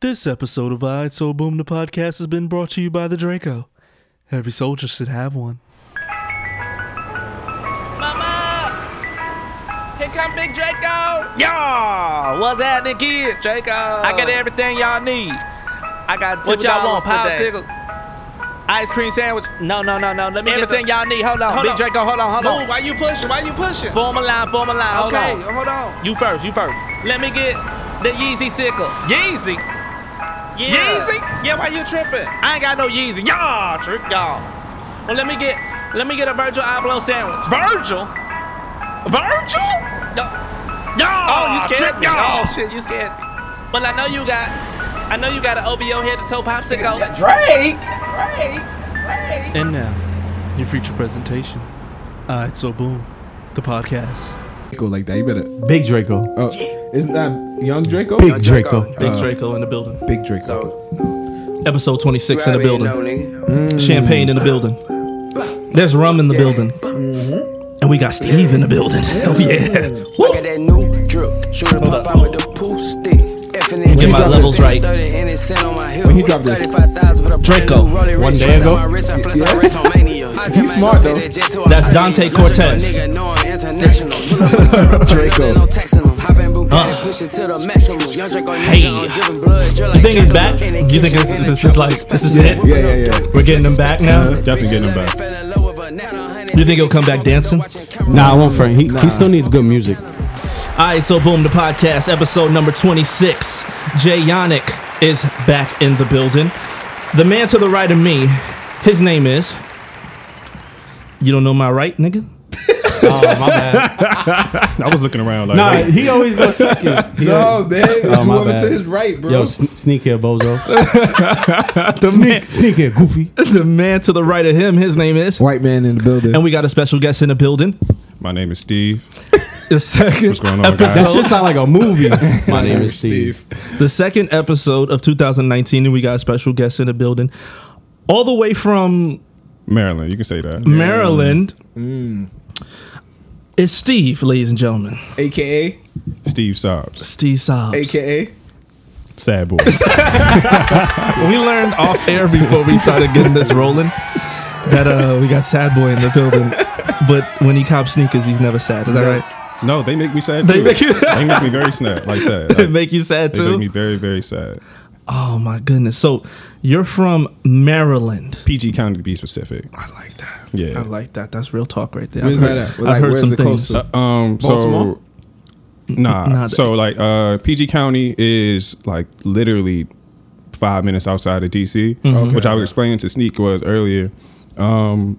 This episode of I So Boom the Podcast has been brought to you by the Draco. Every soldier should have one. Mama! Here come Big Draco! Y'all! What's happening, kids? Draco. I got everything y'all need. I got two What y'all want, today. popsicle? ice cream sandwich, No, no, no, no. Let me everything get y'all need. Hold on, Hold Big on. Draco, hold on, hold No, on. why you pushing? Why you pushing? Form a line, form a line. Hold okay, on. hold on. You first, you first. Let me get the Yeezy sickle. Yeezy? Yeezy? Yeah, why you tripping? I ain't got no Yeezy. Y'all, trip y'all. Well, let me get, let me get a Virgil Abloh sandwich. Virgil? Virgil? No. Y'all, Oh, you scared tripped me. y'all. Oh shit, you scared me. But I know you got, I know you got an over your head to toe popsicle. Drake, Drake, Drake. And now, your feature presentation. I So Boom, the podcast. Draco like that. You better. Big Draco. Oh, isn't that young Draco? Big Draco. Uh, Big Draco in the building. Big Draco. So, Episode 26 in the building. nigga. Champagne in the building. There's rum in the building. Mm-hmm. And we got Steve in the building. Oh, yeah. I got that new drip. Shoot it pop out with the pool stick. Effing Get my levels right. When he dropped this- Draco, one day ago. He's smart, though. That's Dante Cortez. Draco. Hey, you think he's back? You think this- this is like- this is it? Yeah, yeah, yeah. We're getting him back now. Definitely getting him back. back. You think he'll come back dancing? Nah, I won't, Frank. He, he still needs good music. All right, so boom, the podcast episode number 26. Jay Yannick is back in the building. The man to the right of me, his name is. You don't know my right, nigga? I was looking around like, Nah, wait. he always gonna suck it. No, man. It's my whoever bad. says right, bro. Yo, sn- sneak here, bozo. sneak, sneak here, goofy. The man to the right of him, his name is. White man in the building. And we got a special guest in the building. my name is Steve. The second What's going on, guys? episode. That shit sound like a movie. My name is Steve. the second episode of 2019, and we got a special guest in the building, all the way from Maryland, you can say that. Mm. Maryland. Mm. It's Steve, ladies and gentlemen. AKA. Steve Sobs, Steve Sobs. AKA. sad boy. We learned off air before we started getting this rolling that uh, we got Sad Boy in the building, but when he cops sneakers, he's never sad. Is that right? no, they make me sad. They too. make you- they make me very sad. Like sad. Like, It make you sad they make too. me very, very sad. oh my goodness! So you're from Maryland. PG County to be specific. I like that. Yeah. I like that. That's real talk right there. Where's I've heard, that at? I've Like, heard where's some the things. coastal? Uh, um. Baltimore? So. Nah. Nah, so like, uh, PG County is like literally five minutes outside of DC, Mm-hmm. which I was explaining to Sneak was earlier. Um,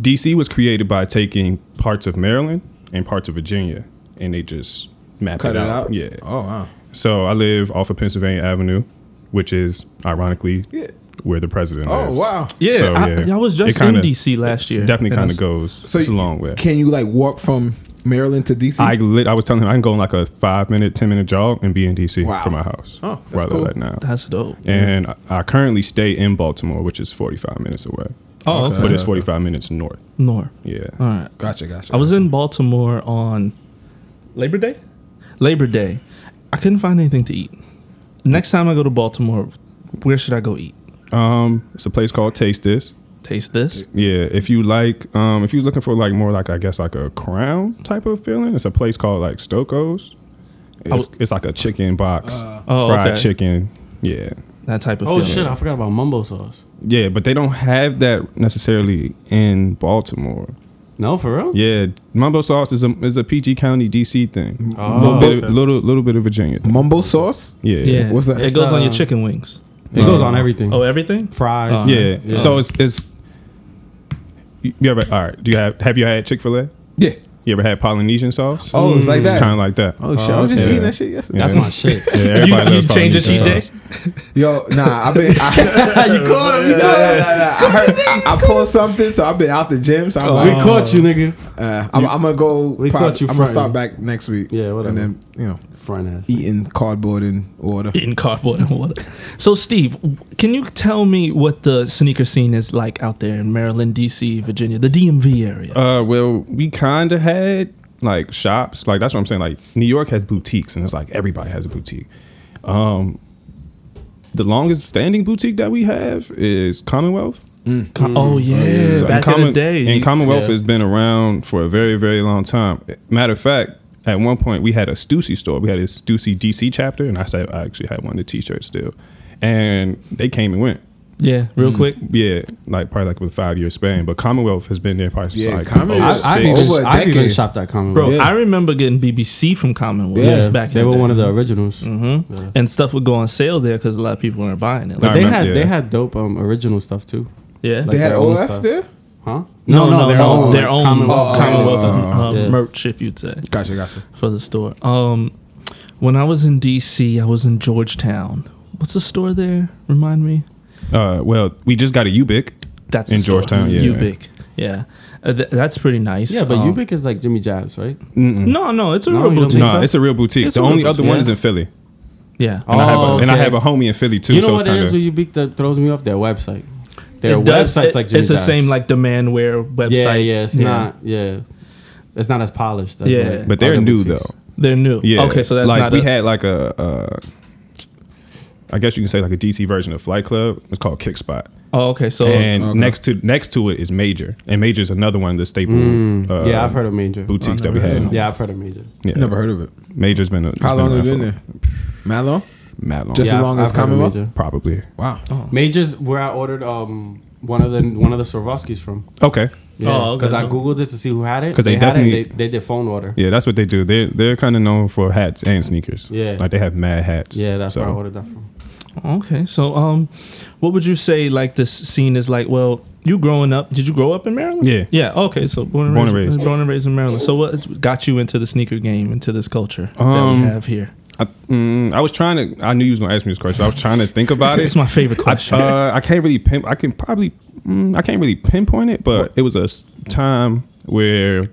DC was created by taking parts of Maryland and parts of Virginia, and they just mapped Cut it, it out. out? Yeah. Oh, wow. So I live off of Pennsylvania Avenue, which is ironically Yeah. where the president Oh, lives. wow. Yeah, So, I, yeah. I was just It kinda- in DC last year. Definitely and kind I- of goes. So it's a you- long way. Can you like walk from Maryland to DC? I lit, I was telling him I can go on like a five minute, ten minute jog and be in DC Wow. from my house. Oh, that's where I live cool. at now. That's dope. and I I currently stay in Baltimore, which is 45 minutes away. Oh, okay. But it's 45 minutes north. Nor. Yeah. All right. gotcha, gotcha. I was in Baltimore on Labor Day. Labor Day. I couldn't find anything to eat. Next time I go to Baltimore, where should I go eat? Um, it's a place called Taste This. Taste this. Yeah, if you like, um, if you're looking for like more like I guess like a crown type of feeling, it's a place called like Stoko's. It's, it's like a chicken box, Oh, fried okay. chicken. Yeah, That type of. Oh feeling. shit, I forgot about mumbo sauce. yeah, but they don't have that necessarily in Baltimore. No, for real? Yeah, mumbo sauce is a is a PG County DC thing. A Oh, little, bit, okay. little little bit of Virginia. Thing. Mumbo sauce? Yeah, Yeah. What's that? It It's, goes on your uh, chicken wings. It goes on everything. Oh, everything. Fries. Uh, yeah. So it's it's. You you ever all right? Do you have have you had Chick Fil A? Yeah. You ever had Polynesian sauce? Oh, it's like it's kind that. of like that. Oh, shit. I was just okay. eating that shit yesterday. that's Yeah. my shit. Yeah, You, everybody you loves change it Polynesian each day. sauce. Yo, nah, I've been. I, you caught him. You caught him. I, heard, I, I pulled something, so I've been out the gym. So I'm Oh. we like, caught you, nigga. uh, I'm, I'm gonna go. we probably- caught you I'm gonna fronting. start back next week. Yeah, whatever. And then you know, Front ass. eating cardboard and water. Eating cardboard and water. So, Steve, can you tell me what the sneaker scene is like out there in Maryland, D.C., Virginia, the DMV area? Uh, well, we kind of had like shops. Like that's what I'm saying. Like New York has boutiques, and it's like everybody has a boutique. Um, the longest standing boutique that we have is Commonwealth. Com- oh yeah, So back in the Common- day. And Commonwealth yeah. has been around for a very, very long time. Matter of fact, at one point we had a Stussy store. We had a Stussy DC chapter, and I said I actually had one of the T-shirts still, and they came and went. yeah, real quick. Yeah, like probably like with a five year span. But Commonwealth has been there probably since Yeah, like oh, Commonwealth- Commonwealth. I, I've Over even, a I've even decade. shopped at Commonwealth. Bro, Yeah. I remember getting BBC from Commonwealth yeah, back in they the were day. one of the Mm-hmm. originals. and stuff would go on sale there because a lot of people weren't buying it. I Like, They remember- had yeah. they had dope um original stuff too. yeah, They had their own OF stuff. there? Huh? no, no, their own, their own Oh, Commonwealth, oh, uh, yeah. merch, if you'd say, Gotcha, gotcha. for the store. Um, when I was in DC, I was in Georgetown. What's the store there? Remind me. Uh, well, we just got a Ubic. That's In the store. Georgetown, yeah. Ubik. Yeah, Uh, th- that's pretty nice. Yeah, but Um, Mm. Ubik is like Jimmy Jabs, right? No, no, it's a No, real you don't boutique. No, so? it's a real boutique. It's the a real only other boutique, one yeah. is in Philly, yeah, and I have a, Oh, and I okay. have a homie in Philly too. You so know it's what it kind is of with Ubik that throws me off? Their website. Their it does. website's it- like Jimmy it's the Jabs. same like demand wear website. Yeah, yeah, it's not. Yeah, it's not as polished. As Yeah. like but they're other new boutiques. though. They're new. Yeah. Okay, so that's like not. we a- had like a, uh, I guess you can say like a DC version of Flight Club. It's called Kick Spot, oh, okay, so and next to next to it is Major, and Major is another one of the staple. Uh, Mm. yeah, I've heard of Major. boutiques that we had. Yeah, I've heard of Major. Yeah. Never heard of it. Major's been. A, How long have has you been Oh, there? Mad long? Mad long. Just yeah, as long I've, as I've heard of Commonwealth? Major. probably. Wow. Major's where I ordered um one of the one of the Swarovskis from. Okay. Yeah, Oh, okay. because I googled it to see who had it. 'Cause they had it, definitely- they, they did phone order. Yeah, that's what they do. They're they're kind of known for hats and sneakers. Yeah. like they have mad hats. Yeah, that's so, where I ordered that from. Okay, so um, what would you say like this scene is like? Well, you growing up? Did you grow up in Maryland? Yeah. Yeah. Okay, so born and, Born and raised, raised. born and raised in Maryland. So what got you into the sneaker game, into this culture that Um, we have here? I, mm, I was trying to. I knew you was gonna ask me this question. so I was trying to think about it. It's my favorite question. Uh, I can't really pin. I can probably. Mm, I can't really pinpoint it, but it was a s- time where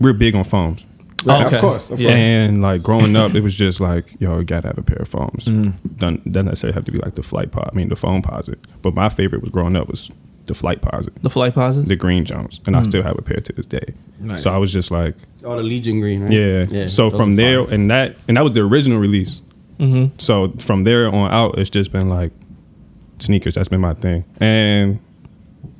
we're big on phones. Yeah, Okay. Of course. Of Yeah. course. And like growing up, it was just like, yo, you gotta have a pair of phones. Doesn't, doesn't necessarily have to be like the flight pod. I mean, the phone posit. But my favorite was growing up was the flight posit, the flight pauses. the green Jones, and I still have a pair to this day. Nice. So I was just like, Oh, the Legion Green, right? yeah. so those from are there, fire. Mm-hmm. and that, and that was the original release. So from there on out, it's just been like sneakers. That's been my thing. And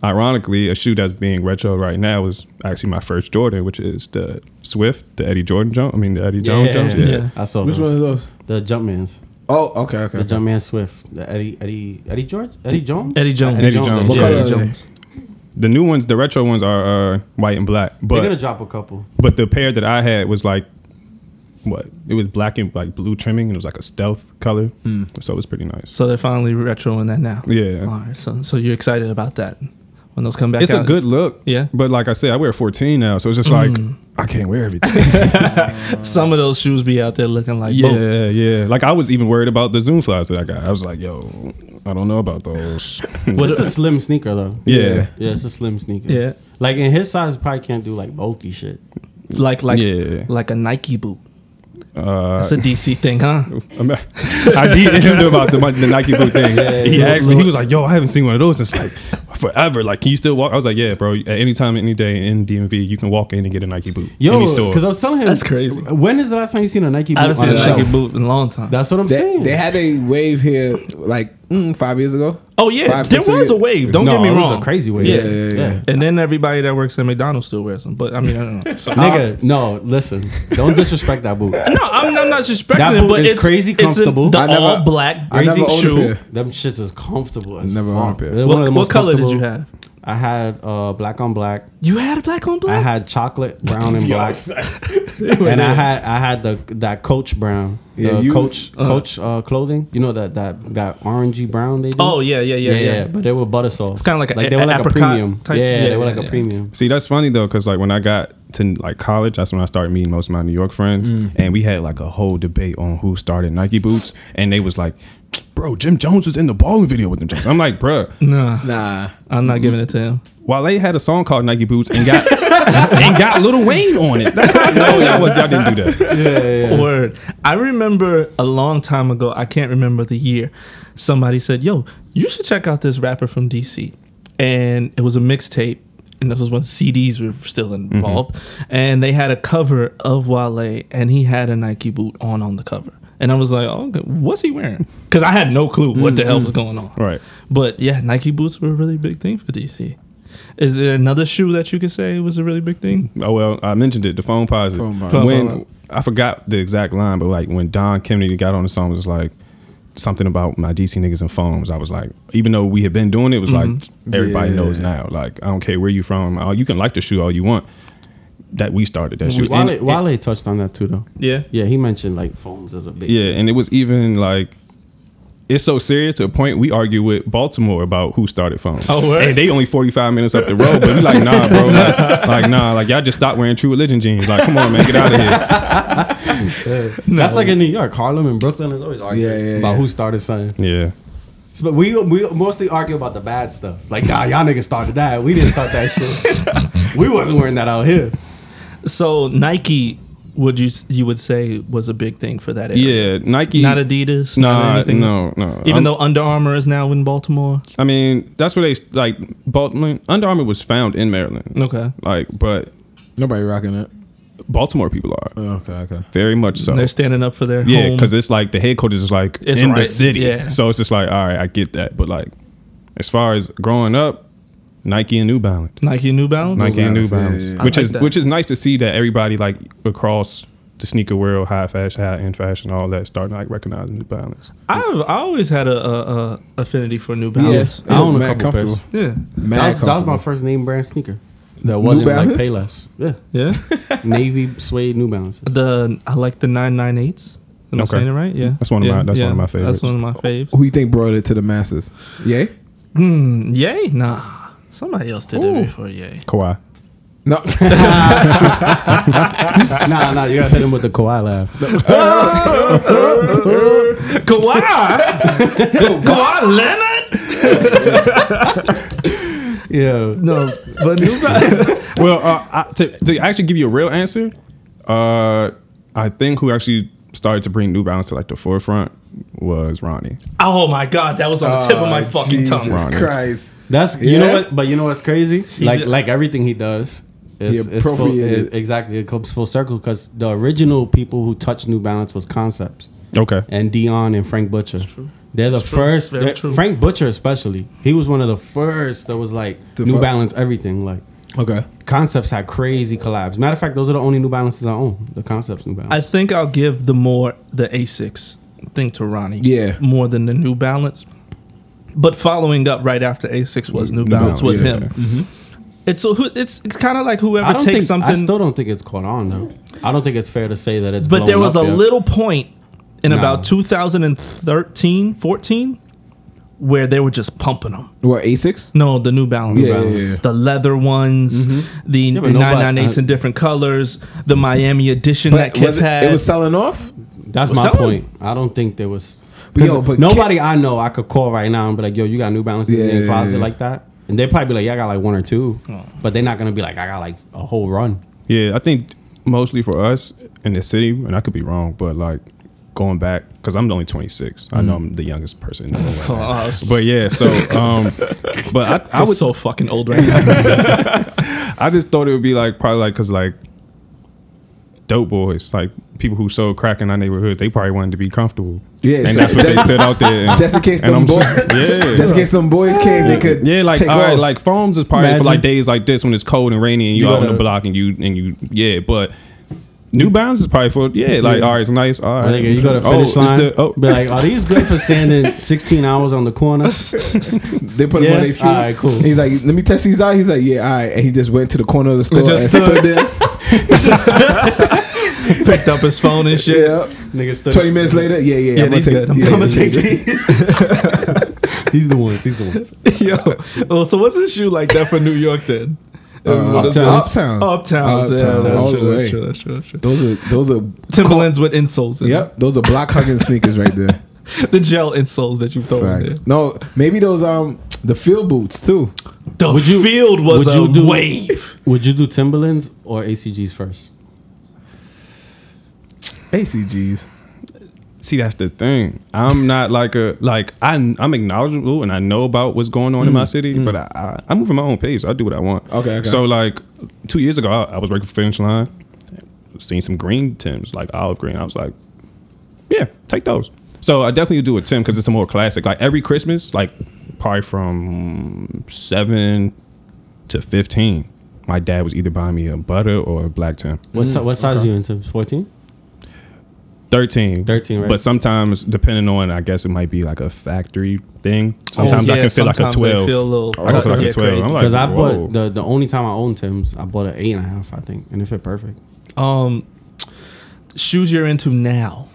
ironically, a shoe that's being retro right now is actually my first Jordan, which is the Swift, the Eddie Jordan jump. I mean, the Eddie Jones yeah, jumps. yeah, Yeah. I saw Which those. one of those? The Jumpmans, Oh, okay, okay. the okay. Jumpman Swift, the Eddie, Eddie, Eddie George, Eddie Jones, Eddie Jones. Eddie Jones, Eddie yeah. What Eddie color are Jones. The new ones, the retro ones, are uh, white and black. They're gonna But drop a couple. but the pair that I had was like what? It was black and like blue trimming, and it was like a stealth color. Hmm. So it was pretty nice. So they're finally retroing that now. Yeah. All right. So so you're excited about that when those come back? It's a out? good look. Yeah. But like I said, I wear 14 now, so it's just like I can't wear everything. Some of those shoes be out there looking like Yeah, boats. yeah. Like I was even worried about the Zoom flies that I got. I was like, yo, I don't know about those. What- It's a slim sneaker though. yeah. Yeah, it's a slim sneaker. Yeah. Like in his size, probably can't do like bulky shit. Like like Yeah. like a Nike boot. Uh, That's a DC thing, huh? I'm- I did him about the, mon- the Nike boot thing. He asked me, he was like, yo, I haven't seen one of those since like forever. Like, can you still walk? I was like, yeah, bro. At any time, any day in DMV, you can walk in and get a Nike boot. Yo, any store. because I was telling him That's crazy. When is the last time you seen a Nike boot? I haven't on seen a shelf? Nike boot in a long time. That's what I'm They, saying. they had a wave here like mm, five years ago. Oh yeah, Five, there six was years. a wave. Don't no, get me it wrong. was a crazy way. Yeah. Yeah, yeah, yeah. And then everybody that works at McDonald's still wears them. But I mean, I don't know. So- Nigga, no, listen. Don't disrespect that boot. no, I'm, I'm not That suspecting boot it, but is it's crazy it's a- comfortable. the I never- all black I never crazy owned a shoe. pair. Them shits is comfortable as Never fuck. owned a pair. They're one of What, the what most color did you comfortable- have? I had uh, black on black. You had a black on I black. had chocolate brown and black, and I had I had the that Coach brown, the Yeah, you- Coach Coach uh, clothing. You know that that that orangey brown they do. oh yeah, yeah, yeah, yeah. But they were butter sauce. It's kinda like a- they were a- like a apricot premium. type- Yeah, yeah, they were yeah, like yeah. a premium. See, that's funny though, because like when I got to like college, that's when I started meeting most of my New York friends, and we had like a whole debate on who started Nike boots, and they was like, "Bro, Jim Jones was in the balling video with them Jones." I'm like, "Bruh, Nah, Nah. I'm mm-hmm. not giving it to him. Wale had a song called Nike Boots and got and got Little Wayne on it. That's how I know y'all was y'all didn't do that. Word. I remember a long time ago, I can't remember the year, somebody said, Yo, you should check out this rapper from DC. And it was a mixtape, and this was when CDs were still involved. And they had a cover of Wale, and he had a Nike boot on on the cover. and I was like, "Oh, okay, what's he wearing?" Because I had no clue what the hell was going on. Right. But yeah, Nike boots were a really big thing for DC. Is there another shoe that you could say was a really big thing? Oh well, I mentioned it. The phone positive. Phone positive. When Phone I forgot the exact line, but like when Don Kennedy got on the song, it was like something about my DC niggas and phones. I was like, even though we had been doing it, it was Mm-hmm. like everybody Yeah. knows now. Like I don't care where you from. Oh, you can like the shoe all you want. That we started that shoe. And- Wale, Wale touched on that too, though. Yeah. Yeah, he mentioned like phones as a big. Yeah, and it was even like it's so serious to a point we argue with Baltimore about who started phones. Oh, word? and they only forty five minutes up the road, but we like nah, bro, like, like, nah, like y'all just stopped wearing True Religion jeans. Like, come on, man, get out of here. That's like in New York, Harlem, and Brooklyn. There's always arguing Yeah, yeah, about yeah. who started something. Yeah, So, But we we mostly argue about the bad stuff. Like, nah, y'all niggas started that. We didn't start that shit. we wasn't wearing that out here. So Nike, would you you would say was a big thing for that era? yeah. Nike, Not Adidas. not Nah, anything. no, Um, no. Even I'm- though Under Armour is now in Baltimore. I mean that's where they like Baltimore. Under Armour was found in Maryland. Okay. Like, but Nobody rocking it. Oh, Baltimore people are Okay, okay. very much so. They're standing up for their Yeah, home. because it's like the headquarters is like It's in the right- city. yeah. So it's just like, all right, I get that. But like, as far as growing up, Nike and New Balance, Nike and New Balance. Nike and New Balance, yeah, Balance, yeah, yeah. I which like is that. which is nice to see that everybody like across the sneaker world, high fashion, high end fashion, all that starting like recognizing New Balance. I've I always had a, a, a affinity for New Balance. I I own own a mad couple comfortable. Yeah, yeah. Mad That was, that was comfortable. my first name brand sneaker. That wasn't like Balance? Payless. Yeah, navy suede New Balance. the I like the nine nine eights. Am I Okay. saying it right? Yeah, That's one of yeah, my- that's one of my That's one of my faves. Who you think brought it to the masses? Yay? Oh. Hmm. Yay, nah. Somebody else did it before. Yay. Kawhi. No. nah, nah, you gotta hit him with the Kawhi laugh. Kawhi. Kawhi Leonard. Yeah, No, but New Balance. well, uh, I, to, to actually give you a real answer, uh, I think who actually started to bring New Balance to like the forefront was Ronnie. oh my God, that was on the tip of my fucking tongue. Ah, Uh, Jesus Ronnie. Christ. that's you know Yeah. what. But you know what's crazy? like a- like everything he does. It's, He it's full, appropriated. it- exactly it comes full circle because the original people who touched New Balance was Concepts. Okay. and Dion and Frank Butcher. They're the first. Very they're- true. Frank Butcher, especially, he was one of the first that was like To New fuck- Balance everything. Like Okay. concepts had crazy collabs. Matter of fact, those are the only New Balances I own. The concepts New I Balance. think I'll give the more the Asics thing to Ronnie. Yeah. More than the New Balance. But following up right after Asics was New, Balance, Balance, with yeah. him. Mm-hmm. It's so who it's it's kind of like whoever I, don't takes think. something. I still don't think it's caught on though. I don't think it's fair to say that it's. but there blown was a up yet. little point in Nah. about 2013, 14 where they were just pumping them. What, A6? No, the New Balance. Yeah, yeah, yeah. The leather ones, the, Mm-hmm. but the nobody- uh, 998s in different colors, the Miami edition that Kith was it, had. it was selling off? That's Well, my some- point. I don't think there was. But yo, 'cause but nobody I know I could call right now and be like, "Yo, you got New Balances in Yeah. your closet like that?" And they'd probably be like, "Yeah, I got like one or two. Oh. but they're not gonna be like, "I got like a whole run." Yeah, I think mostly for us in the city, and I could be wrong, but like going back because I'm only 26. I know I'm the youngest person. in the room right Oh, now. I was- But yeah, so um, but I, I I would was so fucking old right now. I just thought it would be like probably like because like dope boys like people who sold crack in our neighborhood they probably wanted to be comfortable. Yeah, and so- that's what they stood out there. And, Just in case and them I'm boys, sure- yeah. just in case some boys came, they could yeah, like take all right, off. like foams is probably for Imagine. like days like this when it's cold and rainy and you, You out on gotta- the block and you and you yeah, but New Balance is probably for yeah, like all right, it's nice. All right, Nigga, you go to finish oh, it's line. The, oh, Be like, are these good for standing 16 hours on the corner? they put him Yeah. on their feet. Alright, cool. And he's like, let me test these out. He's like, yeah, all right. And he just went to the corner of the store just and stood there. Picked up his phone and shit. yeah. Nigga stood. Twenty minutes later, yeah, yeah, Yeah, these good. I'm taking these these. good. These the ones. These the ones. Yo, oh, so what's his shoe like that for New York then? Uh, What is Uptowns. it? Uptowns. Yeah, Uptowns, that's, all true, the that's way. true. That's true. That's true. Those are those are Timberlands with insoles. In yep. Those are block hugging sneakers right there. them. The gel insoles that you throw in there. Facts. No, maybe those um the field boots too. The field was would a you do- wave. Would you do Timberlands or ACGs first? ACGs. see that's the thing i'm not like a like I, i'm acknowledgeable and i know about what's going on in my city but I, I i move at my own pace i do what i want Mm. Okay, okay. so like two years ago i, I was working for finish line seen some green tims like olive green i was like Yeah, take those. So I definitely do with Tim because it's a more classic. Like every Christmas, like probably from seven to fifteen, my dad was either buying me a butter or a black Tim. What, Mm. si- what size are you in, Tim? 14? 13. 13, right. But sometimes, depending on, I guess it might be like a factory thing. Sometimes I yeah, can feel like a sometimes they 12. feel a little- I can feel like Yeah, a 12. crazy. I'm like, Because I whoa. bought the, the only time I owned Tim's, I bought an eight and a half, I think, and it fit perfect. um shoes you're into now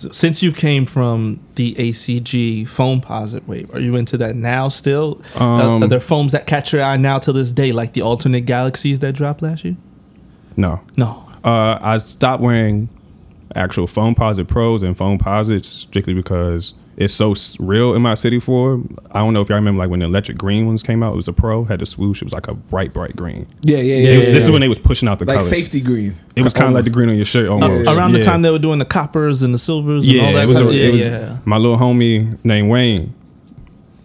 S- since you came from the ACG foam posit wave, are you into that now still? Um, are, are there foams that catch your eye now to this day, like the alternate galaxies that dropped last year? No. No. Uh, I stopped wearing actual foam posit pros and foam posits strictly because it's so s- real in my city for. I don't know if y'all remember like when the electric green ones came out. It was a pro, had the swoosh. It was like a bright, bright green. Yeah, yeah, yeah. It was, yeah, this yeah. Oh. is when they was pushing out the like colors. safety green. It was kind of like the green on your shirt almost. Around the Yeah. time they were doing the coppers and the silvers and all that it was, kind a- of, yeah, it was- yeah. My little homie named Wayne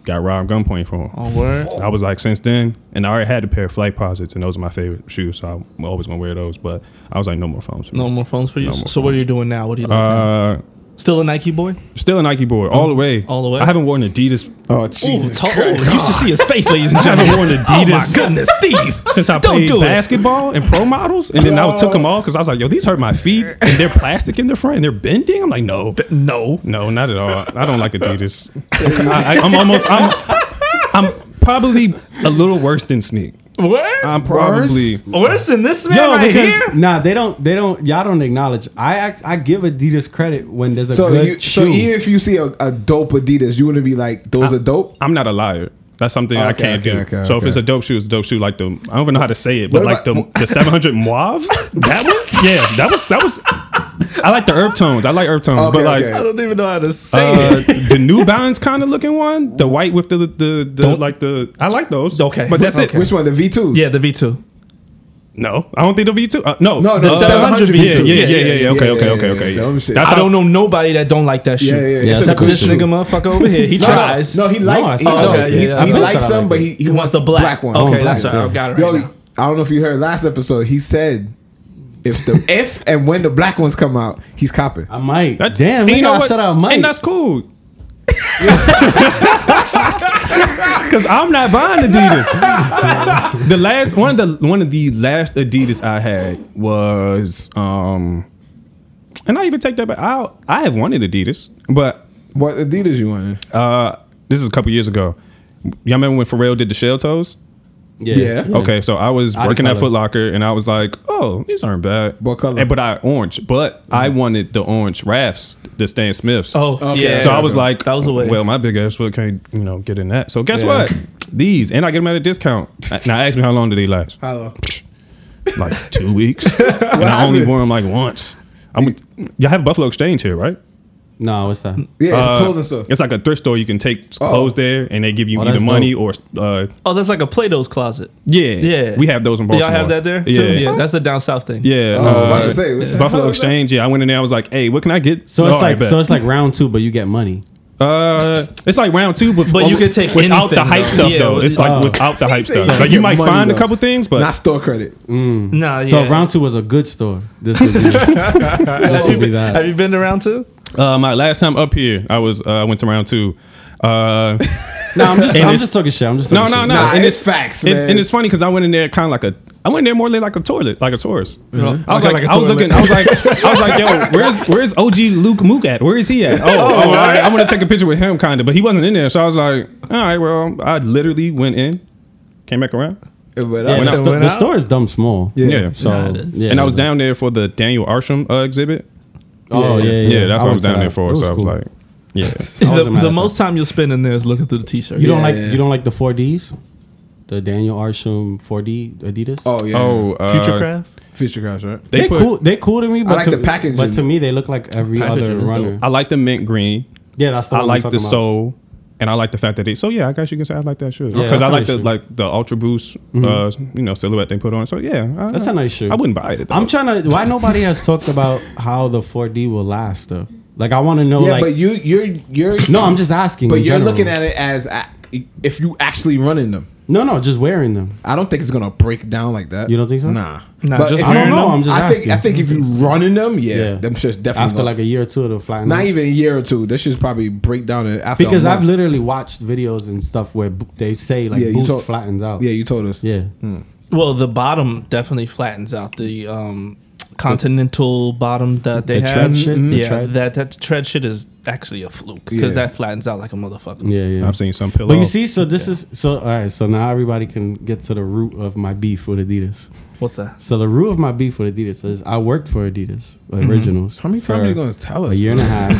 got robbed gunpoint from him. Oh, word. I was like, since then, and I already had a pair of flight posits, and those are my favorite shoes, so I'm always gonna wear those. But I was like, no more phones. No more phones for you. No more so what are you doing now? What are you like now? Uh, Still a Nike boy? still a Nike board, all the way, Oh, all the way? I haven't worn Adidas. Oh Ooh, Jesus! tall, oh, you should see his face, ladies and I gentlemen. haven't worn Oh my Adidas goodness, Steve! since I Don't played do it. basketball and pro models, and then I took them all because I was like, yo, these hurt my feet, and they're plastic in the front, and they're bending. I'm like, no, No, No, not at all. I don't like Adidas. I, I, I'm almost. I'm. I'm probably a little worse than Sneak. what? I'm probably. Worse than this man Um, Yo, right because- here. Nah, they don't. They don't. Y'all don't acknowledge. I act, I give Adidas credit when there's a So good you, so shoe. even if you see a, a dope Adidas, you wouldn't be like, "Those are dope." I'm not a liar. That's something I Okay, can't okay, do. okay, so if okay. it's a dope shoe, it's a dope shoe. Like the I don't even know how to say it, but What like the about- the 700 mauve. That one. Yeah, that was that was. I like the earth tones. I like earth tones, Okay, but like. okay. I don't even know how to say Uh, it. the New Balance kind of looking one, the white with the the, the, like the I like those. Okay. but that's it. Which one? The V two? Yeah, the V two. No, I don't think the V two. Uh, no, No, the Uh, 700 Yeah, V2. yeah, yeah, yeah, yeah. Okay, Yeah, okay, yeah, okay, yeah, okay. yeah. Dumb shit. That's I how- don't know nobody that don't like that shit. Yeah, yeah, yeah. It's a Except good this shoe. nigga motherfucker over here. He No, tries. No, he likes. I No, saw no, that. he, Yeah, yeah, he I likes saw that some, like but that. he, he, He wants wants the a black. black, one. Okay, Black that's one. right. I got it Yo, right now. I don't know if you heard last episode. He said, "If the if and when the black ones come out, he's copping." I might. That's, Damn, and nigga, I said I might. And that's cool. Cause I'm not buying Adidas. the last one of the one of the last Adidas I had was um and I even take that back. I I have wanted Adidas, but What Adidas you wanted? uh this is a couple years ago. Y'all remember when Pharrell did the shell toes? Yeah. Okay, so I was Out of working at color. Foot Locker and I was like, oh, these aren't bad. What color? And, but I orange, but I wanted the orange rafts, the Stan Smiths. Oh, Okay. yeah. So I was like, That was a wave. well, my big ass foot can't, you know, get in that. So guess what? These, and I get them at a discount. Now ask me how long did they last? Hello. Like two weeks. and I only happened? wore them like once. I'm with, y'all have Buffalo Exchange here, right? No, what's that? Yeah, it's Uh, a clothing store. It's like a thrift store. You can take Oh. clothes there, and they give you Oh, either that's money or uh, oh, that's like a Play-Doh's closet. yeah, Yeah, We have those in Do Baltimore. Y'all have that there? too? Yeah, yeah. That's the down south thing. Yeah, Oh, I uh, was about to say, what the hell is Buffalo that? Exchange. Yeah, I went in there. I was like, "Hey, what can I get?" So it's Oh, I like bet. so it's like round two, but you get money. uh, it's like round two, but, But you can take without the anything, hype though. stuff Yeah, uh, though. with- It's like Oh. without the hype stuff. So Like you you might get money, find a though. couple things, but Not store credit. Nah, yeah. So round two was a good store. This would be, this would be that. Have you been to round two? uh, my last time up here, I was uh, I went to round two. Uh, No, I'm just And I'm it's- just talking shit. I'm just no, talking no, shit. no. Nah, and it's facts, it- man. and it's funny because I went in there kind of like a. I went in there more like a toilet, like a tourist. I was Okay, like, Mm-hmm. like a I was toilet. looking, I was like, I was like, yo, where's where's OG Luke Mook at? Where is he at? Oh, oh, all right, I want to take a picture with him, kind of, but he wasn't in there, so I was like, all right, well, I literally went in, came back around, But uh, Yeah, I, the, When I sto- went the out- store is dumb small. Yeah. yeah. So Nah, it is. yeah, and I was down there for the Daniel Arsham uh, exhibit. Oh yeah, yeah. Yeah, that's what I went was to down that. there for. It so I was cool. like, yeah. wasn't The, mad the at most time you'll spend in there is looking through the T-shirt. you don't Yeah, like yeah. you don't like the four Ds, the Daniel Arsham four D Adidas. oh yeah. Oh, uh, Future Craft. Future Crash, right? They, They put. cool. They cool to me, but like to, the packaging. But to me, they look like every other Packaging is runner. dope. I like the mint green. Yeah, that's the I one I'm like talking the about. soul, and I like the fact that it. So yeah, I guess you can say I like that shoe Yeah, because that's I like nice the shoe. like the Ultra Boost, uh, you know, silhouette they put on. So yeah, I, That's a nice shoe. I wouldn't buy it. Though. I'm trying to. Why nobody has talked about how the 4D will last though? Like I want to know. yeah, like but you you're you're no, I'm just asking. but in you're general. looking at it as a- if you actually running them. No, no, just wearing them. I don't think it's gonna break down like that. You don't think so? Nah. Nah, But just if you- I don't know, I'm just I think asking. I think if you running them, yeah, Yeah. them shit's definitely After like a year or two, it'll fly. not now. even a year or two. This shit's probably break down in- after a because I've month. literally watched videos and stuff where b- they say like Yeah, you boost told- flattens out. Yeah, you told us. yeah. Well, the bottom definitely flattens out the um, continental bottom that they The have. tread shit? The yeah, tread? that that Mm-hmm. tread shit is actually a fluke because Yeah. that flattens out like a motherfucker. yeah, yeah. I've seen some pillow. But you see, so this is so all right. So now everybody can get to the root of my beef with Adidas. What's that? So the root of my beef with Adidas is I worked for Adidas originals. How many times for are you gonna tell us? A year and a half.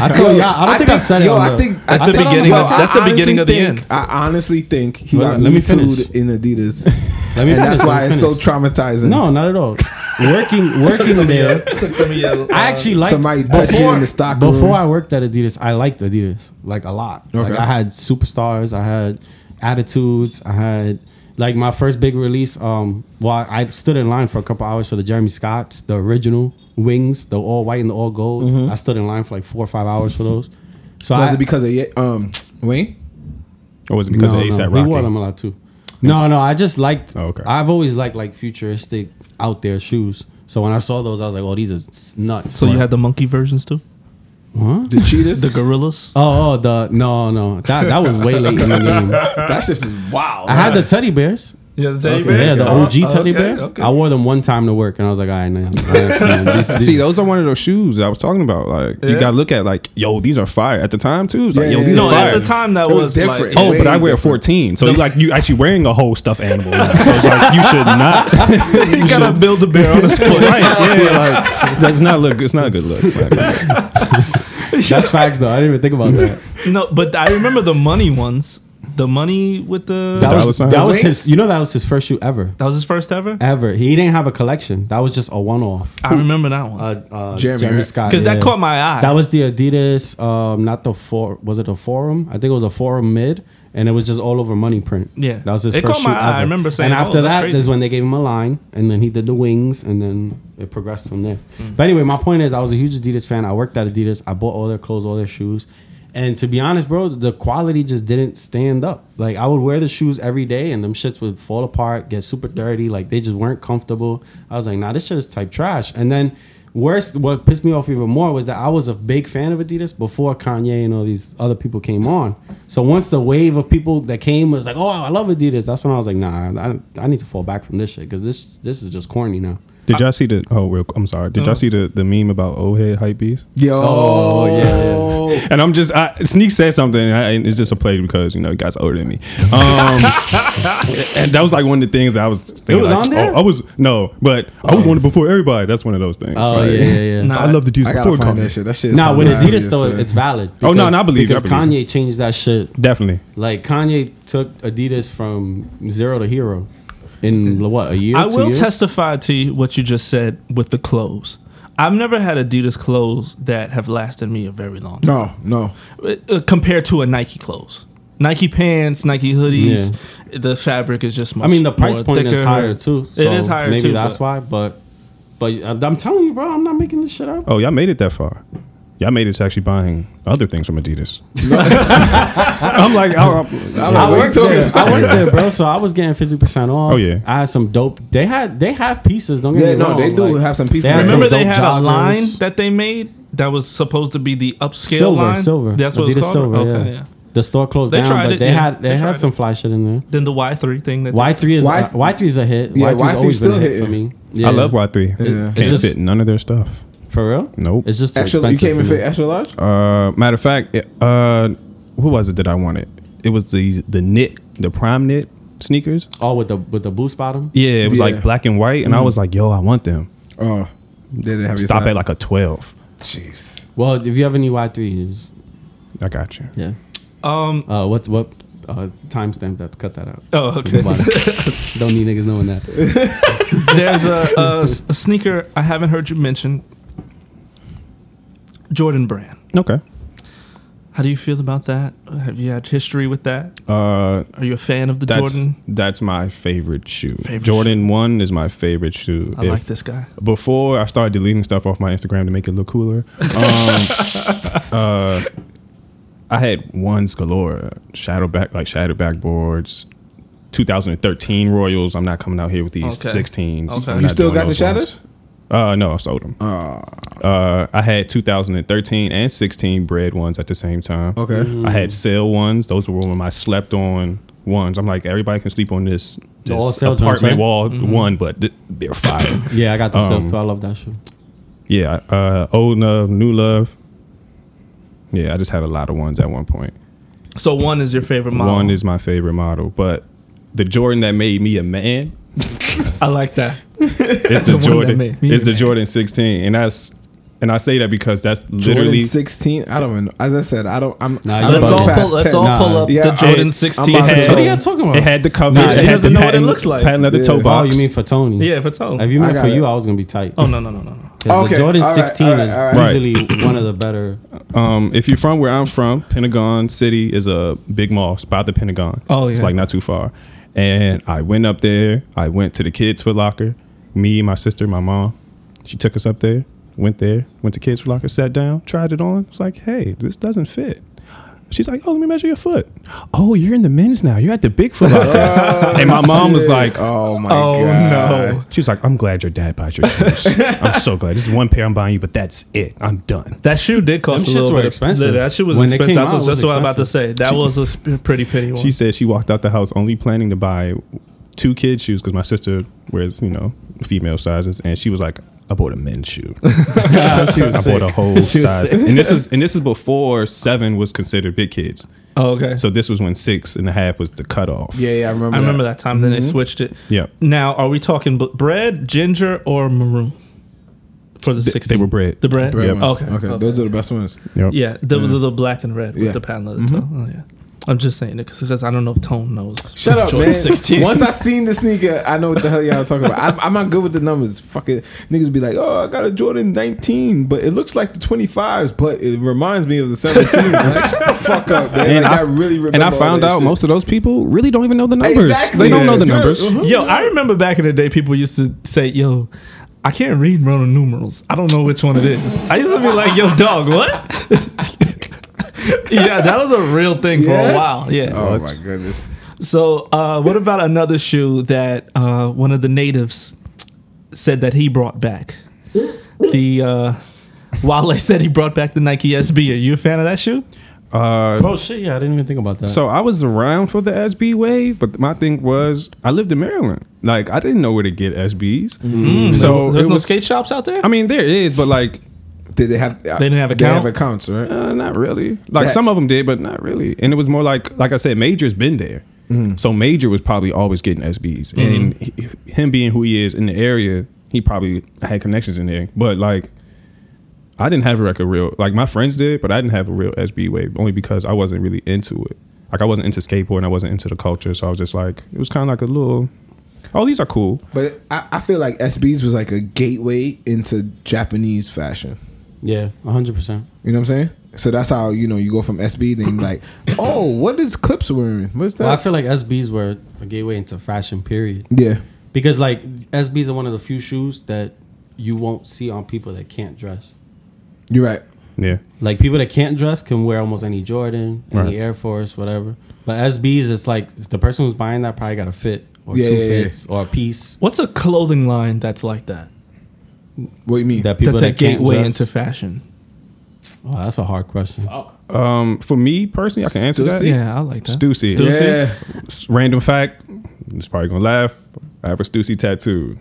I told y'all. I don't think, I've said it. yo, on I the- think That's I the said on beginning pod- of- that's the I honestly beginning of the think- end. I honestly think he Well, got let let me me finish. in Adidas, Let me and finish, that's why let me it's so finish. traumatizing. No, not at all. Working, working there. I actually liked somebody touched you in the stock room. um, before I worked at Adidas. I liked Adidas like a lot. Like Okay. I had superstars. I had attitudes. I had like my first big release. Um, well, I stood in line for a couple hours for the Jeremy Scotts, the original wings, the all white and the all gold. I stood in line for like four or five hours for those. So was I, Mm-hmm. it because of Ye- um Wayne? or was Oh, it because of no, ASAP no. Rocky? He wore them a lot too. No, no, I just liked. Oh, okay. I've always liked like futuristic out there shoes. So when I saw those, I was like, "Oh, these are s- nuts." So you Like, had the monkey versions too, The cheaters? the gorillas. Oh, oh, the no, no, that that was way late in the game. that's just wow. I had the teddy bears. Yeah, the teddy Oh, Yeah, the OG teddy okay, bear. okay. I wore them one time to work, and I was like, all right, man. All right, man, these- these- See, those are one of those shoes that I was talking about. Like, you gotta look at like, yo, these are fire at the time too. It's like, Yeah, yo, yeah, these yeah. No, are Yeah. fire. at the time that It was, was Like, different. Oh, but I Way wear different. 14, so it's like you actually wearing a whole stuffed animal. so it's like you should not. Oh, you gotta build a bear on a split. right? Yeah, like that's not look. It's not a good look. It's not a good look. that's facts, though. I didn't even think about that. no, but I remember the money ones. The money with the That dollar was signs? that was Wait. his. You know, that was his first shoe ever. that was his first ever. Ever. He didn't have a collection. That was just a one-off. I remember that one. Uh, uh, Jeremy, Jeremy, right? Scott. because yeah. that caught my eye. That was the Adidas, um, not the four. Was it a forum? I think it was a forum mid, and it was just all over money print. Yeah. that was his It first caught shoe my eye. I ever. remember saying, and "Oh, after that's that crazy." is when they gave him a line, and then he did the wings, and then it progressed from there. Mm. But anyway, my point is, I was a huge Adidas fan. I worked at Adidas. I bought all their clothes, all their shoes. And to be honest, bro, the quality just didn't stand up. Like I would wear the shoes every day, and them shits would fall apart, get super dirty. Like they just weren't comfortable. I was like, nah, this shit is type trash. And then Worst, what pissed me off even more was that I was a big fan of Adidas before Kanye and all these other people came on. So once the wave of people that came was like, "Oh, I love Adidas," that's when I was like, "Nah, I, I need to fall back from this shit because this this is just corny now." Did y'all see the? Oh, real. I'm sorry. Mm. Did y'all see the the meme about old head hype beast? Yo, Oh, yeah, And I'm just I, sneak said something, and, I, and it's just a play because you know you guys older than me. Um, and that was like one of the things that I was. Thinking, It was like, on there? Oh, I was no, but I was one of before everybody. That's one of those things. Oh Like, yeah, yeah, yeah. I love the dudes I gotta before find that Kanye. shit. That shit. is Nah, with hilarious, Adidas though, man. it's valid. Oh, no, because- no, I believe you, I because believe Kanye changed that shit. Definitely. Like Kanye took Adidas from zero to hero in what a year. I two will years? testify to you what you just said with the clothes. I've never had Adidas clothes that have lasted me a very long time No, no. uh, compared to a Nike clothes. Nike pants, Nike hoodies, the fabric is just much I mean, the price more point is thicker. higher too. it is higher maybe too. that's but- why. But but I'm telling you, bro, I'm not making this shit up. Oh, y'all made it that far. Y'all made it to actually buying other things from Adidas. I'm like, oh, I'm- I I What worked you talking there. I worked there, bro. So I was getting fifty percent off. Oh, yeah. I had some dope. They had they have pieces. Don't get Yeah, me no, wrong. they do have some pieces. had That's Remember some they dope had a joggers. line that they made that was supposed to be the upscale silver, line. silver. That's what Adidas it's called. silver. okay, yeah. yeah. The store closed They down, tried but it, they yeah. had they, They had tried some it. fly shit in there. Then the Y three thing. That Y three is Y- uh, Y three is a hit. Yeah, Y three's Y3's always been a still hit hit. for me. Yeah. I love Y3. Can't it's just- fit none of their stuff. for real. Nope. It's just too Extra, you expensive. came and for fit me. extra large. Uh, matter of fact, it, uh, who was it that I wanted? It was the the knit, the prime knit sneakers. Oh, with the with the boost bottom. Yeah, it was Yeah. like black and white, and I was like, yo, I want them. Oh, they didn't have your Stop size. at like a twelve. Jeez. Well, if you have any Y threes, I got you. yeah. Um. Uh, what what uh, timestamp that? Cut that out. Oh, okay. Don't need niggas knowing that. There's a, a s- a sneaker I haven't heard you mention. Jordan Brand. Okay. How do you feel about that? Have you had history with that? Uh, Are you a fan of the that's Jordan? that's my favorite shoe. Favorite Jordan One is my favorite shoe. I If- like this guy. before I started deleting stuff off my Instagram to make it look cooler, um, uh, I had ones galore, shadow back like shadow backboards, 2013 Royals. I'm not coming out here with these 16s. I'm You not still got doing the Ah. those shadows? ones. Uh, no, I sold them. Uh, I had 2013 and 16 bread ones at the same time. Okay. I had sale ones. Those were when I slept on ones. I'm like, everybody can sleep on this, The all this sale joints, apartment right? Mm-hmm. wall one, but th- they're fire. Yeah, I got the Um, sales too. I love that shoe. Yeah, uh, old love, new love. Yeah, I just had a lot of ones at one point. So one is your favorite model. One is my favorite model, but the Jordan that made me a man I like that. is the, one that Jordan. made me It's a the man. Jordan 16, and that's and I say that because that's Jordan literally 16. I don't even know. As I said, I don't. I'm. Nah, I you don't bugging. Let's go all past pull, let's 10. all Nah. pull up Yeah, the I- Jordan I'm 16. about to It What are had- you talking about? It had the cover. Nah, it he had doesn't the know what it patent- looks like. Patent leather Yeah. toe Oh, Oh, box. you mean for Tony? Yeah, for Tony. If you I meant got for you, it. I was gonna be tight. oh no no no no no. 'Cause the Okay, Jordan all right, 16 all right, is all right. easily one of the better. uh, Um, if you're from where I'm from, Pentagon City is a big mall. It's by the Pentagon. Oh, It's yeah. like not too far. And I went up there. I went to the Kids Foot Locker. Me, my sister, my mom. She took us up there. Went there. Went to Kids Foot Locker. Sat down. Tried it on. It's like, hey, this doesn't fit. She's like, oh, let me measure your foot. Oh, you're in the men's now. You're at the big foot locker. and my mom was Shit. like, "Oh my Oh god, no. she was like, I'm glad your dad buys your shoes. I'm so glad. This is one pair I'm buying you, but that's it. I'm done. That shoe did cost Them a shits little were bit. expensive. That shoe was When they expensive. came That's out, what- it was that's what I was about to say. That was a sp- pretty penny one. She said she walked out the house only planning to buy two kids shoes because my sister wears you know female sizes, and she was like, "I bought a men's shoe. I bought a whole size." And this is and this is before seven was considered big kids, oh, okay. so this was when six and a half was the cutoff. Yeah, yeah, Mm-hmm. I remember. I remember that time. Then they switched it. Yep. Now, are we talking b- bread, ginger, or maroon for the sixteen? they were bread. The bread. Bread Yep. ones. Okay, okay, okay. Those are the best ones. Yep. Yeah, the, the, the black and red with Yeah. Mm-hmm. the patent leather toe. Oh yeah. I'm just saying it because I don't know if Tone knows. Shut up, Jordan man. 16. Once I seen the sneaker, I know what the hell y'all talking about. I'm, I'm not good with the numbers. Fucking niggas be like, oh, I got a Jordan 19, but it looks like the 25s, but it reminds me of the 17. like, shut the fuck up, man. And, like, I, I, really remember. and I all found that out shit. most of those people really don't even know the numbers. Exactly. They don't know the Yeah. numbers. Uh-huh. Yo, I remember back in the day, people used to say, "Yo, I can't read Roman numerals. I don't know which one it is." I used to be like, "Yo, dog, what?" yeah, that was a real thing for Yeah? a while. Yeah. Oh my goodness. So, uh, what about another shoe that uh, one of the natives said that he brought back? The uh, Wale said he brought back the Nike SB. Are you a fan of that shoe? Uh, Oh shit! Yeah, I didn't even think about that. So I was around for the SB wave, but my thing was I lived in Maryland. Like I didn't know where to get SBs. Mm-hmm. So There's Oh, it no was, skate shops out there. I mean, there is, but like Did they have? They didn't have They account? have accounts, right? uh, not really. Like Yeah. some of them did, but not really. And it was more like like I said, Major's been there. So Major was probably always getting Mm-hmm. SBs, and he, him being who he is in the area, he probably had connections in there. But like. I didn't have like a real like my friends did, but I didn't have a real SB wave only because I wasn't really into it. Like I wasn't into skateboarding, I wasn't into the culture, so I was just like it was kind of like a little. Oh, these are cool. But I, I feel like SBs was like a gateway into Japanese fashion. yeah, 100. percent You know what I'm saying? So that's how you know you go from SB, then you're like, oh, what is Clips wearing? What's that? Well, I feel like SBs were a gateway into fashion. Period. yeah, Because like SBs are one of the few shoes that you won't see on people that can't dress. you're right. Yeah, Like people that can't dress can wear almost any Jordan, any Right. Air Force, whatever. But SBs, it's like the person who's buying that probably got a fit or Yeah, two yeah, yeah. fits or a piece What's a clothing line that's like that? What do you mean? that people that's that a can't gateway dress. into fashion. Oh, that's a hard question. Oh. um, for me personally, I can answer that. Yeah, I like that. Stussy. yeah, S- Random fact, it's probably gonna laugh. I have a Stussy tattoo.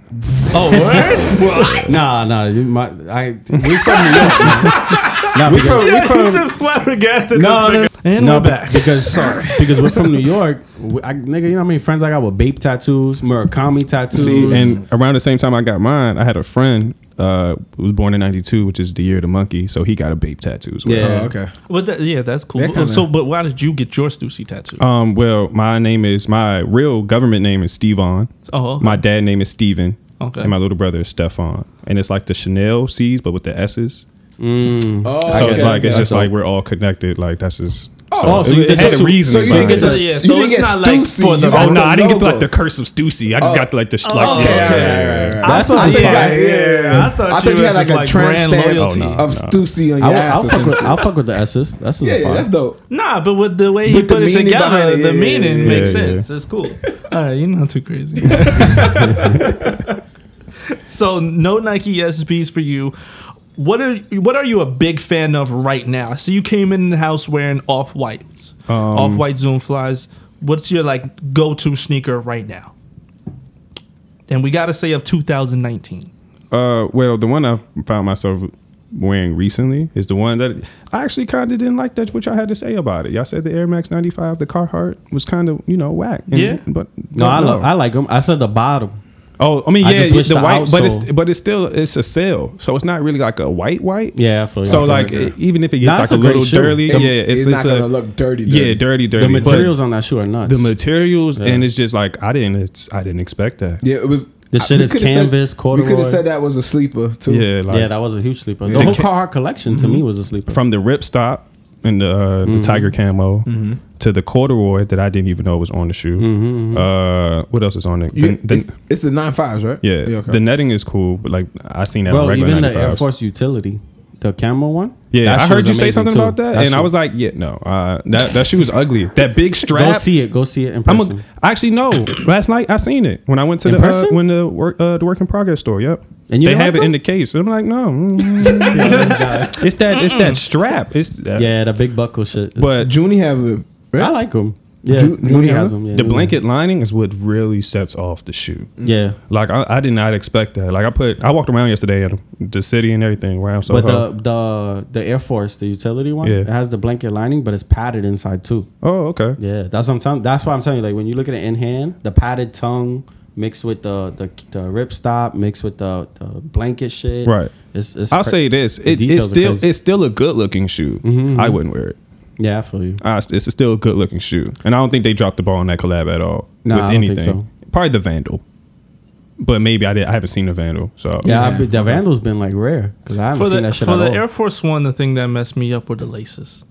Oh, word? Nah, nah, you, my, I we from New York. man. Nah, because- just flabbergasted. No, no, no. Oh, And no, we're but- back. because because we're from New York. We, I, nigga, you know how many friends I got with Bape tattoos, Murakami tattoos. See, and around the same time I got mine, I had a friend uh who was born in '92, which is the year of the monkey, so he got a babe tattoo. as well. Yeah. Oh, okay. But that, yeah, that's cool. That kinda- so, but why did you get your Stussy tattoo? Um, well, my name is my real government name is Stevon. Oh, okay. My dad name is Steven. Okay. And my little brother is Stefan. And it's like the Chanel C's but with the S's. Oh, So okay. it's like it's okay. just like we're all connected. Like that's just Oh, so you it did had that- a reason. So you didn't behind get it. the, yeah, you so didn't it's get not like Stussy, for the- you Oh got no, the I didn't get like logo. the curse of Stussy. I just got like the sh- like okay, yeah, okay, yeah, yeah, yeah. That's what I you thought. got- Yeah. I thought I you thought you was had like just a like tramp brand stamp loyalty. Oh, no, of no. Stussy on your I'll, ass. I'll or fuck something. with, I'll fuck with the S's. That's yeah, yeah, that's dope. Nah, but with the way he With the put it meaning behind together, it, the yeah, yeah, meaning yeah, makes yeah. sense. It's cool. All right, you're not too crazy. so no Nike SBs for you. What are what are you a big fan of right now? So you came in the house wearing off whites, Um, off white Zoom flies. What's your like go to sneaker right now? And we gotta say of 2019. Uh, well, the one I found myself wearing recently is the one that I actually kind of didn't like that what y'all had to say about it. Y'all said the Air Max 95, the Carhartt was kind of you know whack. And- Yeah. but No, I, love, I like them. I said the bottom. Oh, I mean, I yeah, just wish the the white, but it's outsole- but it's still it's a sale, so it's not really like a white white. Yeah, I feel you. I So feel like you. it- even if it gets Nah, it's like a, a great little shoe. dirty, The- yeah, it's, it's it's, not a, gonna look dirty, Yeah, dirty. dirty, dirty. the but materials on that shoe are nuts. the materials, and it's just like I didn't, it's, I didn't expect that. Yeah, it was. The I- shit we is coulda said- canvas, We could have corduroy. said that was a sleeper too. Yeah, like yeah, that was a huge sleeper. The whole Carhartt collection to me was Mm-hmm. a sleeper. Mm-hmm. from the ripstop and the, uh, the tiger camo Mm-hmm. to the corduroy that I didn't even know was on the shoe. Mm-hmm, Uh, what else is on it? The- You- the- it's, it's the nine fives, right? yeah, okay. the netting is cool, but like I seen that on Bro, regular even the 95s. Air Force utility, the camo one. Yeah, that I shit heard was you say amazing, something too. about that, and shit- I was like, yeah, no, uh, that that shoe was ugly. That big go strap. see it, go see it in I'm person. a, actually no. Last night I seen it when I went to In the uh, person? when the work uh, the work in progress store. Yep, And you they didn't have like it in them? the case. I'm like, no, mm, it's that it's that strap. It's that, yeah, the big buckle shit. is- but Junie have it. Right? I like them. Yeah, Ju- Nudie Juliana? has them. Yeah, Mm. the Nudie. blanket lining is what really sets off the shoe. Yeah, Like I, I did not expect that. Like I put I walked around yesterday in the city and everything around. So but the the the Air Force, the utility one, Yeah. it has the blanket lining, but it's padded inside too. oh okay Yeah, that's what I'm telling. That's why I'm telling you. Like when you look at it in hand, the padded tongue mixed with the the, the rip stop mixed with the, the blanket shit. right. It's, it's I'll cra- say this: it, the it's details are still crazy. Mm-hmm, it's still a good looking shoe. I wouldn't wear it. yeah, I feel you. I, it's still a good looking shoe, and I don't think they dropped the ball on that collab at all Nah, with I don't think anything. so. Probably the Vandal, but maybe I did. I haven't seen the Vandal, so Yeah, I've been- the Vandal's been like rare because I haven't For seen the that shit for at the all. Air Force One, the thing that messed me up were the laces.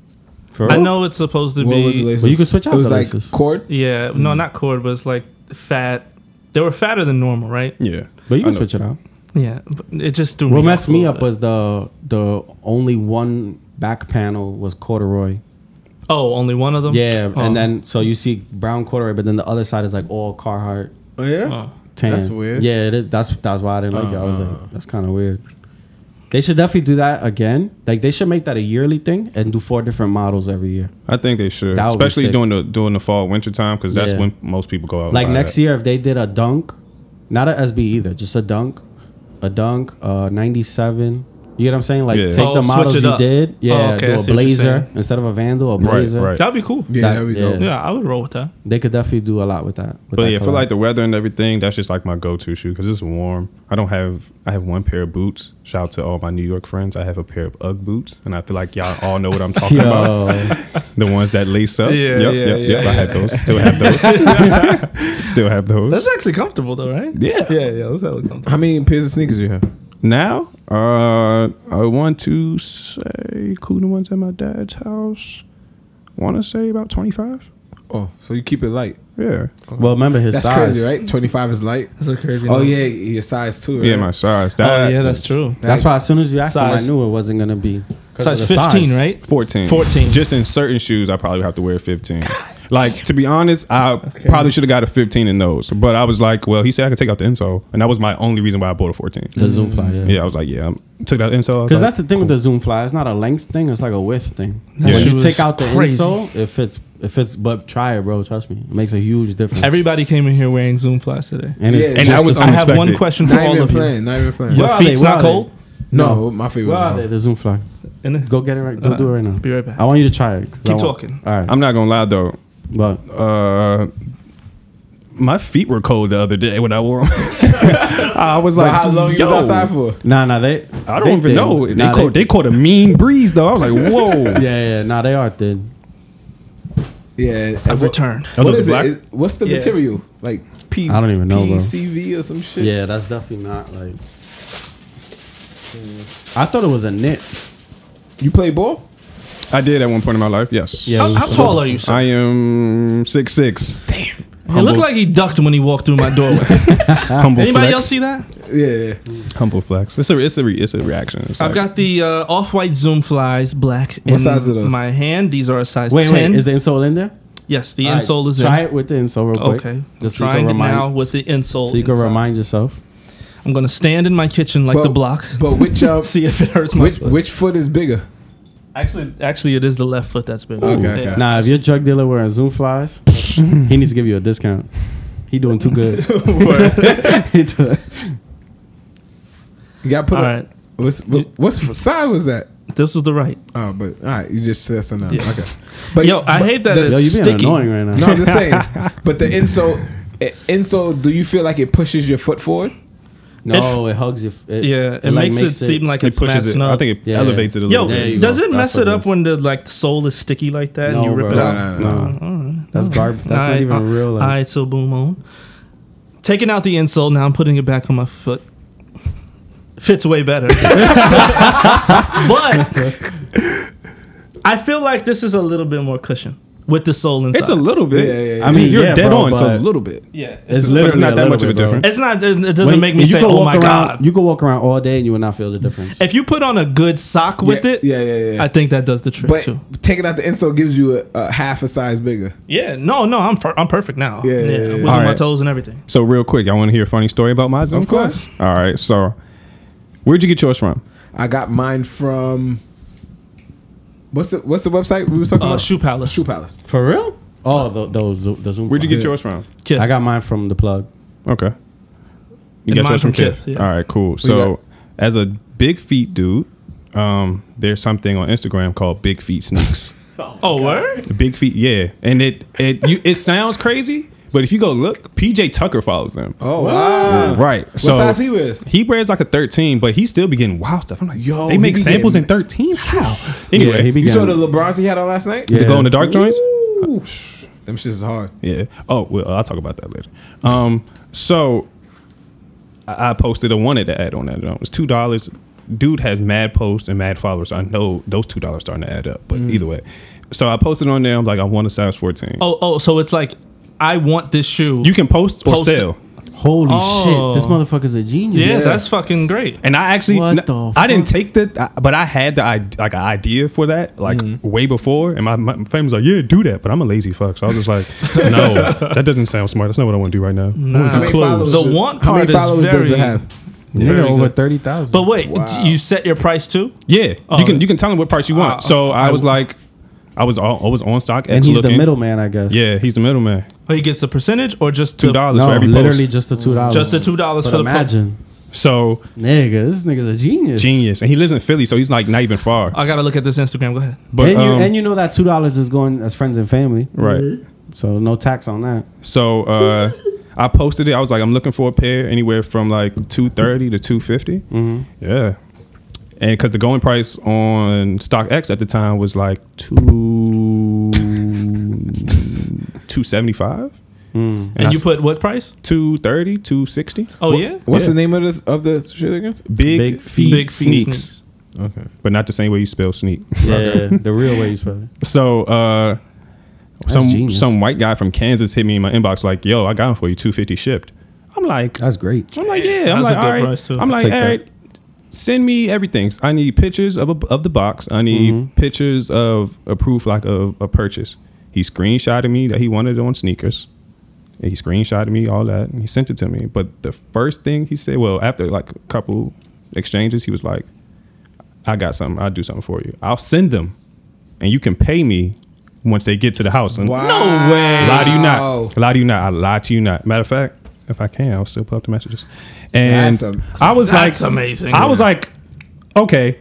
For I real? know it's supposed to What be was the laces? Well, you can switch out It was the like laces. cord. Yeah, Mm. no, not cord, but it's like fat. They were fatter than normal, right? yeah. But you I can know. switch it out. Yeah, but it just threw What me messed off a me little up bit. was the the only one back panel was corduroy. oh, only one of them. Yeah, Oh. and then so you see brown corduroy, but then the other side is like all Carhartt Oh yeah. tan. That's weird. Yeah, it is. That's that's why I didn't like it. I was like, that's kind of weird. They should definitely do that again. Like they should make that a yearly thing and do four different models every year. I think they should, That would be especially sick. during the during the fall winter time, because that's Yeah. when most people go out. and Like buy next that. year, if they did a dunk, not a SB either, just a dunk, a dunk, uh, ninety seven. You get what I'm saying? Like Yeah. take Oh, the switch models it you up. did, yeah, Oh, okay, I do a see what you're blazer saying. instead of a vandal, a Right, blazer. right. that'd be cool. Yeah. Yeah, That- there we yeah. go. I would roll with that. They could definitely do a lot with that. with But that yeah, for collab. like the weather and everything, that's just like my go-to shoe because it's warm. I don't have I have one pair of boots. Shout out to all my New York friends. I have a pair of UGG boots, and I feel like y'all all know what I'm talking about. Yo, The ones that lace up. Yeah, yep, yeah, yep, yeah, yep. I have those. Still have those. Still have those. That's actually comfortable though, right? Yeah. yeah, yeah. That's hella comfortable. How many pairs of sneakers you have? Now, uh, I want to say, including ones at my dad's house, want to say about 25. Oh, so you keep it light. Yeah. well, remember his That's size. crazy, right? Twenty five is light. That's a crazy. Oh number. yeah, your size too. Right? Yeah, my size. Oh That, yeah, that's true. That's why as soon as you asked Size. him, I knew it wasn't gonna be 'cause Size of the fifteen, right? 14. 14. Just in certain shoes, I probably have to wear 15. Like, to be honest, I probably should have got a 15 in those. But I was like, well, he said I could take out the insole. And that was my only reason why I bought a 14. The Zoom Fly, yeah. Yeah, I was like, yeah, I took out the insole. I was Because like, that's the thing with the Zoom Fly. It's not a length thing. It's like a width thing. That When shit you was take out the crazy. insole, if it's if it's but try it, bro. Trust me, it makes a huge difference. Everybody came in here wearing Zoom flies today. and it's Yeah, and just that was the- I have one Unexpected. question for Not all even of you. playing. Not even playing. Where Your are they? feet's Where not are they? cold. No, my favorite. Where was are they? wrong. The Zoom Fly. Innit? Go get it right. Go Uh, do it right now. be right back. I want you to try it. 'cause I Keep want- talking. All right. I'm not going to lie, though. but Uh, my feet were cold the other day when I wore them. I was But like, how long you "Yo." was outside for? nah, nah. They. I don't even thin. know. They Nah, caught they, caught a mean breeze though. I was like, whoa. Yeah, yeah, yeah. Nah, they are thin. Yeah, I've returned. Oh, What those is are black? it? Is- What's the Yeah. material? Like P? I don't even know, bro. PCV or some shit. Yeah, that's definitely not like. I thought it was a knit. You play ball? I did at one point in my life. Yes. Yeah, How, how tall are you, sir? I am six six. It looked like he ducked when he walked through my doorway. Humble Anybody flex. else see that? Yeah. Humble flex. It's a it's a re, it's a reaction. It's I've like- got the uh, off-white Zoom Flies black What in size are those? my hand. These are a size Wait, ten. wait. Is the insole in there? yes, the All right, insole is Try in. it with the insole real quick. Okay, I'm Just so you trying can it remind- now with the insole. So you can inside. remind yourself. I'm gonna stand in my kitchen like But- the block. But which um, See if it hurts my which foot. which foot is bigger? Actually, actually, it is the left foot that's been. Okay, okay. Nah, if your drug dealer wearing Zoom flies, he needs to give you a discount. He doing too good. He do- You got to put All up. right, What's what, what's side was that? this was the right. Oh, but all right, you just said something. else. Okay, but Yo, I hate that the- it's- Yo, you being Sticky. annoying right now. no, I'm just saying. But the insole, i- insole. Do you feel like it pushes your foot forward? No, it hugs you. It, Yeah, it, like, makes, it, seem like it it's pushes pushes it. I think it Yeah. elevates it Yo, a little There bit. you does go. it That's mess what it it up is. when the like the sole is sticky like that No, and you rip bro. it Oh, No, out? no, no. No, that's garbage. That's not even real. All Like, right, so uh, boom on. Taking out the insole, now I'm putting it back on my foot. Fits way better. but I feel like this is a little bit more cushion with the sole inside. It's a little bit. Yeah, yeah, yeah. I mean, you're yeah, dead bro, on. So a but little bit. yeah. It's but literally it's not a that little much of a bit, bro. difference. It's not. It it When doesn't you- make me when you say, go "Oh walk my around, god." You can walk around all day and you will not feel the difference. if you put on a good sock with yeah, it, Yeah, yeah, yeah. I think that does the trick but too. taking out the insole gives you a, a half a size bigger. Yeah. No, no, I'm per- I'm perfect now. Yeah, yeah, yeah. With All my right. toes and everything. So real quick, I want to hear a funny story about my Zoom. Of course. class? All right. So where'd you get yours from? I got mine from. What's the what's the website we were talking Uh, about? shoe palace. Shoe Palace. For real? Oh, tho- those Zo- the Zoom. Where'd you flies. get yours from? Kith. I got mine from the plug. Okay. You And got mine yours from from Kith, Kith. yeah. All right, cool. got? So as a big feet dude, um, there's something on Instagram called big feet sneaks. Oh, word. Big feet, yeah. And it it you it sounds crazy, but if you go look, PJ Tucker follows them. Oh wow! Right. What size he wears? He wears like a 13, but he still be getting wild stuff. I'm like, Yo, yo, they he make be samples getting- in 13. How? Anyway, Yeah, he be You saw the getting- LeBrons he had on last night. the glow in the dark joints. Ooh, them shits is hard. Yeah. Oh, well, I'll talk about that later. Um, so I, I posted a wanted ad on that. It was two dollars. Dude has mad posts and mad followers. I know those two dollars starting to add up, but Mm. either way. So I posted on there. I'm like, I want a size 14. Oh, oh. So it's like, I want this shoe. You can post or Post it. sell. Holy Oh. shit! This motherfucker's a genius. yeah, that's fucking great. And I actually, What n- the I didn't take the, I- but I had the id- like an idea for that like Mm. way before, and my, my friend was like, "Yeah, do that," but I'm a lazy fuck, so I was just like, "No, that doesn't sound smart. That's not what I want to do right now." How many Clothes. followers? The does- want how many part is followers does it very- have? Nigga Very over good. thirty thousand. But wait, Wow. d- you set your price too? Yeah, Oh. you can you can tell him what price you want. Uh, so I was like, I was all, I was on stock. and he's the middleman, I guess. Yeah, he's the middleman. Or Oh, he gets a percentage or just Two the- dollars No, for every literally post. just the two dollars. Just the two dollars for the post. imagine, So nigga, this nigga's a genius. genius, and he lives in Philly, so he's like not even far. I gotta look at this Instagram. Go ahead. But Uh, and, you, um, and you know that two dollars is going as friends and family, right. So no tax on that. So uh, I posted it. I was like, I'm looking for a pair anywhere from like two thirty to two Mm-hmm. Yeah, and because the going price on StockX at the time was like two two seventy five. And, you put what price? 230 260 Oh yeah. What's Yeah. the name of this of the shit again? big, Big feet, Big feet sneaks. sneaks. Okay. but not the same way you spell sneak. Yeah, the real way you spell it. So uh, some genius. some white guy from Kansas hit me in my inbox like, "Yo, I got them for you, two fifty shipped." I'm like, That's great. I'm like, yeah. I'm That's a like, good all right. price, too. I'm like, take all that. right. Send me everything. I need pictures of a, of the box. I need pictures of a proof like of a purchase. He screenshotted me that he wanted it on sneakers. And He screenshotted me all that and he sent it to me. But the first thing he said, well, after like a couple exchanges, he was like, "I got something. I'll do something for you. I'll send them, and you can pay me once they get to the house." And Wow. way. Lie to you Wow. not. Lie to you not. I lie to you not. Matter of fact, if I can, I'll still put up the messages. And That's a- I was That's like, amazing. I was like, okay,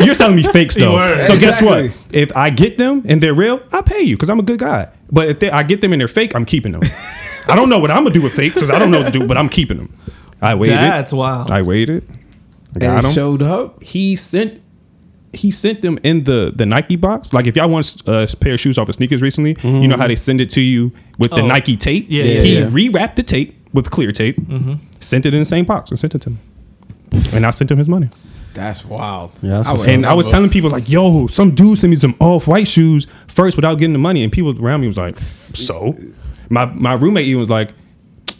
you're telling me fake stuff. Word. so guess what? Exactly. If I get them and they're real, I pay you because I'm a good guy. But if they, I get them and they're fake, I'm keeping them. I don't know what I'm gonna do with fakes because I don't know what to do, but I'm keeping them. I waited. That's wild. I waited. I got And it 'em showed up. he sent he sent them in the the Nike box. Like if y'all want a pair of shoes off of sneakers recently, you know how they send it to you with the Mm-hmm. Oh. Nike tape. Yeah, yeah, he yeah. Mm-hmm. rewrapped the tape with clear tape, sent it in the same box, and sent it to me. And I sent him his money. That's wild. Yeah, that's I what's would- up. And I was telling people like, "Yo, some dude sent me some off-white shoes first without getting the money," and people around me was like, "So?" My my roommate even was like,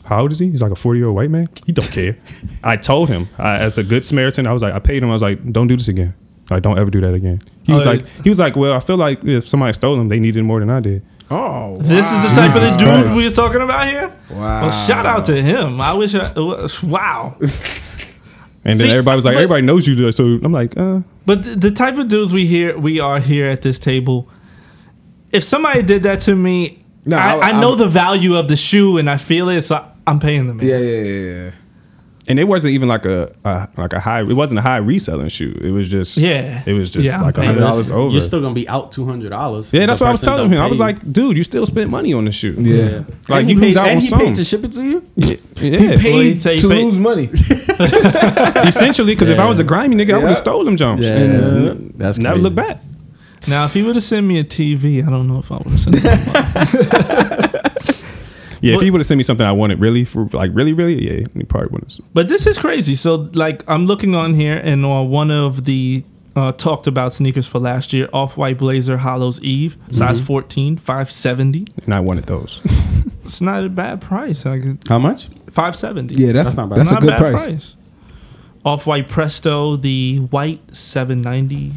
"How old is he?" He's like a forty-year-old white man. He don't care. I told him I, as a good Samaritan, I was like, I paid him. I was like, "Don't do this again. Like, don't ever do that again." He was Oh, like, he was like, "Well, I feel like if somebody stole them, they needed more than I did." Oh, This is the wow. type of the dude Christ. we was talking about here. Wow. Well, shout out to him. I wish. I, wow. And See, then everybody was like, but- "Everybody knows you." do that." So I'm like, uh, But the, the type of dudes we hear, we are here at this table. If somebody did that to me, No, I, I- I, know I'm- the value of the shoe and I feel it, so I'm paying them. Yeah, yeah, yeah. yeah. and it wasn't even like a, a like a high. It wasn't a high reselling shoe. It was just Yeah. It was just Yeah, I'm like paying hundred dollars You're over. still gonna be out two hundred dollars. Yeah, that's what I was telling him. I was like, dude, you still spent money on the shoe. Yeah. Like and you he lose paid, out and on he paid some. to ship it to you. yeah, Well, he'd say he to paid- lose money. essentially, because if I was a grimy nigga, I would Yeah. have stole them jumps Yeah. and That's never crazy. look back. Now, if he would have sent me a TV, I don't know if I would have sent him. Yeah, if But- he would have sent me something I wanted, really, for like really, really, yeah, he probably wouldn't. But this is crazy. So, like, I'm looking on here, and on one of the uh, talked about sneakers for last year, off white blazer, Hollows Eve, size Mm-hmm. 14, 570. And I wanted those. It's not a bad price. Like How much? 570. Yeah, that's That's not bad. that's not a good bad price. Off white Presto, the white 790.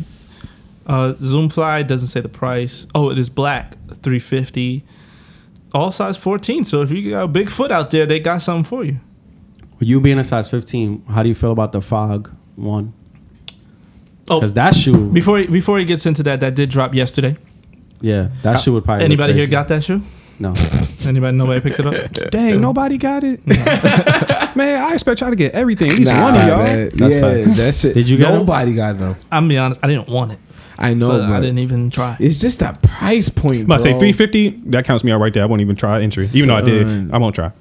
Uh, Zoom Fly doesn't say the price. Oh, it is black 350. All size 14. So if you got a big foot out there, they got something for you. You being a size fifteen, how do you feel about the fog one? Oh, Because that shoe, before he, before he gets into that, that did drop yesterday. yeah, that Uh, shoe would probably. look Anybody here crazy. got that shoe? no? Oh. Anybody? Nobody picked it up. Dang, nobody got it. Man, I expect y'all to get everything. At least one of y'all. man. That's yeah, facts. that shit. Did you get 'em? Nobody got them. I'm be honest. I didn't want it. I know, so but I didn't e- even try. it's just that price point. I'm about to say bro. 350. That counts me out right there. I won't even try entry, even though I Son. did. I won't try.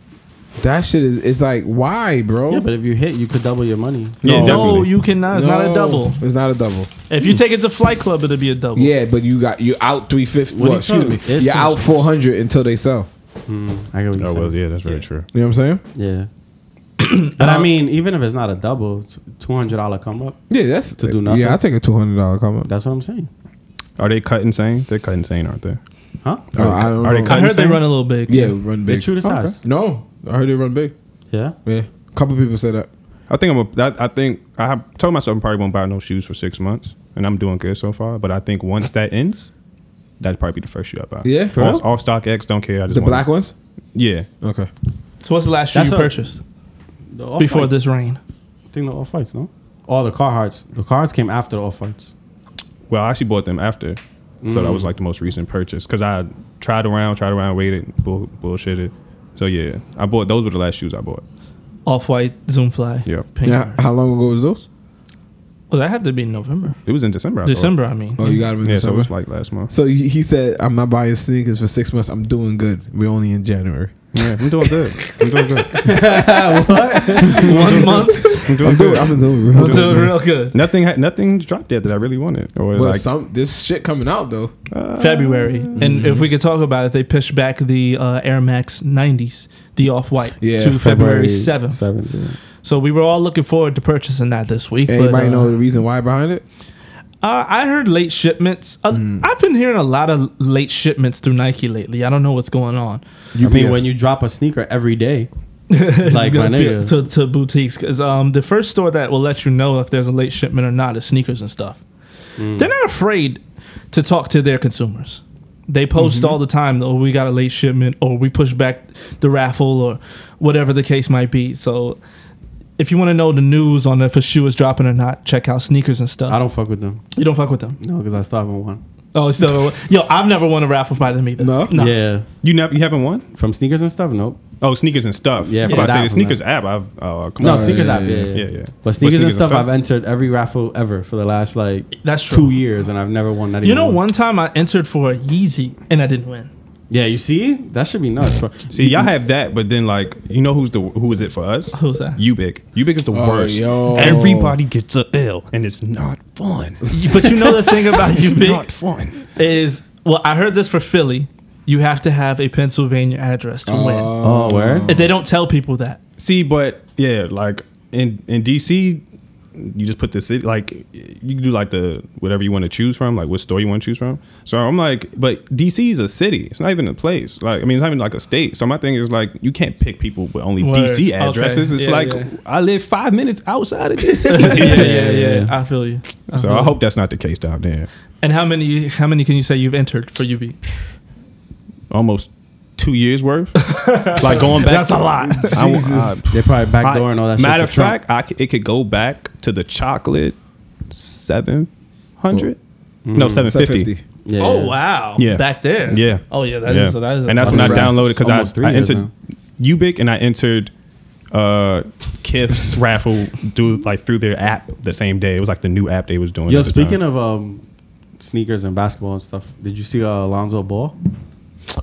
That shit is. It's like why, bro? Yeah, but if you hit, you could double your money. Yeah, no, definitely. you cannot. It's not a No, double. It's not a double. If you take it to Flight Club, it'll be a double. Yeah, but you got you out three fifty. What Well, are you excuse talking me, about? It's you're some out shit. four hundred until they sell. I get what you're Oh saying. well, yeah, that's very true. You know what I'm saying? Yeah. but I mean, even if it's not a double, two hundred dollar come up. Yeah, that's To do nothing? Yeah, I take a two hundred dollar come up. That's what I'm saying. Are they cutting sane? They're cutting sane, aren't they? Huh? Oh, I don't Are they know. I cutting heard they sane? run a little big. Yeah, run big. They true to size. No, I heard they run big. Yeah. Oh, Yeah, a couple people said that. I think I'm a. That, I think I have told myself I probably won't buy no shoes for six months, and I'm doing good so far. But I think once that ends, that'd probably be the first shoe I buy. Yeah? For off, real? off stock X. Don't care. I just The want black It. ones. Yeah, Okay. So what's the last shoe That's you a- purchased The off before whites. this rain? I think the off whites, no? Oh, the Carhartts. The Carhartts came after the off whites. well, I actually bought them after, so that was Mm. like the most recent purchase because I tried around, tried around, waited, bull, bullshitted. So yeah, I bought those were the last shoes I bought. Off white Zoom Fly. Yeah. Pink. Yeah. How long ago was those? Well, that had to be November. It was in December. I thought. December, I mean. Oh, you got them in Yeah, so December. it was like last month. So he he said, "I'm not buying sneakers for six months. I'm doing good. We're only in January. Yeah, I'm doing good. I'm doing good. One month. I'm doing I'm doing. good. I'm doing real I'm doing good. real good. Nothing, ha- nothing's dropped yet that I really wanted. Or But like, some this shit coming out though. February. And if we could talk about it, they pushed back the uh, Air Max 90s, the off white, Yeah, to February 7th. Seventh. yeah. So we were all looking forward to purchasing that this week. but, Anybody uh, know the reason why behind it? Uh, I heard late shipments. Uh, I've been hearing a lot of late shipments through Nike lately. I don't know what's going on. I mean, when you drop a sneaker every day, like It's my gonna appear nigga. to, to boutiques because um, the first store that will let you know if there's a late shipment or not is sneakers and stuff. Mm. They're not afraid to talk to their consumers. They post Mm-hmm. all the time, oh, we got a late shipment, or we push back the raffle, or whatever the case might be. So, if you want to know the news on if a shoe is dropping or not, check out sneakers and stuff. I don't fuck with them. you don't fuck with them. No, because I still haven't won. Oh, so yo, I've never won a raffle by them either. No? no. Yeah. you never, you haven't won. From sneakers and stuff? Nope. Oh, sneakers and stuff. Yeah, I was for about to that say one, the sneakers yeah. app. I've uh, come No, on. sneakers yeah, app. Yeah, yeah, yeah. yeah, yeah. But But sneakers, and sneakers and stuff, stuff? I've entered every raffle ever for the last like That's true. two years, and I've never won. Not You even know, one time I entered for a Yeezy and I didn't win. Yeah, you see, that should be nuts. Bro. See, y'all have that, but then like, you know who's the who is it for us? Who's that? Ubik. Ubik is the Oh, worst. yo. Everybody gets a L, and it's not fun. But you know the thing about you It's big not fun. is well, I heard this for Philly. You have to have a Pennsylvania address to win. Um, Oh, where? If they don't tell people that. See, but yeah, like in in DC, you just put the city like you can do like the whatever you want to choose from, like what store you want to choose from. So I'm like, but DC is a city. It's not even a place. Like I mean, it's not even like a state. So my thing is like, you can't pick people with only DC Okay. addresses. It's Yeah, like yeah. I live five minutes outside of this city. yeah, yeah, Uh-huh. yeah, I feel you. I So feel I you. hope that's not the case down there. And how many? How many can you say you've entered for UB? Almost two years worth. like going back. That's a lot. I- I- uh, they probably backdoor and all that. Matter of shit to Trump. fact, I c it could go back to the chocolate seven hundred. Mm-hmm. No, seven fifty. yeah. Oh wow! Yeah. back there. Yeah. Oh yeah, that is Yeah. that is. and that's a- when I That's around downloaded almost because three I, I years entered Ubik and I entered uh Kiff's raffle do like through their app the same day. It was like the new app they was doing. Yo, speaking of um, sneakers and basketball and stuff, did you see uh, Alonzo Ball?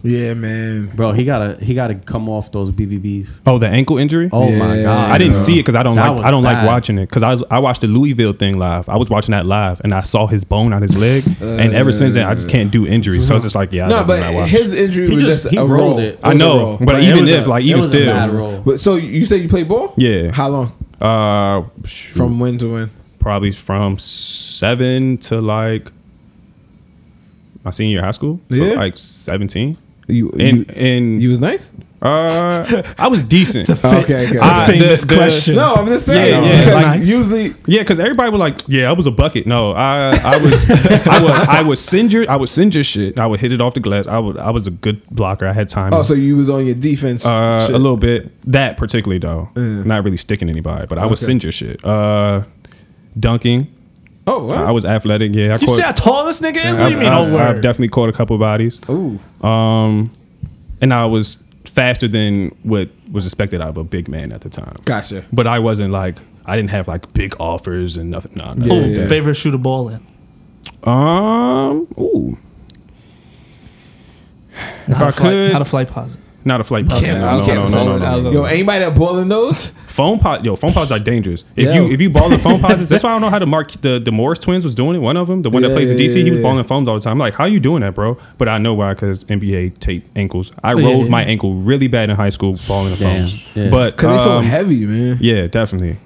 Yeah, man. Bro, he gotta he gotta come off those BBBs. oh the ankle injury. Oh my Yeah. god! I didn't bro. see it because I don't That like was I don't bad. like watching it because I was I watched the Louisville thing live. I was watching that live and I saw his bone on his leg, and ever since then I just can't do injuries. So it's just like yeah, I No, don't wanna but watch. his injury He was just- just he a rolled roll. it. I was a know, roll. but it even was a- if like it even was a still, bad roll. But so you say you play ball? Yeah. How long? uh, shoot, From when to when? probably from seven to like my senior year of high school, so Yeah. like seventeen, You and you, and you was nice. uh, I was decent. Okay, okay. I- the- Famous the- question. no, I'm just saying. Yeah, yeah, because that's nice. Usually, Yeah, because everybody was like, "Yeah, I was a bucket." No, I, I was, I was, I was singered. I was singered shit. I would hit it off the glass. I would, I was a good blocker. I had time. oh, so you was on your defense uh, shit. a little bit. That particularly though, not really sticking anybody, but I was Okay. singered shit. Uh, dunking. Oh, wow. I was athletic. Yeah, I You see how tall this nigga is? What do you mean? I've, Oh, word. I've definitely caught a couple bodies. Ooh. Um, and I was faster than what was expected out of a big man at the time. Gotcha. But I wasn't like I didn't have like big offers and nothing. No, no. Ooh, Yeah, yeah. favorite shoot a ball in. Um. Ooh. If How I to fly- could, how to fly positive. not a flight. Okay, no, no, okay. no, no, no, no, no. Yo, anybody that balling those? Phone pot, yo, phone pods are dangerous. If Yeah. you if you ball the phone pods, that's why I don't know how the Mark the the Morris twins was doing it. One of them, the one that Yeah, plays in yeah, DC, he was yeah, balling phones all the time. I'm like, how you doing that, bro? But I know why, because NBA tape ankles. Oh, I rolled yeah, my yeah. ankle really bad in high school balling the Damn, phones, yeah. but Cause they so um, heavy, man. yeah, definitely.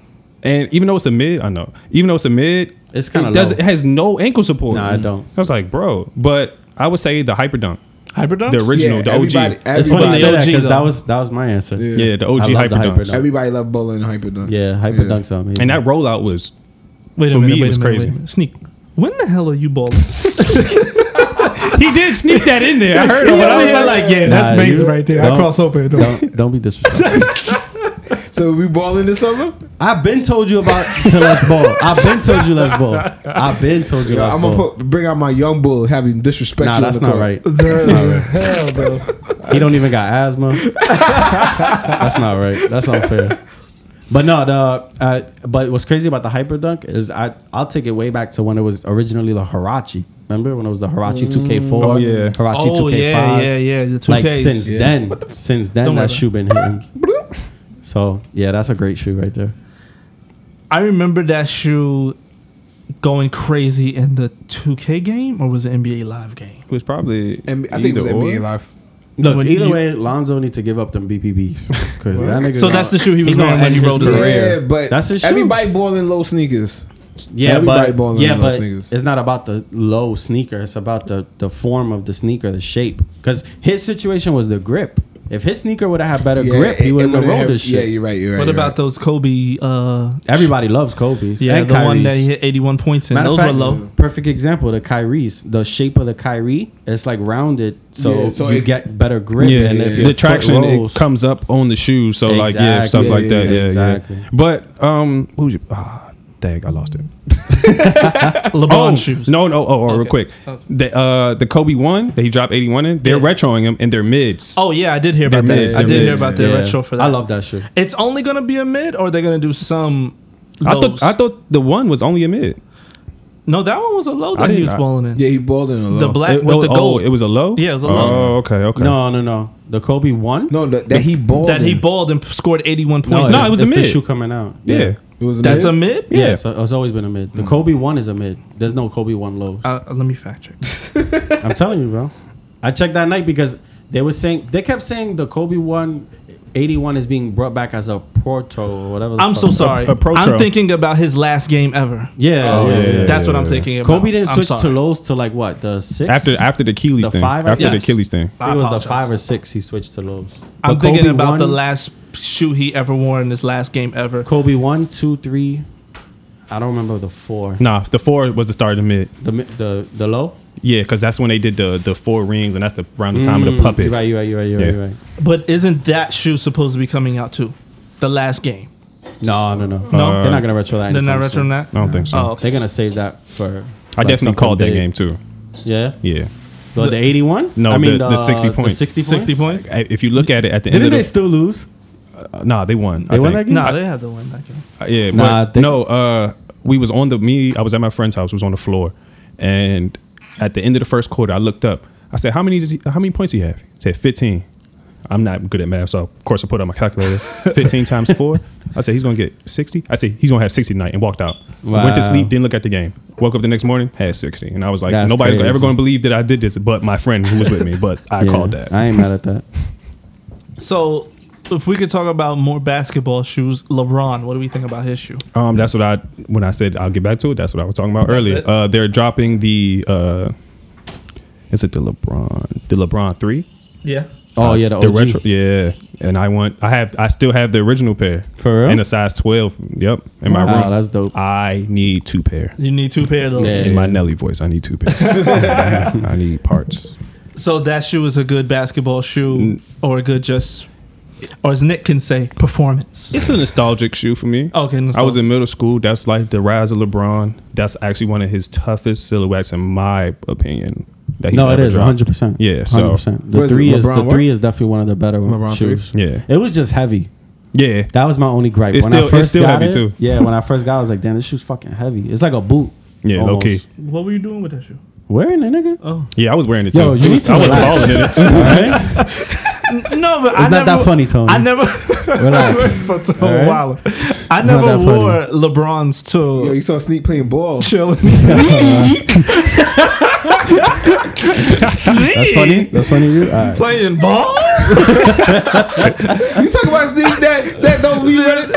And even though it's a mid, I know. Even though it's a mid, It's kinda it does- low. it has no ankle support. Nah, it don't. I was like, bro, but I would say the hyper dunk, Hybrid dunks? the original, the OG. everybody, It's funny everybody, you Everybody- say that OG 'cause that though. was that was my answer. Yeah, yeah, the OG I love hyper, the hyper dunk. dunk. everybody love bowling and hyperdunk. hyper dunks are amazing. And that rollout was Wait a For minute, me, it wait was a minute, crazy. Wait a minute. Sneak. When the hell are you balling? he did sneak that in there. I heard him, but I was like, like, yeah, that's Nah, Mason you- right there. I don't- cross open. don't, don't be disrespectful. So we balling this summer? I've been told you about to let's ball. I've been told you let's ball. I've been told you Yo, let's I'm ball. gonna put, bring out my young bull, have him disrespect. nah, you that's on the not court. right. That's not right. He don't even got asthma. that's not right. That's unfair. But no, the uh, but what's crazy about the hyper dunk is I I'll take it way back to when it was originally the Hirachi. Remember when it was the Hirachi 2K4? Oh, yeah. Hirachi Mm. Oh 2K5. yeah, yeah, yeah. The two like Ks. since then, since then Don't worry about that shoe been hitting. So yeah, that's a great shoe right there. I remember that shoe going crazy in the 2K game or was it NBA Live game? it was probably. And I think it was either or. NBA Live. Look, When either you- way, Lonzo need to give up them BPBs because that nigga. So that's the shoe he was gonna wearing when end he rolled his Yeah, but That's his shoe. everybody balling low sneakers. Yeah, Everybody but balling yeah, on those but sneakers. it's not about the low sneaker. It's about the the form of the sneaker, the shape. Because his situation was the grip. If his sneaker would have had better Yeah, grip, it- he it wouldn't have would've rolled had- this Yeah, shit. you're right. You're right. What you're about right. those Kobe uh Everybody loves Kobe's. Yeah, and the one that Kyrie's. he hit 81 points in. Matter Those of fact, were low. Perfect example, the Kyrie's. The shape of the Kyrie, it's like rounded, so, Yeah, so you it- get better grip. Yeah, and if the your foot traction it rolls- comes up on the shoe, so like yeah, Exactly. stuff Yeah, like yeah, that. yeah, Yeah, yeah. exactly. But um, who's your? Ah, dang, I lost it. LeBron Oh shoes. no, no, oh, oh, real Okay. quick, the uh, the Kobe one that he dropped eighty one in, they're Yeah. retroing him in their mids. Oh yeah, I did hear about They're that. mids, I they're did hear mids. about the Yeah. retro for that. I love that shit. It's only gonna be a mid, or they're gonna do some. I lows? thought I thought the one was only a mid. no, that one was a low that I he didn't- was I- balling in. Yeah, he balling a low. The black It- with oh, the oh, gold. it was a low. Yeah, it was a low. Oh, okay, okay. No, no, no. The Kobe one. No, the, that he balled. that he balled and scored 81 points. Oh, No, it was a it's the mid. shoe coming out. yeah, It was that's a amazing. mid. yeah. Yeah, so it's always been a mid. The Mm. Kobe one is a mid. There's no Kobe one low. Uh, let me fact check. I'm telling you, bro. I checked that night because they were saying they kept saying the Kobe one 81 is being brought back as a proto or whatever. the I'm fuck so it's called. sorry. a pro I'm trail. thinking about his last game ever. Yeah, Oh, yeah, yeah, yeah. yeah. That's what I'm thinking. About. Kobe didn't I'm switch to sorry. lows to like what the six after after the Achilles The thing. five, I after the guess. Achilles thing. I think it was apologize. the five or six he switched to lows. I'm But thinking Kobe about the won- last shoe he ever wore in his last game ever. Kobe one, two, three. I don't remember the four. Nah, the four was the start of the mid. The mi- the the low. Yeah, because that's when they did the the four rings, and that's the around the time of the puppet. You're Mm, right. You're right. You're right. You're right. Yeah. You're right. But isn't that shoe supposed to be coming out too? The last game. No, no, no. No? they're not gonna retro that. They're not anytime retro soon. that. I don't think so. Oh, okay. They're gonna save that for. I Uh, like, definitely something called that big. game too. Yeah. Yeah. The, the 81? No, the- the 60 points. 60 uh, points. 60 points? I- If you look at it at the Didn't end they of the, still lose? nah, they won. They won that game? No, they had to win that game. Uh, Yeah, Nah, but they- no. Uh, we was on the me. I was at my friend's house. Was on the floor, and at the end of the first quarter, I looked up. I said, "How many does he, How many points he have?" He said, 15. I'm not good at math, so of course I put on my calculator. 15 times four. I said he's gonna get 60. I said he's gonna have 60 tonight, and walked out. Went to Wow. sleep, didn't look at the game. Woke up the next morning, had 60, and I was like, That's nobody's gonna- ever crazy. gonna believe that I did this, but my friend who was with me. But I Yeah, called that. I ain't mad at that. So, if we could talk about more basketball shoes, LeBron, what do we think about his shoe? Um, that's what I when I said I'll get back to it. That's what I was talking about earlier. it. Uh, they're dropping the uh, is it the LeBron the LeBron three? Yeah. Oh yeah, the, The OG. retro, yeah. And I want I have I still have the original pair For real? in a size twelve. Yep, in my Wow, room. that's dope. I need two pair. You need two pair of those. Yeah. In my Nelly voice, I need two pairs. I need parts. So that shoe is a good basketball shoe, or a good just, or as Nick can say, performance. It's a nostalgic shoe for me. Okay, I was nostalgic. in middle school. That's like the rise of LeBron. That's actually one of his toughest silhouettes, in my opinion. That he's No, it ever is dropped. 100%. Yeah, so- 100%. The Where's 3 is LeBron the what? 3 is definitely one of the better LeBron shoes. Yeah. It was just heavy. Yeah, That was my only gripe. It's still- I it's still got heavy, it- too. Yeah, when I first got, it, I was like, "Damn, this shoe's fucking heavy." It's like a boot. Yeah, low key. What were you doing with that shoe? Wearing it, nigga. All Yeah, I was wearing it too. Yo, you I need was to relax. balling in it. right, No, but I It's not never, that funny, Tony. I never. relax. All right? wow. I not never that funny. wore LeBron's Yo, to you saw Sneak playing ball. chilling. That's funny. That's funny. to You. All right. Playing ball? You talk about Sneak that that don't be ready.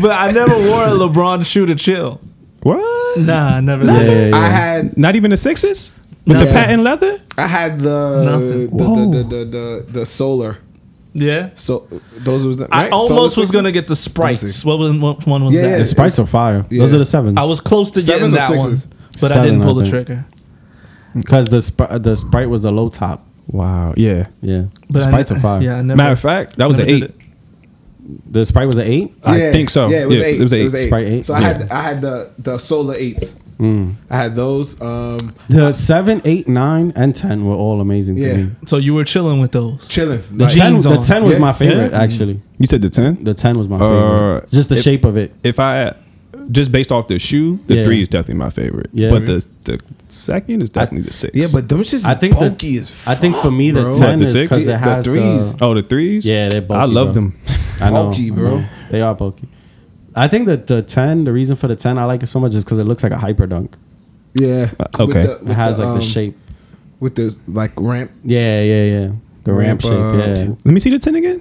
But I never wore a LeBron shoe to chill. What? Nah, I never Yeah, did. yeah, yeah. I had Not even the sixes with Yeah. the patent leather. I had the the Nothing. the, the the the the solar. Yeah. So those was the, I right? almost Solar was gonna get the sprites. see. What was what one was Yeah, that? The sprites are fire. Yeah. Those are the sevens. I was close to getting Sevens or that one, sixes? but I Seven, didn't pull I the think. trigger. because the spri- the sprite was the low top. Wow. Yeah. Yeah, the But I sprites ne- are fire. Yeah, I never. Matter of fact, that was an never did eight. it. The sprite was an eight. I Yeah, think so. Yeah, it was eight. It was eight. Sprite eight. So I Yeah. had I had the the solar eights. I had those. Um, The seven, eight, nine, and ten were all amazing Yeah. to me. So you were chilling with those. chilling. The Like, ten, jeans the on. ten was Yeah. my favorite Yeah. actually. You said the ten. The ten was my Uh, favorite. Just the if- shape of it. If I just based off the shoe, the Yeah. three is definitely my favorite. Yeah. But the the second is definitely the six. yeah, but them shits I I think think the- bulky as I think for me the bro. ten What, the is six? because Yeah, it the has the threes. oh, the threes. Yeah, they're bulky, I love bro. them. I know, Bulky, I bro. know. They are bulky. I think that the ten, the reason for the ten, I like it so much is because it looks like a hyper dunk. yeah. okay. With the- it with has like um, the shape. with the like ramp. Yeah, yeah, yeah. The Ramp ramp, shape. up. Let me see the ten again.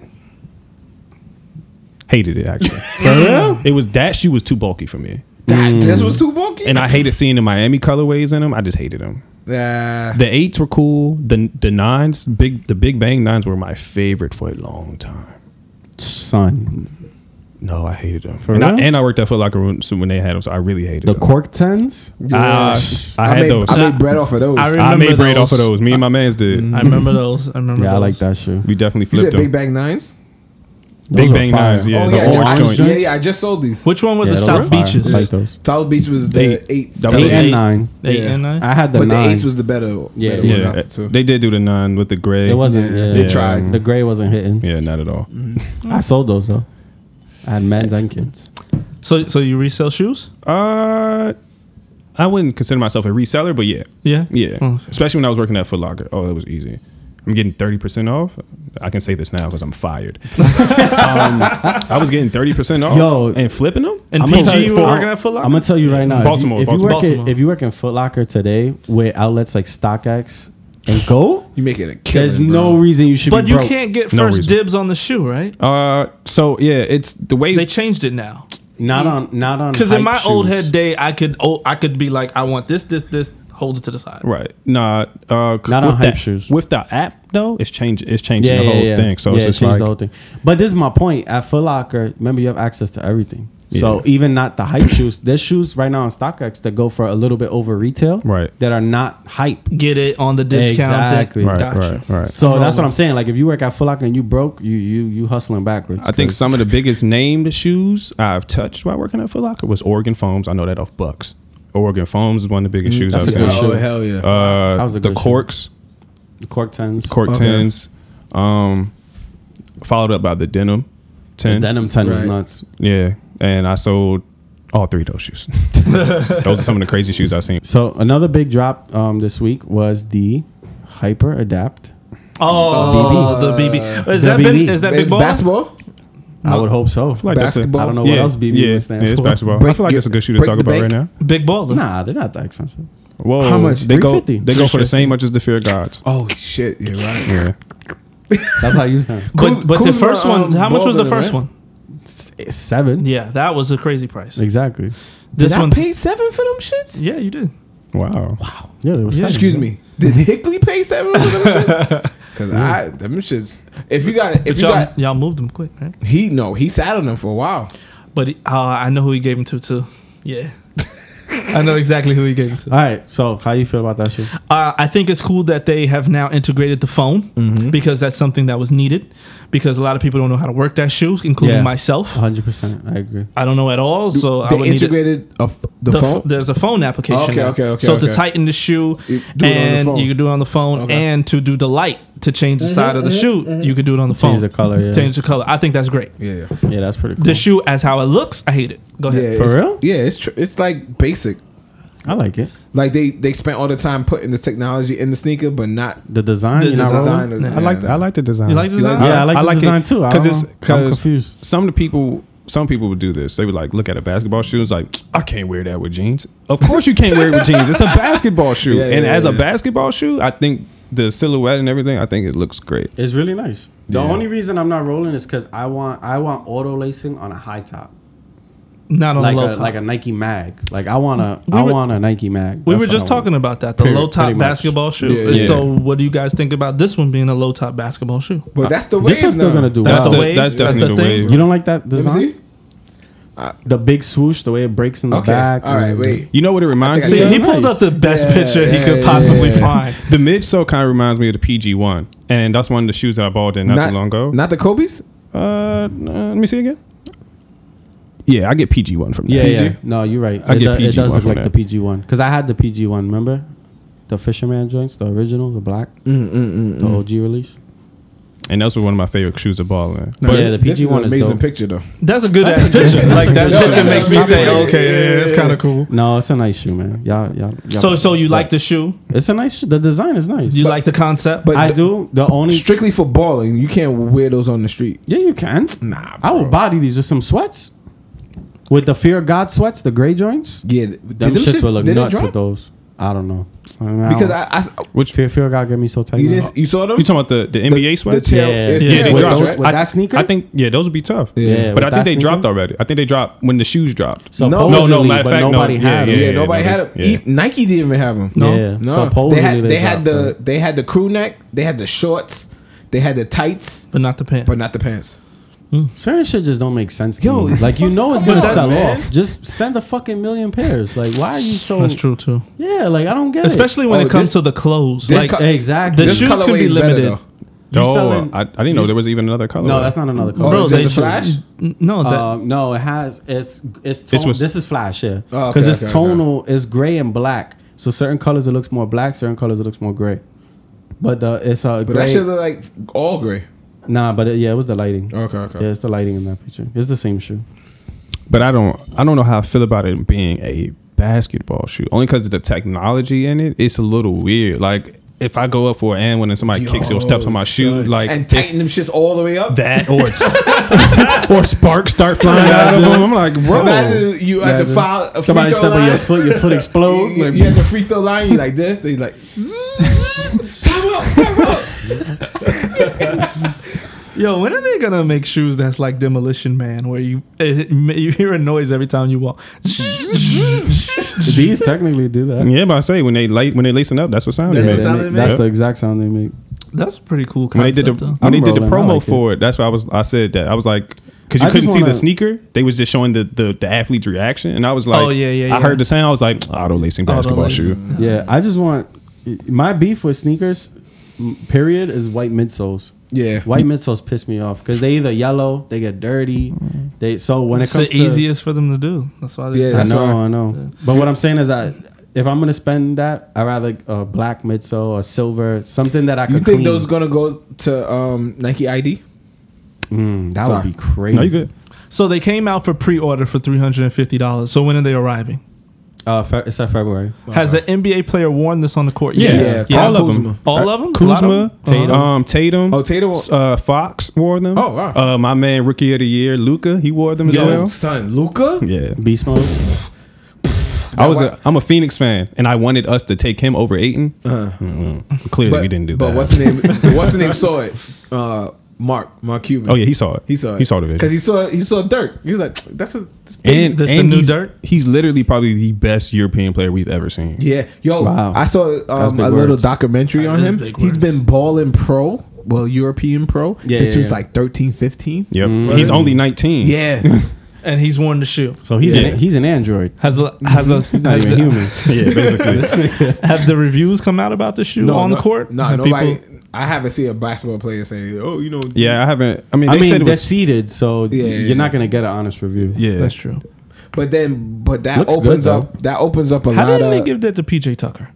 Hated it actually. It was that shoe was too bulky for me, That this was too bulky. and I hated seeing the Miami colorways in them. I just hated them. Yeah. The eights were cool. The the nines, big the Big Bang nines were my favorite for a long time. Yeah, son. No, I hated them. and, I, real? and I worked at Foot Locker when- so when they had them, so I really hated The them. cork tens. Ah, I, had made, those. I made bread off of those. I I remember I made those. bread off of those. Me and my man's did. I Mm-hmm. remember those. I remember. Yeah, I those. like that shoe. We definitely you said flipped them. Big Big, Bang Nines. Those were Bang fire. nines, yeah, oh the yeah, orange I, joints. just- yeah, yeah, I just sold these. Which one were Yeah, the those South were fire. Beaches? I like those. South Beach was the They- eights, that that was was Eight eight, and nine. Eight Yeah. and nine. I had the but nine. the eights was the better. Yeah, better yeah. one out yeah, eh, of the two. they did do the nine with the gray. it wasn't. Yeah, Yeah, they tried. The gray wasn't hitting. Yeah, not at all. I sold those though. I had men's and kids. So, so you resell shoes? Uh, I wouldn't consider myself a reseller, but yeah, Yeah. yeah. Oh. Especially when I was working at Foot Locker. Oh, that was easy. I'm getting thirty percent off. I can say this now because I'm fired. um, I was getting thirty percent off. Yo. and flipping them. And I'ma tell PG, you were I'll- working at Foot Locker. I'm gonna tell you right now. if you- Baltimore, If you, work Baltimore. At, if you work in Foot Locker today with outlets like StockX and gold. You make it a killing. There's no reason you should But be you broke. can't get No first reason. dibs on the shoe, right? Uh, so yeah, it's the way They changed it now. Not on not on Because in hype my old shoes. head day, I could oh, I could be like, I want this, this, this. Hold it to the side. Right. Nah. Uh, c- Not on with hype that- shoes. With the app though, it's changing. It's changing the whole thing. So it's it just changed like the whole thing. But this is my point. At Foot Locker, remember you have access to everything. Yeah. So even not the hype shoes. There's shoes right now on StockX that go for a little bit over retail. Right. That are not hype. Get it on the discount. Exactly. right, Gotcha. right, right. So that's what I'm saying. Like if you work at Foot Locker and you broke, you you you hustling backwards. I think 'cause- some of the biggest named shoes I've touched while working at Foot Locker was Oregon Foams. I know that off Bucks. Oregon Foams is one of the biggest shoes Mm, that's I've a seen. good Oh, shoe. hell yeah. Uh, That was a the good shoe. Corks, cork tens, Cork Okay. Tens, um, followed up by the Denim The Ten. denim ten was Right. nuts. Yeah, and I sold all three of those shoes. those are some of the crazy shoes I've seen. So another big drop um, this week was the Hyper Adapt. Oh, the BB. Is The that BB. Big, is that It's big ball? basketball. I would hope so. Like that's a- Basketball? I don't know what else BB yeah, would stand yeah, it's for. basketball. I Break feel like your- it's a good shoe to break talk the about right bank. now. Big baller. Nah, they're not that expensive. Whoa, How much? They go, $350. they go for the same much as the Fear Gods. Oh shit! You're right. Yeah. That's how you sound. But, but the Kuzma, first one, um, how much was the Bogdan, first right? one? Seven. Yeah, that was a crazy price. Exactly. This Did I one, pay seven for them shits? yeah, you did. Wow. Yeah, there was seven. Excuse me. Did Hickley pay seven for them shits? Because I them shits. If you got if But you y'all, got y'all moved them quick, right? he no he sat on them for a while. But uh, I know who he gave them to too. Yeah, I know exactly who he gave them to. All right. So, how you feel about that shit? Uh, I think it's cool that they have now integrated the phone Mm-hmm. because that's something that was needed. Because a lot of people don't know how to work that shoe, including Yeah. myself. Hundred percent. I agree. I don't know at all, so I would Uh-huh. they need it. integrated a f- the, the phone. Oh, ph- there's a phone application. Okay, now. okay, okay, So to okay. tighten the shoe, You do it on the and phone. you can do it on the phone, Okay. and to do the light to change the side of the shoe, you can do it on the phone. Change the color, yeah. Change the color. I think that's great. yeah, Yeah, that's pretty cool. The shoe as how it looks, I hate it. Go yeah. ahead. yeah For it's- real? Yeah, it's tr- it's like basic. I like it. Like they they spent all the time putting the technology in the sneaker, but not The design. The you're not design. rolling? design. of- I like I like the design. You like the design? Yeah, I like the design too. I Because don't it's know. I'm 'cause confused. Some of the people, some people would do this. They would like look at a basketball shoe. It's like I can't wear that with jeans. Of course you can't wear it with jeans. It's a basketball shoe, Yeah, and yeah, as a yeah. basketball shoe, I think the silhouette and everything. I think it looks great. It's really nice. The Yeah. only reason I'm not rolling is because I want I want auto lacing on a high top, Not on like the low a, top. like a Nike Mag. Like I want a I were- want a Nike Mag. we That's were what just I want. talking about that, the Period, low top pretty much. basketball shoe. Yeah, yeah. So, what do you guys think about this one being a low top basketball shoe? But that's the way. This one's still gonna do. That's well. the the wave? that's That's definitely the the, thing? wave. you don't like that Let me design? see. The big swoosh, the way it breaks in the Okay. back. all right. and- Wait. You know what it reminds I me think of? I he nice. pulled up the best Yeah, picture he yeah, could yeah, possibly yeah. find. The midsole kind of reminds me of the PG one, and that's one of the shoes that I bought in not, too long ago. Not the Kobe's. uh, n- uh, let me see again. Yeah, I get PG one from that. Yeah, PG? yeah. No, you're right. I it, get do- it PG does one look for that. like the PG one because I had the PG one. Remember, the Fisherman joints, the original, the black, Mm, the OG release. and those were one of my favorite shoes to ball in. But yeah, the This PG is an one is, amazing dope. picture though. That's a good ass picture. Like that good- picture that's makes a- me that's say, a- okay, yeah, it's kind of cool. No, it's a nice shoe, man. Y'all, y'all, y'all So, so you like the shoe? It's a nice. shoe. The design is nice. You like the concept? But I th- do. The only. strictly for balling, you can't wear those on the street. yeah, you can. Nah, I will body these with some sweats. With the fear of God sweats, the gray joints. Yeah, th- Them did shits shit- would look did it nuts drop? with those. I don't know. I mean, I Because don't- I, I s- Which fear, fear of God get me so tight. you, now. didn't, you saw them. You talking about the, the NBA the sweats? tail, Yeah. it's Yeah, tail they with dropped. those- Those- with with- that sneaker. I think yeah, those would be tough. Yeah, but with I think that they sneaker? dropped already. I think they dropped when the shoes dropped. So No, no, supposedly, no, matter of but fact, no. nobody had Yeah, them. yeah, nobody yeah, had them. yeah. E- Nike didn't even have them. No. Yeah, no. supposedly they had they they, had dropped the 'em. they had the crew neck, they had the shorts, they had the tights, but not the pants. but not the pants. Certain shit just don't make sense to Yo, me. Like you know it's come gonna on, sell man. off. Just send a fucking million pairs. Like why are you so? That's true too. Yeah, like I don't get Especially when Oh, it comes this- to the clothes. it. this like co- exactly. the This shoes colorway can be is better, limited. though. You oh, selling- I, I didn't know there was even another color. no, that's not another color. Oh, Bro, is they this a should- flash? Uh, N- No, that, Um, no, it has it's it's This tone, was- this is flash, yeah, because Oh, okay, it's okay, okay. tonal, it's gray and black. So certain colors it looks more black, certain colors it looks more gray. But the it's a But gray. that shit look like all gray. nah, but it, yeah, it was the lighting. Okay, okay. Yeah, it's the lighting in that picture. It's the same shoe. But I don't I don't know how I feel about it being a basketball shoe. Only because of the technology in it, it's a little weird. Like if I go up for an and one and somebody kicks Yo, or steps on my shoe, Oh, son. like and if tighten them shits all the way up. that or it's- or sparks start flying out of them. I'm like, bro, Imagine you at the Imagine foul. a free Somebody throw step on your line. foot, your foot Oh, explode. You, Like, you at the free throw line, you like this. They like time out, time out. Yo, when are they gonna make shoes that's like Demolition Man, where you it, you hear a noise every time you walk? these technically do that. yeah, but I say when they light when they lacing up, that's the sound. That's they the make. sound They they make- that's make. the exact sound they make. That's a pretty cool when they concept. did the though. when they I'm did the rolling. I promo like for it. That's why I was I said that I was like because I you just couldn't see wanna- the sneaker. They was just showing the the, the athlete's reaction, and I was like, Oh, yeah, yeah, I yeah. heard the sound. I was like, auto lacing basketball shoe. Auto-lacing. Yeah, I just want my beef with sneakers. m- Period is white midsoles. Yeah. white midsoles piss me off because they either yellow, they get dirty. They so when It's it comes the to easiest for them to do. That's why. They, Yeah, I that's know, why. I know. But what I'm saying is that if I'm gonna spend that, I'd rather a black midsole or silver, something that I could You think clean. those gonna go to um, Nike ID? Mm, that Sorry. would be crazy. No, you good? So they came out for pre-order for three hundred and fifty dollars. So when are they arriving? Uh, fe- it's at February. Has an NBA player worn this on the court? Yeah, yet? Yeah, all Kyle of Kuzma. them. All of 'em? A lot of 'em? Kuzma, Tatum, um, Tatum. Oh, Tatum. S- Uh, Fox wore them. Oh, wow. Uh, my man, rookie of the year, Luca, he wore them as Yo, well. son, Luca. Yeah, Beast mode. I was. A, I'm a Phoenix fan, and I wanted us to take him over Aiton. Mm-mm. Clearly, But, we didn't do but that. what's the name? what's the name? Saw it. Uh, Mark. Mark Cuban. oh yeah, he saw it. He saw it. He saw the because vision. he saw he saw Dirk. He was like, "That's a that's And, That's the and new he's, Dirk? he's literally probably the best European player we've ever seen. Yeah, yo, Wow. I saw That's um, big a little words. documentary on is him. big He's words. been balling pro, well, European pro, Yeah, since yeah, he was yeah. like 13, 15. Yep. He's only 19. Yeah, and he's worn the shoe. So he's Yeah. an, he's an android. Has a, has a He's not has even the- human. yeah, basically. have the reviews come out about the shoe on the court? No, Have nobody. people- I haven't seen a basketball player say, "Oh, you know." yeah, I haven't. I mean, they I mean, said it they're was. seated, so Yeah, yeah, you're yeah. not gonna get an honest review. yeah, That's true. but then, but that Looks good, opens though. up. That opens up a How lot didn't they of. give that to PJ Tucker?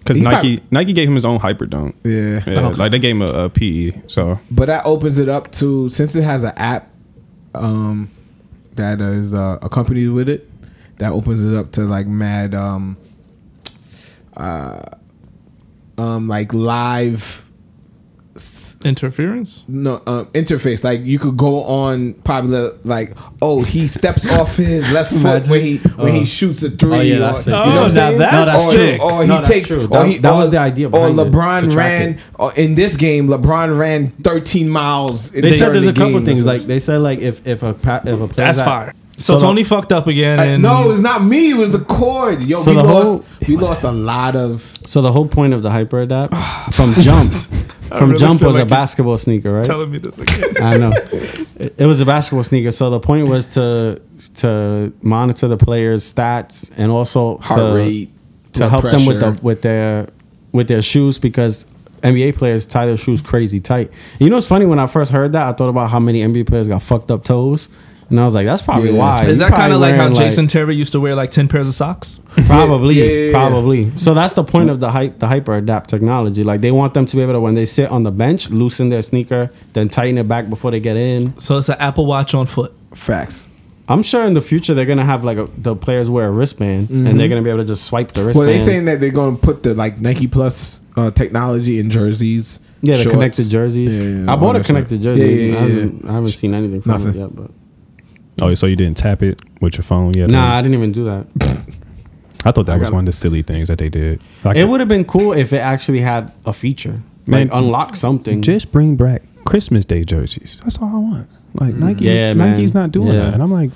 because He Nike Nike gave him his own hyperdunk. yeah. Yeah, like they gave him a, a PE. So but that opens it up to since it has an app, um, that is uh, accompanied with it. That opens it up to like mad, um, uh, um, like live Interference. no um, interface. Like you could go on probably like oh he steps off his left foot Imagine. when he when he Uh. shoots a three. Oh, yeah, or- that's sick. you know Oh, what I'm now saying? that's No, that's or, sick. Or he No, that's takes. true. Or That- he, that or- was the idea Or behind it, to LeBron track ran it. or in this game. LeBron ran 13 miles. They said there's a couple things like they said like if if a pa- if a player's That's out- fire. So, So the- Tony fucked up again. Uh, And no, it's not me. It was the cord. Yo, So we the lost. whole- we lost a lot of. So the whole point of the hyper adapt from jump from really jump feel was like a you're basketball sneaker, right? telling me this again. I know. It, it was a basketball sneaker. So the point was to to monitor the players' stats and also Heart to, rate, to blood help them with the pressure. with their with their shoes because NBA players tie their shoes crazy tight. You know it's funny when I first heard that I thought about how many NBA players got fucked up toes. And I was like, that's probably Yeah. why. Is that You kind probably of like how wearing, Jason Terry used to wear like ten pairs of socks? Probably, Yeah, yeah, yeah. probably. So that's the point of the hype, the hyper adapt technology. Like they want them to be able to, when they sit on the bench, loosen their sneaker, then tighten it back before they get in. So it's an Apple Watch on foot. Facts. I'm sure in the future they're gonna have like a, the players wear a wristband, and they're gonna be able to just swipe the Mm-hmm. Well, wristband. they saying that they're going to put the like Nike Plus uh, technology in jerseys. yeah, the shorts. connected jerseys. Yeah, yeah, I all bought a that shit. connected jersey. Yeah, yeah, I, yeah, haven't, uh, I haven't seen anything from Nothing. it yet, but oh, so you didn't tap it with your phone? Yeah. nah, I didn't even do that. I thought that was got- one of the silly things that they did. Like, it would have been cool if it actually had a feature, Man, like unlock something. just bring back Christmas Day jerseys. That's all I want. Like Nike, Yeah, man. Nike's not doing Yeah. that, and I'm like,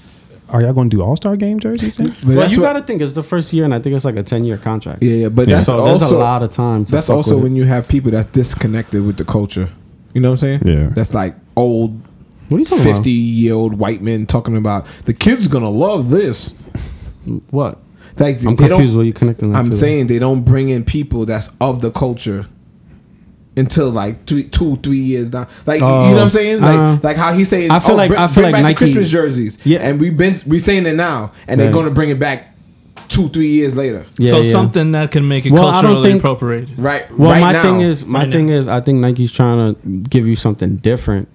are y'all going to do All Star Game jerseys? Then? But well, that's you what- got to think it's the first year, and I think it's like a ten year contract. Yeah, yeah, but Yeah. that's so also there's a lot of time. To that's fuck also with it. when you have people that's disconnected with the culture. You know what I'm saying? Yeah. That's like old What are you talking fifty year old white men talking about the kids gonna love this. about? What? Like they I'm don't- confused. What you connecting? That I'm to? saying they don't bring in people that's of the culture until like two, two three years down. Like you know what I'm saying? Like Uh, like how he saying, "Oh, I feel like- bring, I feel bring like back Nike- the Christmas jerseys. Yeah. and we've been we saying it now, and they're Right. gonna bring it back two three years later. Yeah, so yeah. something that can make it Well, I don't culturally think- appropriated. Right. Well, right my now. thing is, my thing is, I think Nike's trying to give you something different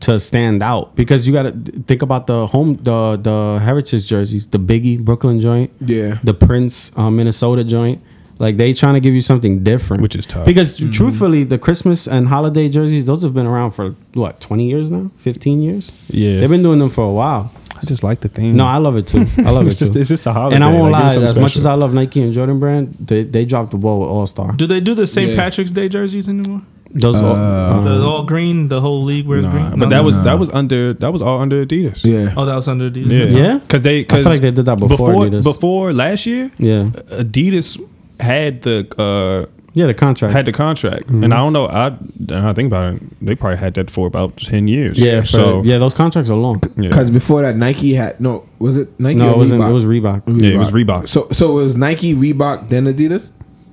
to stand out because you got to think about the home, the the heritage jerseys, the Biggie Brooklyn joint, Yeah. the Prince uh, Minnesota joint. Like they trying to give you something different, Which is tough. Because Mm-hmm. truthfully, the Christmas and holiday jerseys, those have been around for what twenty years now, fifteen years. Yeah. they've been doing them for a while. I just like the theme. No, I love it too. I love It's it just- too. it's just a holiday. And I won't Like, it's lie, as something much as special. I love Nike and Jordan Brand, they, they dropped the ball with All Star. Do they do the St. Yeah. Patrick's Day jerseys anymore? Those Uh, all, the um, all green, the whole league wears Nah, green. but that was that was under that was all under Adidas. Yeah. oh, that was under these. Yeah? Because they I cause feel like they did that before before, Adidas. before last year. yeah, Adidas had the yeah, the uh, contract. had the contract, Mm-hmm. and I don't know. I now I think about it. They probably had that for about ten years. yeah, for- so yeah, those contracts are long. yeah. Because before that, Nike had no. Was it Nike? or No, it wasn't. Reebok? It was Reebok. Yeah, it was Reebok. So, so it was Nike, Reebok, then Adidas.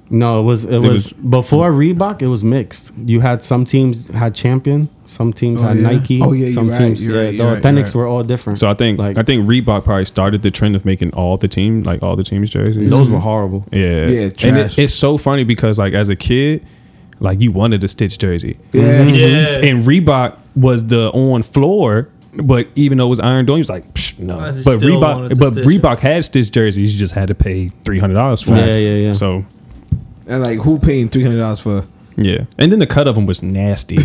No, it was it, was, was- before Reebok. It was mixed. You had some teams had Champion, some teams had yeah. Nike, Oh, yeah, you're some right, teams. you're yeah, right, the you're right, authentics you're right. were all different. So I think like I think Reebok probably started the trend of making all the team like all the teams jerseys. Mm-hmm. those Mm-hmm. were horrible. yeah, Yeah, And trash. it, it's so funny because like as a kid, like you wanted a Stitch jersey, Yeah. Mm-hmm. yeah. and Reebok was the on floor. But even though it was ironed on, he was like, Psh, no. I But still wanted Reebok, the but Stitch. Reebok had Stitch jerseys. You just had to pay three hundred dollars for Yeah, it. yeah, yeah. So And like, who paying three hundred dollars for? Yeah, and then the cut of them was nasty.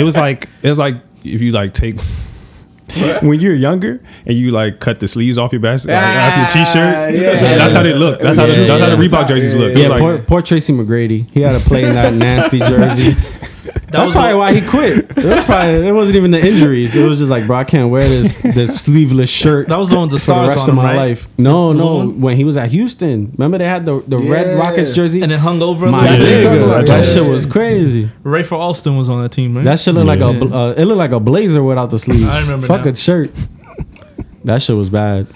it was like it was like if you like take when you're younger and you like cut the sleeves off your basket, like, off your Ah, t-shirt. yeah. that's how they look. That's how the, Yeah, that's how the yeah. Reebok jerseys look. Yeah, It's like, poor, poor Tracy McGrady. He had to play in that nasty jersey. That's was probably a- why he quit. That's probably it wasn't even the injuries. It was just like, bro, I can't wear this this sleeveless shirt. That was the one with the for the stars rest on them, of my right? life. No, blue no. one? When he was at Houston, remember they had the, the Yeah. red Rockets jersey. And it hung over. a my little bit. Yeah. nigga, Yeah. that Yeah. shit was crazy. Ray for Alston was on that team, right? That shit looked like a Yeah. bl- uh, it looked like a blazer without the sleeves. I remember Fuck now. a shirt. That shit was bad.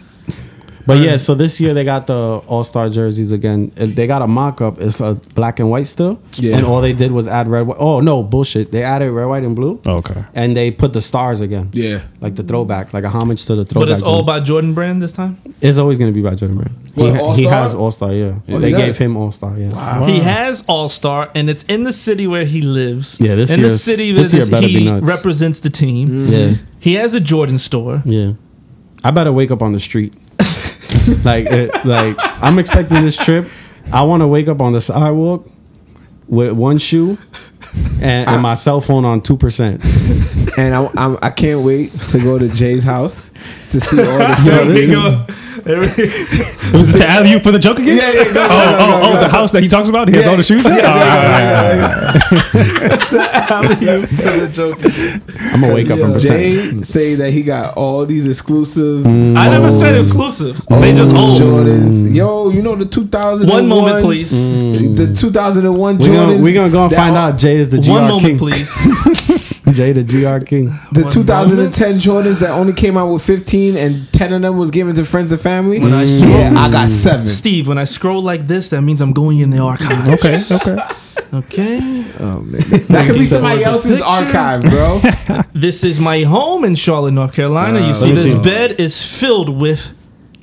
But yeah, so this year they got the All Star jerseys again. Uh, They got a mock up. It's a black and white still, Yeah. and all they did was add red. White. Oh no, bullshit! They added red, white, and blue, oh, okay, and they put the stars again. Yeah. like the throwback, like a homage to the throwback. but it's all jersey. by Jordan Brand this time. It's always gonna be by Jordan Brand. He, Well, ha- he All-Star? has All Star. Yeah, Oh, they he gave does? him All Star. Yeah. He has All Star, and it's in the city where he lives. Yeah, this in the year's- city this that year better be he nuts. Mm. represents the team. Yeah. He has a Jordan store. Yeah. I better wake up on the street. like, it, like I'm expecting this trip. I want to wake up on the sidewalk with one shoe and, and my cell phone on two percent. And I, I'm, I can't wait to go to Jay's house to see all the. Yo, this is, nigga. was this the alley for the joke again? Yeah, yeah, go, go, oh, go, oh, go, oh, go. the house that he talks about. He has all the shoes. in? I'm gonna wake up on percent. Jay say that he got all these exclusive Mm. I never Mm. said exclusives. They Oh, just old. Jordans. Mm. Yo, you know the One 2001. moment, Mm. please. Mm. The 2001 We're gonna, Jordans. we gonna go and that find all- out Jay is the GR One moment, King. please. Jay the GR King. The One 2010 Jordans that only came out with 15 and 10 of them was given to friends and family. When I saw- Mm. yeah, I got seven. Steve, when I scroll like this, that means I'm going in the archives. okay, okay. Okay. That could be So, somebody the else's picture- archive, bro. This is my home in Charlotte, North Carolina. you see, Ah, me this see. bed is filled with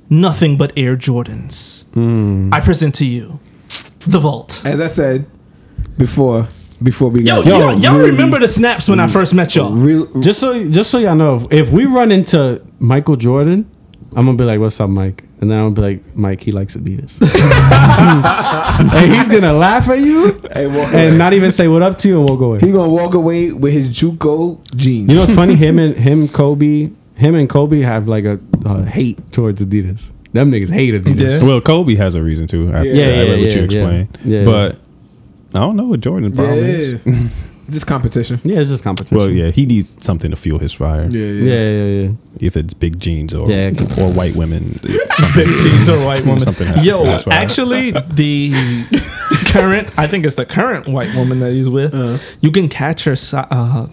nothing but Air Jordans. Hmm. I present to you the vault. As I said before, before we Yo, got y'all, y'all remember the Mm. snaps when I first met y'all? real, Just so just so y'all know, if, if we run into Michael Jordan, I'm gonna be like, "What's up, Mike?" And then I'm gonna be like, "Mike, he likes Adidas." and he's gonna laugh at you Hey, walk away. and not even say what up to you, and we'll go away. he gonna walk away with his JUCO jeans. You know what's funny? Him and him, Kobe, him and Kobe have like a, a hate towards Adidas. Them niggas hate Adidas. Well, Kobe has a reason too. I, Yeah, I yeah, read what yeah, you yeah. explained, Yeah. but I don't know what Jordan's problem is. yeah, this competition. Yeah, it's just competition. Well, yeah, he needs something to fuel his fire. yeah, yeah, yeah. if it's big jeans or Yeah. or white women. Big jeans or white woman. Something has to Yo, pass by. actually, the current, I think it's the current white woman that he's with. You can catch her si- uh,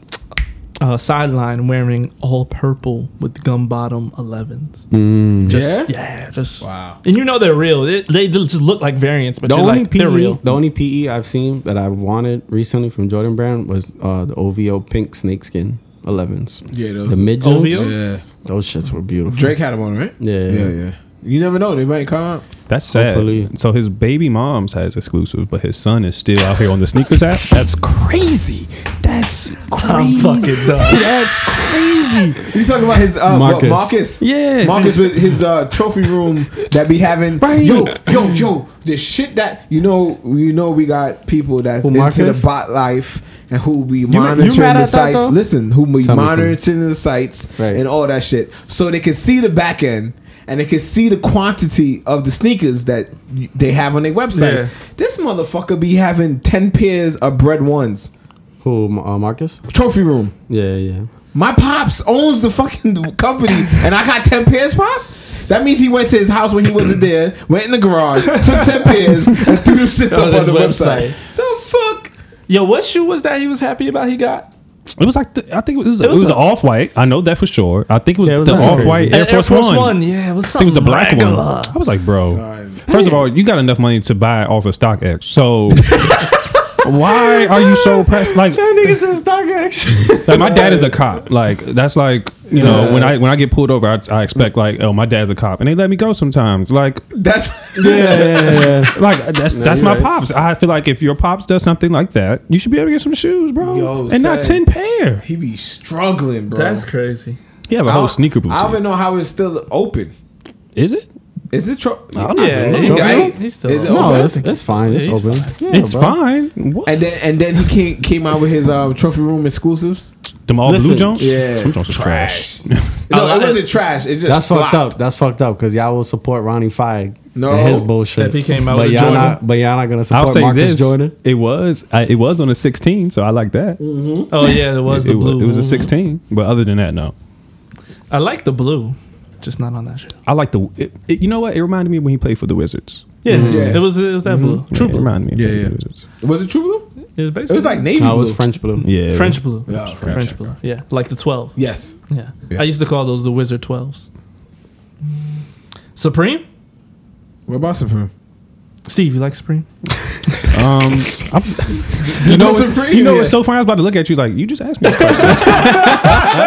uh, sideline wearing all purple with gum bottom 11s. Mm. Just, yeah? just. Wow. And you know they're real. It, they just look like variants, but The you're only like, PE, E they're real. the only PE I've seen that I wanted recently from Jordan Brand was uh, the OVO pink snakeskin 11s. Yeah, those- the mid OVO? those Yeah, shits were beautiful. Drake had them on, right? Yeah. yeah, yeah. You never know; they might come out. That's sad. Hopefully. So his baby mom's has exclusive, but his son is still out here on the sneakers app. That's crazy. That's crazy. I'm fucking done. That's crazy. crazy. You talking about his uh, Marcus. Marcus. Marcus? Yeah. Marcus with his uh, trophy room that be having. Yo, yo, yo! The shit that you know, you know, we got people that's Who, into Marcus? the bot life and who be you monitoring mad the at that, sites. though? Listen, who be Tell me, tell me. monitoring the sites Right. and all that shit, so they can see the back end. And they can see the quantity of the sneakers that y- they have on their websites. Yeah. This motherfucker be having ten pairs of bread ones. Who, uh, Marcus? Trophy room. Yeah, yeah. My pops owns the fucking company, and I got ten pairs, pop. That means he went to his house when he wasn't there, went in the garage, took ten pairs, and threw them shits On up on his the website. website. The fuck? Yo, what shoe was that he was happy about? He got It was like the, I think it was it was, was a- off white. I know that for sure. I think it was, Yeah, it was the nothing off white Air, Force One. Yeah, what's I think it was the black one. I was like, bro. First of all, you got enough money to buy off of StockX. So why are you so pressed? Like Niggas in StockX. Like my dad is a cop. Like that's like you know when I when I get pulled over, I, I expect like oh my dad's a cop, and they let me go sometimes. Like That's Yeah, yeah, yeah. like that's that's my pops. I feel like if your pops does something like that, you should be able to get some shoes, bro, Yo, and not son. ten pair. he be struggling, bro. That's crazy. You have a I whole don't- sneaker boutique. I don't even know how it's still open. is it? Is it? Tro- I don't Yeah, know. he's Trophy? right? He's still Is it No, open? it's, it's fine. It's open. Yeah, it's bro. fine. What? And then and then he came came out with his um, trophy room exclusives. Them all Listen, blue Jones. yeah, Them Jones is trash. No, it wasn't trash. It just That's fucked flopped. up. That's fucked up because y'all will support Ronnie Fieg No. and his bullshit. If he came out but with y'all Jordan. not, but y'all not gonna I'll support say Marcus this: Jordan. it was I, it was on a sixteen, so I like that. Oh yeah, there was it, the it wa- blue. it was a sixteen, but other than that, no. I like the blue, just not on that shoe. I like the. It, it, you know what? It reminded me when he played for the Wizards. Yeah, Mm-hmm. Yeah. it was. It was that blue. True Blue. Remind me. of Baby Wizards. Was it true blue? It was It basically was like navy I was blue. French blue. Yeah. French blue. Yeah, French, French. blue. Yeah, like the twelve. Yes. Yeah. I used to call those the Wizard Twelves. Supreme. What about Supreme? Steve, you like Supreme? Um, I'm, you know, what's, Supreme, you know yeah. what's so funny? I was about to look at you like you just asked me. A question.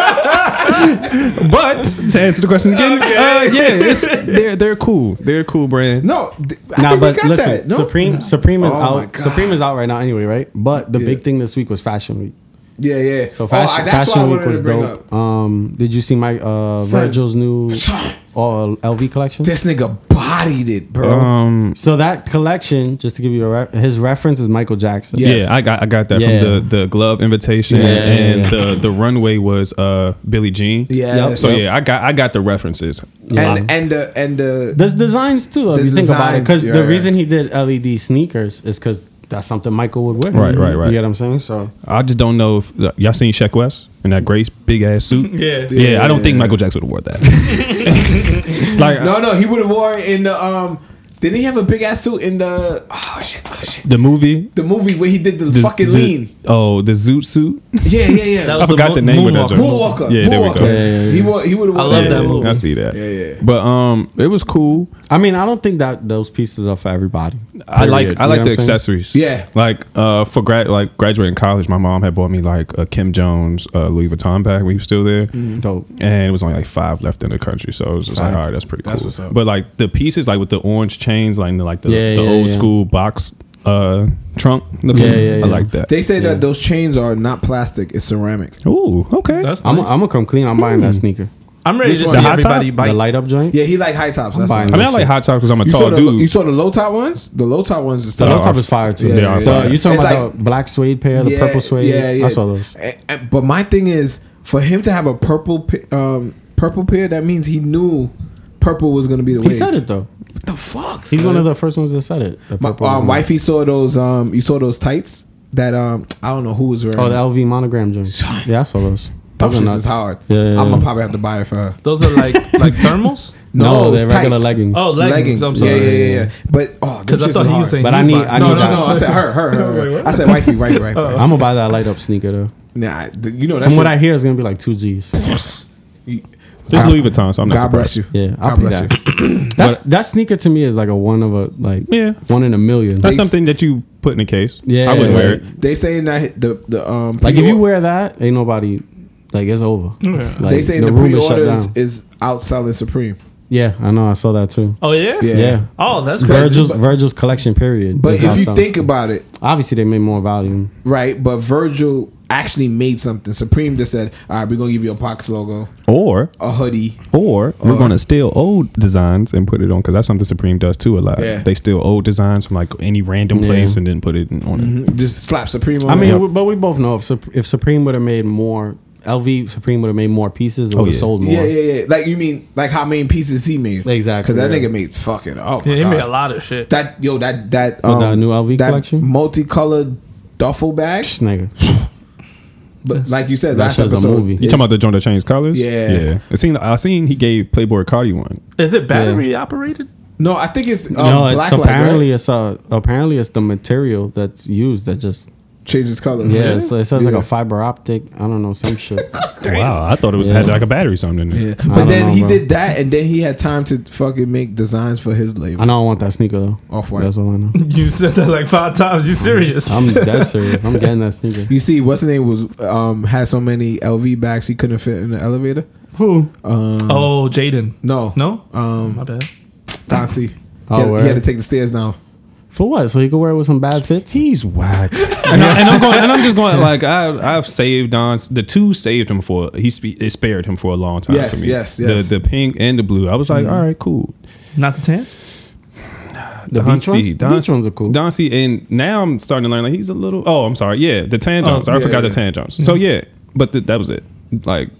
but to answer the question again, uh, yeah, it's, they're they're cool. They're a cool brand. No, th- I Nah, think we but got listen, that, no? Supreme Supreme is Oh my out. God. Supreme is out right now anyway, right? But the big thing this week was Fashion Week. Yeah, yeah. So I- Fashion, Oh, that's what I fashion Week wanted was to bring dope. Um, did you see my uh, Son. Virgil's new Son. all LV collection? This nigga bodied it, bro. Um, So that collection, just to give you a re- his reference is Michael Jackson. Yes. yeah, I got I got that Yeah. from the the glove invitation Yeah. and Yeah. the the runway was uh Billie Jean. Yes. So yeah, I got I got the references. and and the and uh, the There's designs too. If The you think about it, designs, because yeah, the yeah. reason he did LED sneakers is because that's something Michael would wear. Right, right, right. You get what I'm saying? So I just don't know if y'all seen Sheck West in that gray big ass suit. Yeah. Yeah, I don't think Yeah. Michael Jackson would have wore that. like no no he would have wore it in the um. Didn't he have a big ass suit in the oh shit oh shit the movie. the movie where he did the, The, fucking the- lean? Oh, the zoot suit. Yeah yeah yeah. That I was the forgot mo- the name of that Moonwalker. joint. Moonwalker. Yeah, Moonwalker. there we go. Yeah, He wa- he would have. I love that movie. I see that. Yeah, yeah. But um, it was cool. I mean, I don't think that those pieces are for everybody. I Period. like I like You the know what I'm saying? accessories. Yeah. Like uh for grad like graduating college, my mom had bought me like a Kim Jones uh, Louis Vuitton bag when he was still there. Mm-hmm. Dope. And it was only like five left in the country, so it was just like, Five. all right, that's pretty cool. That's what's up. But like the pieces, like with the orange chains, like the like the, Yeah, the yeah, old yeah. school box uh trunk. Looking, Yeah, yeah, I yeah. like that. They say that those chains are not plastic; it's ceramic. Ooh, okay. That's I'm nice. I'm gonna come clean. I'm buying Hmm. that sneaker. I'm ready Which to one? see The hot everybody top? bite. The light up joint. Yeah, he like high tops. That's buying why. I mean, I like hot tops because I'm a You saw tall the dude. you saw the low top ones. The low top ones is The tough. low top is fire too. Yeah, They are The- fire. You talking It's about like- the black suede pair, the purple suede? Yeah, yeah. I saw those. A- a- but my thing is, for him to have a purple, pi- um, purple pair, that means he knew purple was gonna be the. He wave. said it though. What the fuck? He's son? one of the first ones that said it. The My, purple um, one. wifey saw those. Um, you saw those tights that um, I don't know who was wearing. Oh, the LV monogram joints. Yeah, I saw those. those are shits nuts. is hard. Yeah, yeah, I'm yeah. gonna probably have to buy it for her. Those are like like thermals. No, it's they're regular tights. leggings. Oh, leggings. Leggings. I'm Yeah, sorry. yeah, yeah, yeah. But oh, Because those I shits thought is he hard. was saying. But I he's need- buying- I No, need no, that. no. I said her, her, her. I said wifey, wifey, wifey. I'm gonna buy that light up sneaker though. Nah, th- you know that's From what I hear, it's gonna be like two G's. It's Louis Vuitton, so I'm not God surprised. bless you. Yeah, God I'll pay bless that. That's that sneaker to me is like a one of a like Yeah. one in a million. That's something that you put in a case. I Yeah. wouldn't wear it. They saying that the the um like if you pre-or- wear that, ain't nobody like it's over. Like, they saying the, room is shut pre-orders down. is outselling Supreme. Yeah, I know. I saw that too. Oh yeah. Yeah. Yeah. Oh, that's crazy. Virgil's Virgil's collection period. But is if you awesome. think about it, obviously they made more volume. right? But Virgil actually made something. Supreme just said, "All right, we're gonna give you a Pox logo, Or a hoodie." Or we're Uh, gonna steal old designs and put it on because that's something Supreme does too a lot. Yeah. They steal old designs from like any random place and then put it in, on it. Just slap Supreme. On I mean, it. we- but we both know if Sup- if Supreme would have made more, LV Supreme would have made more pieces, it would have yeah. sold more. yeah, yeah, yeah. Like you mean like how many pieces he made? Exactly, Because that yeah. nigga made fucking. Oh, Yeah, my he God. made a lot of shit. That yo, that that um, Oh, that new LV that collection? multicolored duffel bag. Psh, Nigga, Um, But like you said, that last shit's episode, a movie. You talking about the joint that changed colors? Yeah. yeah. I seen. I seen he gave Playboy Cardi one. Is it battery operated? No, I think it's um, no, it's black apparently light, right? it's uh, apparently it's the material that's used that just changes color. yeah, right? it's, it sounds Yeah. like a fiber optic. I don't know some shit. Wow, I thought it was had like a battery something. In it. Yeah. I But don't then know, he bro. did that, and then he had time to fucking make designs for his I label. know I want that sneaker though. Off-white. That's all I know. You said that like five times. You serious? I'm dead serious. I'm getting that sneaker. You see, what's his name was um had so many LV bags he couldn't fit in the elevator. Who? Um, oh, Jaden. No, No? um, My bad. Don C. Oh, he, had, he word. had to take the stairs down. For what? So you can wear it with some bad fits? He's whack. and, I, am going. And I'm just going. Like I, I've saved Don's. The two saved him for. He spe- it spared him for a long time. Yes, for me. yes, yes. Mm-hmm. The the pink and the blue. I was like, all right, cool. Not the tan? The Don beach ones? C, The Don beach C- ones are cool. Don C, and now I'm starting to learn like he's a little. Oh, I'm sorry. Yeah, the tan jumps. I yeah, forgot yeah. the tan jumps. So yeah, but th- that was it. Like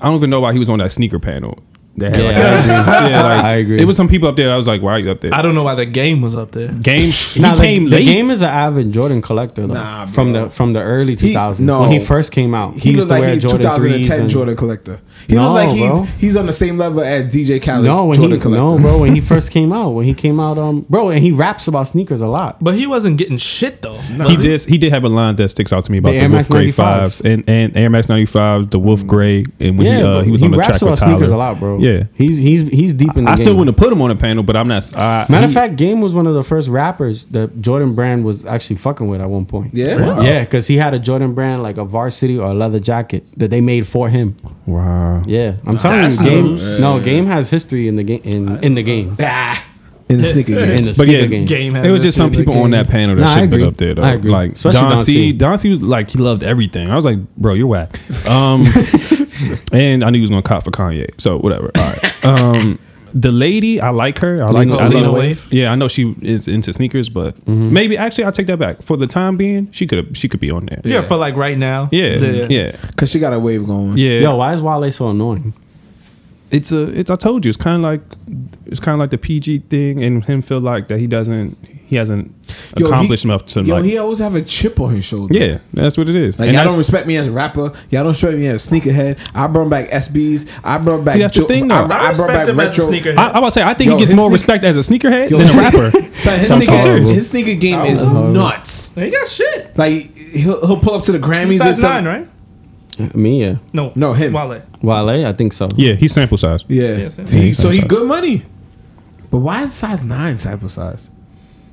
I don't even know why he was on that sneaker panel. They had, like, Yeah, I agree. yeah, like, I agree. It was some people up there. I was like, why are you up there? I don't know why the game was up there. game. He Nah, the- came the, late. game is an avid Jordan collector though. Nah, bro. from the from the early 2000s no. when he first came out. Oh. He, He, looked used to like wear he's Jordan 2010 2010 and, Jordan collector. He No, looked like he's bro. he's on the same level as DJ Khaled. No, when Jordan he no, bro, when he first came out, when he came out, um, bro, and he raps about sneakers a lot. But he wasn't getting shit though. was He did. He did have a line that sticks out to me about The the, Air Max Wolf Gray 95s. fives and and Air Max ninety fives, the Wolf Gray, and when yeah, he, uh, but he was on the raps track about with Tyler. sneakers a lot, bro. Yeah, he's he's he's deep in. The I still game. wouldn't have put him on a panel, but I'm not. I, Matter of he- fact, Game was one of the first rappers that Jordan Brand was actually fucking with at one point. Yeah? Wow. yeah, because he had a Jordan Brand like a varsity or a leather jacket that they made for him. wow. Yeah, I'm telling you, Game. No, Game has history in the game in, in the game in the sneaker game. in the But sneaker yeah, game. game has it was this just some shit, like, people on that panel that Nah, I should have been agree. up there. Though. I agree. Like Especially Don, Don C. C. Don C was like he loved everything. I was like, bro, you're whack. Um, and I knew he was gonna cop for Kanye. So whatever. All right. Um, the lady, I like her. I like. Lena- I Lena love Waithe? Wave. Yeah, I know she is into sneakers, but maybe actually I will take that back. For the time being, she could have. She could be on there. Yeah, for like right now. Yeah, The- yeah, Cause she got a wave going. yeah. Yo, why is Wale so annoying? it's a. It's. I told you, it's kind of like, it's kind of like the PG thing, and him feel like that he doesn't, he hasn't Yo, he- accomplished enough to Yo, like. he always have a chip on his shoulder. yeah, that's what it is. Like and y'all that's- don't respect me as a rapper. Y'all don't respect me as a sneakerhead. I brought back SBs. I brought back. See, that's the thing, though. I, I I, brought back retro. sneaker. I, I would say I think Yo, he gets his more sneak- respect as a sneakerhead Yo, than a his- rapper. Son, his, I'm sneaker, so serious. his sneaker game is horrible. nuts. He got shit. Like he'll, he'll pull up to the Grammys. He's or size something. nine, right? I mean, yeah, No. No, him. Wallet. Wale, I think so. Yeah, he's sample size. Yeah. Yes, yes, He- yes. so he good money. But why is size nine sample size?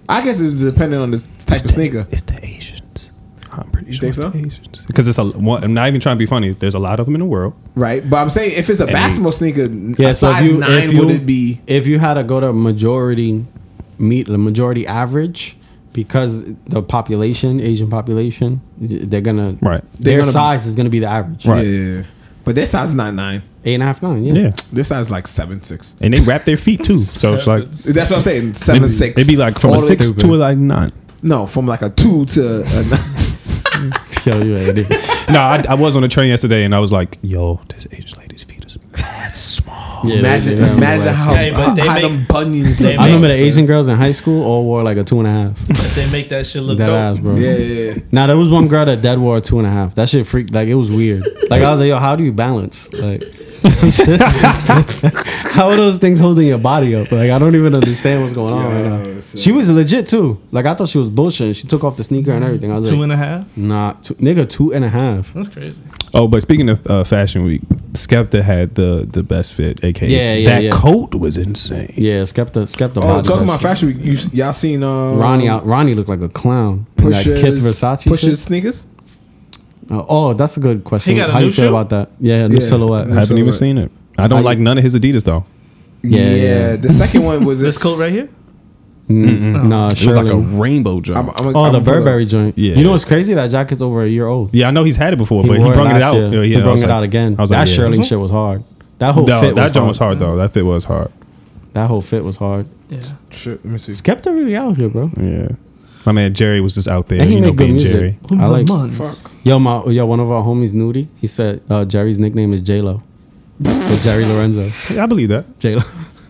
I guess it's dependent on the type of sneaker. It's the Asians. I'm pretty sure think it's the so? Asians because it's a. One, I'm not even trying to be funny. There's a lot of them in the world. Right, but I'm saying if it's a And basketball sneaker, Yeah, a so size if you nine if you would it be? if you had to go to majority meet the majority average because the population Asian population they're gonna Right. their They're gonna- size is gonna be the average Right. Yeah, but their size not nine. eight and a half nine yeah, Yeah, Their size like seven six. and they wrap their feet too. So it's like That's what I'm saying. Seven they'd, six. They'd be like from All a the- six to a, like nine. no, from like a two to a nine. Yo, you ain't it. no, I, I was on a train yesterday and I was like, "Yo, this Asian lady's feet is that's small." yeah imagine, they're- they're imagine like- how, Hey, but they how make- them bunions they look. I make- remember the Asian girls in high school all wore like a two and a half They make that shit look that dope. ass bro Yeah, yeah, yeah. Now there was one girl that dead wore a two and a half. That shit freaked like it was weird. Like I was like, yo, how do you balance? Like how are those things holding your body up? Like I don't even understand what's going on right now. She was legit too. Like I thought she was bullshit. She took off the sneaker and everything. I was Two like, and a half. nah, two, nigga, two and a half. That's crazy. Oh, but speaking of uh, Fashion Week, Skepta had the the best fit, aka Yeah, yeah, that yeah. coat was insane. Yeah, Skepta, Skepta. Oh, bodied talking about that shit. fashion week, you, y'all seen um, Ronnie, out, Ronnie looked like a clown. in that pushes Kith Versace. pushes shit. sneakers. Uh, oh, that's a good question. He got a How new you feel shoe? about that? Yeah, new Yeah. silhouette. I haven't even Absolutely. seen it. I don't I- like none of his Adidas though. Yeah, yeah. the second one was This coat right here. Nah, It was like a Shirley. rainbow jump. I'm, I'm, Oh, I'm the gonna pull Burberry up. joint. Yeah. You know what's crazy? That jacket's over a year old. yeah, I know he's had it before, but he wore brought it last out. Yeah, year. he I brought was it like- out again. I was that like, yeah. Mm-hmm. Shirley shit was hard. That whole No, fit that was jump hard. was hard though. That fit was hard. That whole fit was hard. Shit, let me see. Skepta really out here, bro. Yeah, my man Jerry was just out there. And he you know, made good being music. Jerry. I like. Muns. Yo, my yo, one of our homies, Nudie. He said uh, Jerry's nickname is J Lo. Jerry Lorenzo. I believe that. J Lo. I believe that.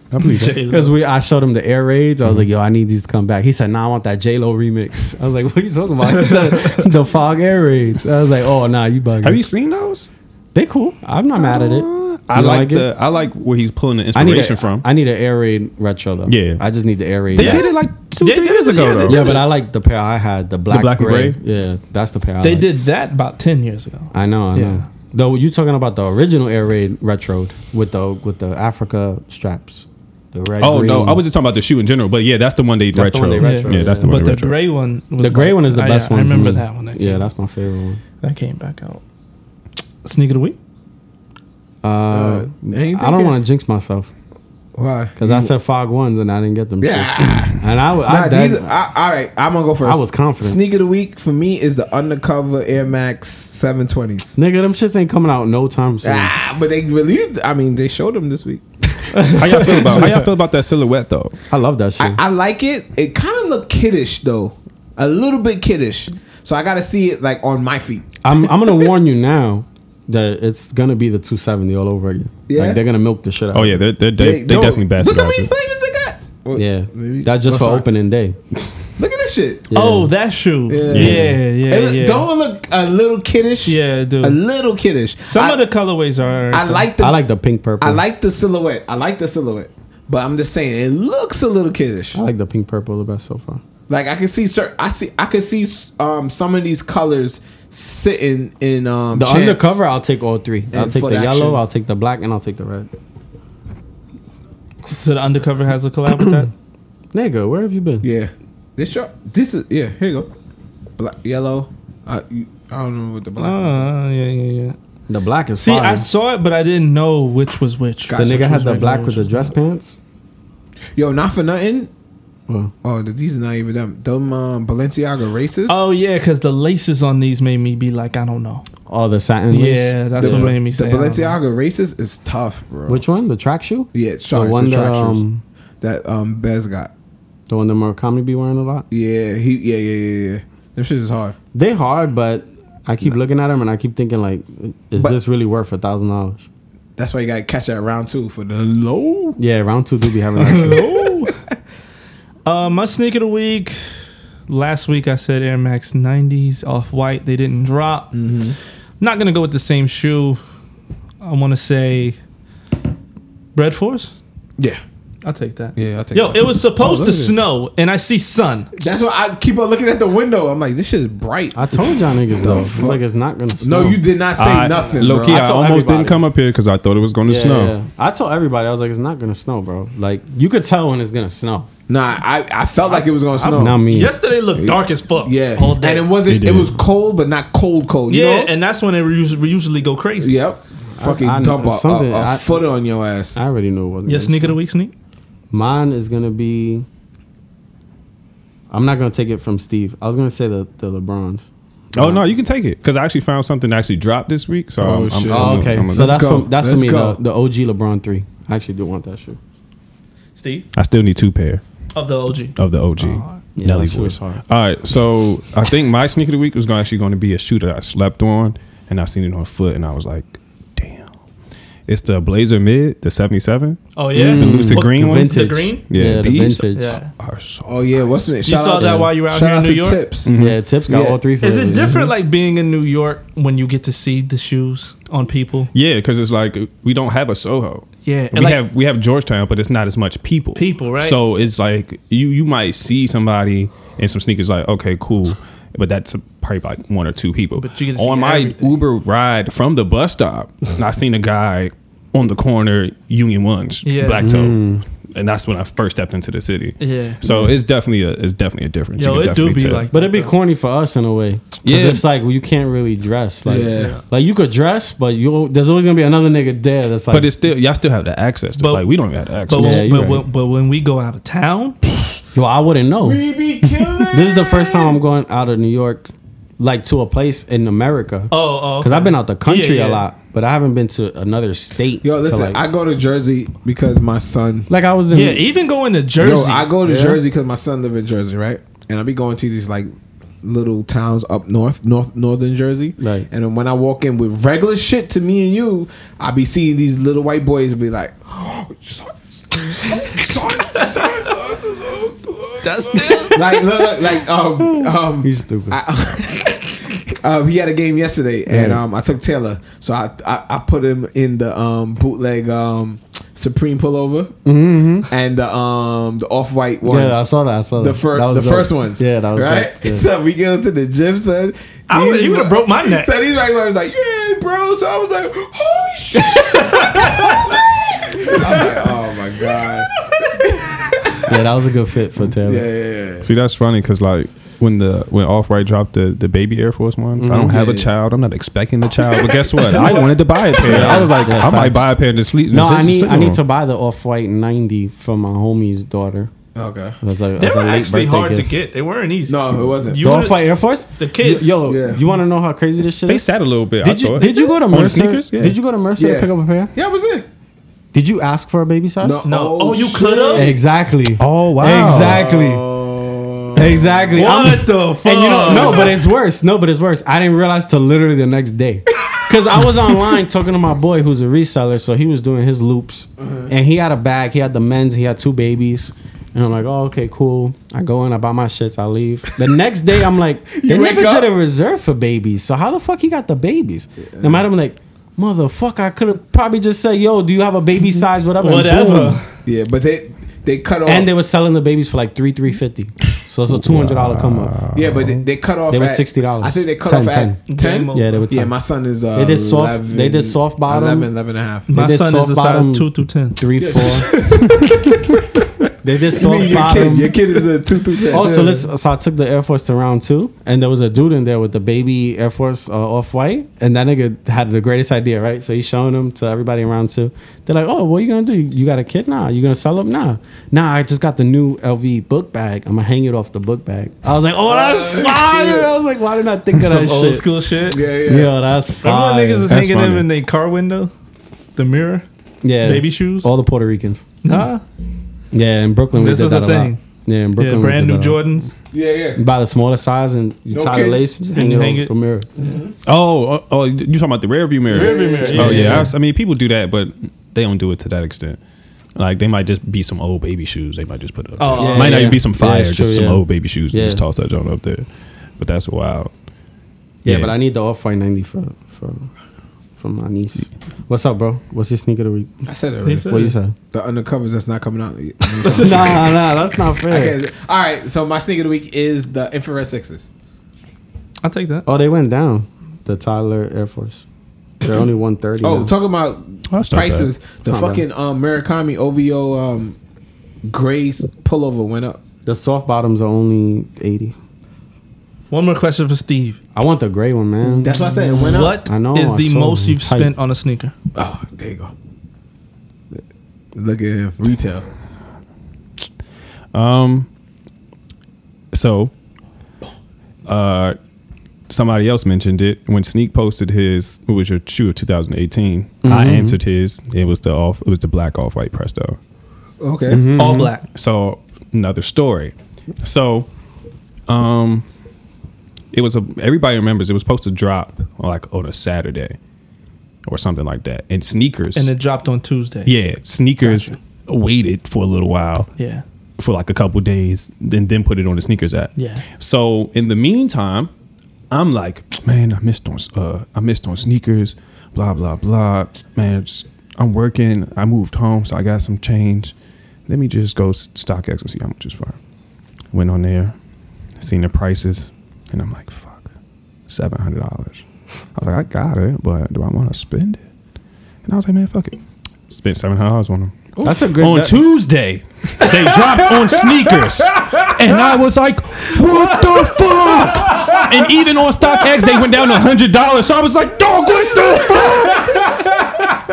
Mm-hmm. Because we, I showed him the air raids. I was like, "Yo, I need these to come back." He said, "Nah, I want that J Lo remix." I was like, "What are you talking about?" He said, "The fog air raids." I was like, "Oh, nah, you bugging." Have Oh. you seen those? They cool. I'm not mad at it. You I don't like, it? the. I like where he's pulling the I need inspiration a, from. I need an air raid retro though. Yeah. I just need the air raid. they back. did it like two, They three did years it, ago. yeah, they though. Yeah, but I like the pair I had, the black, black and gray. gray? Yeah, that's the pair. I They like. did that about ten years ago. I know. I know. Yeah. Though you talking about the original air raid retro with the with the Africa straps. The red. Oh green. no, I was just talking about the shoe in general. But yeah, that's the one they That's retro. the one they retro, Yeah, that's the one But they the retro. gray one, was The gray like- one is the I- best I one. to remember me. that one. That yeah, came- that's my favorite one. that came back out. Sneak of the week. Uh, anything I don't yet? want to jinx myself Why? because I said fog ones and I didn't get them. shits. Yeah. and I, w- I, Nah, dead- these, I, all right, I'm gonna go first. I was confident. Sneak of the week for me is the undercover Air Max 720s. nigga, them shits ain't coming out no time soon. Ah, but they released. I mean, they showed them this week. How y'all feel about? How y'all feel about that silhouette though? I love that shit. I, I like it. It kind of look kiddish though, a little bit kiddish. So I gotta see it like on my feet. I'm I'm gonna warn you now that it's gonna be the 270 all over again. Yeah? Like they're gonna milk the shit out. Oh yeah, they're they're, they they yo, definitely Look at how many bastardized. it. flavors they got. Well, Yeah, maybe- that's just I'm for sorry. opening day. Look at this shit. Oh, that shoe. Yeah, yeah, yeah. It- Don't it look a little kiddish. Yeah, dude. a little kiddish. Some I, of the colorways are. I like the I like the pink purple. I like the silhouette. I like the silhouette. But I'm just saying, it looks a little kiddish. I like the pink purple the best so far. Like I can see, cer I see, I can see um, some of these colors sitting in um, The champs. undercover, I'll take all three. I'll And take foot the yellow, action. I'll take the black, and I'll take the red. So the undercover has a collab with that. Nigga, where have you been? Yeah, this short. This is yeah. Here you go. Black, yellow. Uh, you, I don't know what the black. Uh, yeah, yeah, yeah. The black is See, fire. I saw it, but I didn't know which was which. the Gotcha. nigga had the Which was black which with the was dress pants. Yo, not for nothing. Well, Oh, th- these are not even them. Them um, Balenciaga races. Oh yeah, because the laces on these made me be like, I don't know. all the satin. lace. Yeah, that's the, what Ba- made me the say. I don't know. Balenciaga races is tough, bro. Which one? The track shoe? Yeah, sorry, the the one that track shoes um, that um Bez got. the one that Murakami be wearing a lot. Yeah, he. Yeah, yeah, yeah, yeah. Them shit is hard. They hard, but I keep looking at them and I keep thinking like, is But- this really worth a thousand dollars? That's why you gotta catch that round two for the low. Yeah, round two do be having. that shit. Uh, my sneak of the week. Last week I said Air Max 90s off white. They didn't drop. Mm-hmm. Not gonna go with the same shoe. I want to say Red Force. Yeah, I'll take that. yeah. I take Yo, that. it was supposed Oh, look to at this. snow, and I see sun. That's why I keep on looking at the window. I'm like, this shit is bright. I told y'all niggas though. It's like it's not gonna. Snow. no, you did not say I- nothing. Low bro. key, I I, told almost everybody. didn't come up here because I thought it was going to Yeah, snow. yeah. I told everybody I was like, it's not gonna snow, bro. Like you could tell when it's gonna snow. Nah, I, I felt like it was gonna snow. Not me. Yesterday looked dark as fuck. Yeah, all day. and it wasn't. They It did. was cold, but not cold cold. You yeah, know? and that's when they usually, we usually go crazy. yep. Fucking I- dump a, something- a, a I- foot on your ass. I already knew it wasn't. Yeah, gonna sneak of snow. the week, sneak. Mine is gonna be. I'm not gonna take it from Steve. I was gonna say the the LeBrons. Oh no, you can take it because I actually found something that actually dropped this week. So I'm, I'm, shit. I'm, Uh, Oh, gonna- okay, I'm gonna- so that's go. for, that's for Let's me go. the, the OG LeBron three. I actually do want that shoe. Steve I still need two pair of the OG. of the OG. Oh, Yeah, Nelly that shoe voice. is hard. All right, so I think my sneak of the week was gonna, actually going to be a shoe that I slept on, and I seen it on foot, and I was like, damn, it's the Blazer Mid, the '77. Oh yeah, The lucid Oh, green Mm. The one? vintage. The green? Yeah, Yeah, the these- vintage. Yeah. Are so Oh yeah, what's it? You saw that yeah. while you were out here in New York. Tips. Mm-hmm. Yeah, Tips got Yeah. all three for Is a it reason. different like being in New York when you get to see the shoes on people? Yeah, because it's like we don't have a Soho. Yeah, we and like- have we have Georgetown, but it's not as much people. People, right. So it's like you you might see somebody in some sneakers, like okay, cool, but that's probably like one or two people. But you get to on see my everything. Uber ride from the bus stop, I seen a guy on the corner Union Ones, Yeah. black toe. And that's when I first stepped into the city. Yeah. So it's definitely a it's definitely a difference. Yo, You can it do definitely be tell. like, But it'd be corny for us in a way. Yeah. Because it's like well, you can't really dress. Like, Yeah. like you could dress, but you there's always gonna be another nigga there that's like But it's still y'all still have the access to it. But- like we don't even have the access. But, Yeah, when, you're but, right. Oh, when, but when we go out of town, Well, I wouldn't know. We be killing. This is the first time I'm going out of New York, like to a place in America. Oh, oh, because I've been out the country yeah. a lot, but I haven't been to another state. Yo, to, listen, like, I go to Jersey because my son. like I was in. Yeah, Mm. even going to Yo, Jersey. I go to Jersey because my son live in Jersey, right? And I be going to these like little towns up north, north northern Jersey. Right. And then when I walk in with regular shit to me and you, I be seeing these little white boys and be like, son, son, son. That's still like look, look, like um um you stupid. um, he had a game yesterday, and um, I took Taylor, so I, I I put him in the um bootleg um Supreme pullover and the um the off white ones. Mm-hmm. yeah, I saw that. I saw that. the first that the dope. first ones. Yeah, that was right. dope, yeah. So we go to the gym, son. I would- These you would've bro- broke my neck. So these white boys was like, yeah, bro. So I was like, holy shit. I'm like, oh my god. yeah, that was a good fit for Taylor. Yeah, yeah, yeah. See, that's funny because like when the when Off White dropped the the baby Air Force One, I Mm-hmm. don't have a child. I'm not expecting a child, but guess what? I wanted to buy a pair. I was like, Yeah, I might facts. buy a pair to sleep. No, just- I just need sit I need on. to buy the off white ninety from my homie's daughter. Okay. That's like they that's a were late actually birthday hard to gift. get. They weren't easy. No, it wasn't. You The would've- off white Air Force. the kids. Yo, Yeah. you want to know how crazy this shit They is? sat a little bit. I Did you thought. did you go to On the Mercer? sneakers? Yeah. Did you go to Mercer Yeah. to pick up a pair? yeah, I was it. Did you ask for a baby size? No. Oh, you could've? Exactly. Oh wow! Exactly. Oh. Exactly. I'm- What the fuck? and you know, Oh, no, but it's worse. No, but it's worse. I didn't realize till literally the next day. Cause I was online talking to my boy who's a reseller, so he was doing his loops, and he had a bag. He had the men's. He had two babies, and I'm like, oh, okay, cool. I go in, I buy my shits, I leave. The next day, I'm like, they wake never up. did a reserve for babies, so how the fuck he got the babies? And I'm like, motherfucker, I could have probably just said, yo, do you have a baby size, whatever, and Whatever. boom. Yeah, but they they cut off. And they were selling the babies for like three, three fifty. So it's a two hundred dollar come up. yeah, but they, they cut off. Uh-huh. They were at- $60. I think they cut 10, off at 10. 10. Yeah, they were. Yeah, tight. my son is. Uh, They did soft- they did soft bottom. 11, 11 and a half. my did son is soft a size bottom- two through ten. three, four. they did You mean soft your kid, your bottom. kid is a two through uh, ten. Oh, so let's. So I took the Air Force to round two, and there was a dude in there with the baby Air Force uh, off white, and that nigga had the greatest idea, right? So he's showing them to everybody in round two. They're like, "Oh, what you gonna do? You, you got a kid now? You gonna sell them now? Nah, I just got the new LV book bag. I'm gonna hang it off the book bag." I was like, "Oh, that's fire!" I was like, "Why didn't I think of Some that old shit?" school shit. Yeah, yeah. Yo, that's Remember fire. when niggas is That's hanging them funny. in their car window, the mirror, yeah, baby shoes. All the Puerto Ricans. nah, Yeah, in Brooklyn, we This did is that a a thing. Lot. Yeah, in Brooklyn, yeah, we brand did new that a lot. Jordans. Yeah, yeah. Buy the smaller size and you No tie the kids. lace and just And hang, you it hang over it. the mirror. Oh, oh, oh, you talking about the rearview mirror? Rearview mirror, oh yeah. yeah, I was- I, mean people do that, but they don't do it to that extent. Like they might just be some old baby shoes. They might just put it up. Oh, there. yeah, might not yeah. even be some Yeah, fire, it's just true, some yeah. old baby shoes. Yeah. And just toss that joint up there. But that's wild. Yeah, but I need the off white ninety for for for my niece. What's up, bro? What's your sneaker of the week? I said it. Already. said- What you say? The undercovers that's not coming out. yet. nah, nah, that's not fair. okay. All right. So my sneaker of the week is the infrared sixes. I'll take that. Oh, they went down. The Tyler Air Force. They're only one thirty. Oh, talking about That's not prices. The It's not fucking um, Murakami OVO um, gray pullover went up. the soft bottoms are only eighty. One more question for Steve. I want the gray one, man. That's what I said. It went up. What is I know, I the saw most them. you've Tight. spent on a sneaker? Oh, there you go. Look at him. Retail. Um. So, uh, somebody else mentioned it when Sneak posted his. It was your shoe of 2018. Mm-hmm. I answered his. It was the off. It was the black off white Presto. Okay. Mm-hmm. All black. So another story. So, um, it was a. Everybody remembers it was supposed to drop like on a Saturday, or something like that. And sneakers. And it dropped on Tuesday. yeah, sneakers waited for a little while Yeah. for like a couple days, then then put it on the sneakers app. Yeah. So in the meantime, I'm like, man, I missed on uh, I missed on sneakers, blah blah blah. Man, it's- I'm working. I moved home, so I got some change. Let me just go s- StockX and see how much is for. Went on there, seen the prices, and I'm like, fuck, seven hundred dollars. I was like, I got it, but do I want to spend it? And I was like, man, fuck it. Spent seven hundred dollars on them that's a good. on that- Tuesday. They dropped on sneakers. And I was like, what the fuck? And even on StockX, they went down to $100. So I was like, dog, what the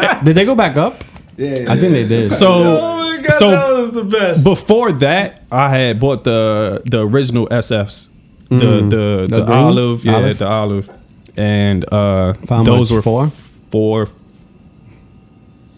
fuck? did they go back up? Yeah. I think they did. So Oh God, So- that was the best. Before that, I had bought the the original SFs, the the, the, Mm. green? olive, yeah, Olive? the olive, and uh, How those much? were Four? four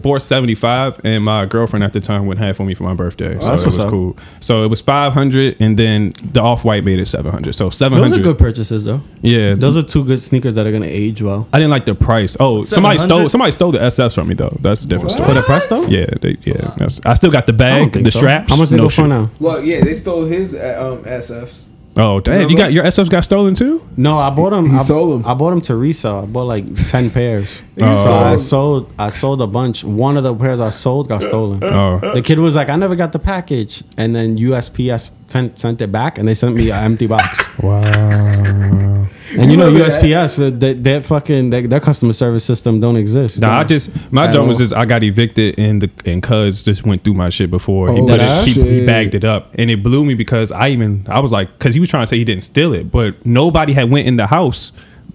four seventy five. And my girlfriend at the time went half for me for my birthday, so Oh, that's it what's was up. cool. So it was five hundred, and then the off white made it seven hundred. So seven Those are hundred. good purchases though. Yeah, Those are two good sneakers that are gonna age well. I didn't like the price. Oh, 700? somebody stole somebody stole the SFs from me though. That's a different story. For the Presto? Yeah, they, yeah. that's- I still got the I don't bag, think the so. straps. How much they no go shoe. for now? Well, yeah, they stole his uh, um, SFs. Oh damn! You got your SFs got stolen too? No, I bought them. He I, sold 'em. I bought them to resell. I bought like ten pairs. Oh. So I sold. I sold a bunch. One of the pairs I sold got stolen. Oh, The kid was like, "I never got the package," and then USPS sent sent it back, and they sent me an empty box. wow. And you know Remember that. USPS, uh, they, their fucking their, their customer service system don't exist. Nah, I just my At joke was all. just I got evicted and the and Cuz just went through my shit before he Oh, put it, he, shit. he bagged it up and it blew me because I even I was like because he was trying to say he didn't steal it but nobody had went in the house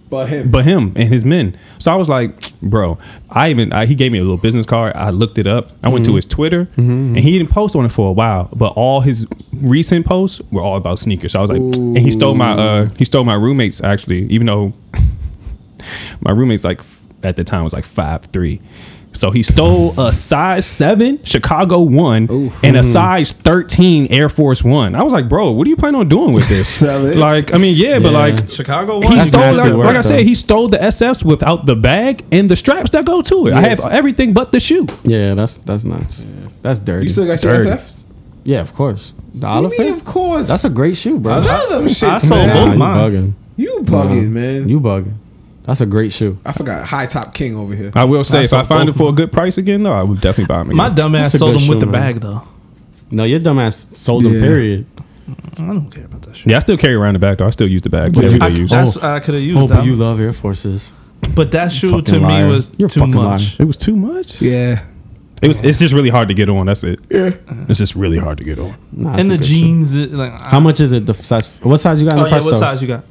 But him. but him and his men. So I was like, bro, I even I, he gave me a little business card. I looked it up. I went Mm-hmm. to his Twitter, and he didn't post on it for a while. But all his recent posts were all about sneakers. So I was like, and he stole my uh he stole my roommates actually, even though my roommates like at the time was like five three. So he stole a size seven Chicago one and Mm-hmm. a size thirteen Air Force One. I was like, bro, what do you plan on doing with this? Sell it. Like, I mean, yeah, but Yeah. like, Chicago he one. That's stole nasty like, work, like I though. said, he stole the SFs without the bag and the straps that go to it. I Yes. have everything but the shoe. yeah, that's that's nuts. That's dirty. You still got your Dirty. SFs? yeah, of course. The olive What do you mean, pair. of course. That's a great shoe, bro. Sell them shits, I sold man. both you mine. bugging. You bugging, man. You bugging. That's a great shoe. I forgot High Top King over here. I will say, I if saw I find it both. for a good price again, though, I would definitely buy them. Again. My dumbass That's a sold good him with shoe, the man. bag though. No, your dumbass sold Yeah. them. Period. I don't care about that shit. yeah, I still carry around the bag though. I still use the bag. But Whatever you- they I, use. that's I could have used Oh, that. but you love Air Forces. But that shoe Fucking to liar. me was You're a too fucking much. It was too much. Yeah. It was. It's just really hard to get on. That's it. Yeah. It's just really hard to get on. Nah, that's And a the good shoe. jeans, it, like How much is it? The size? What size you got in Oh the yeah, Presto? what size you got?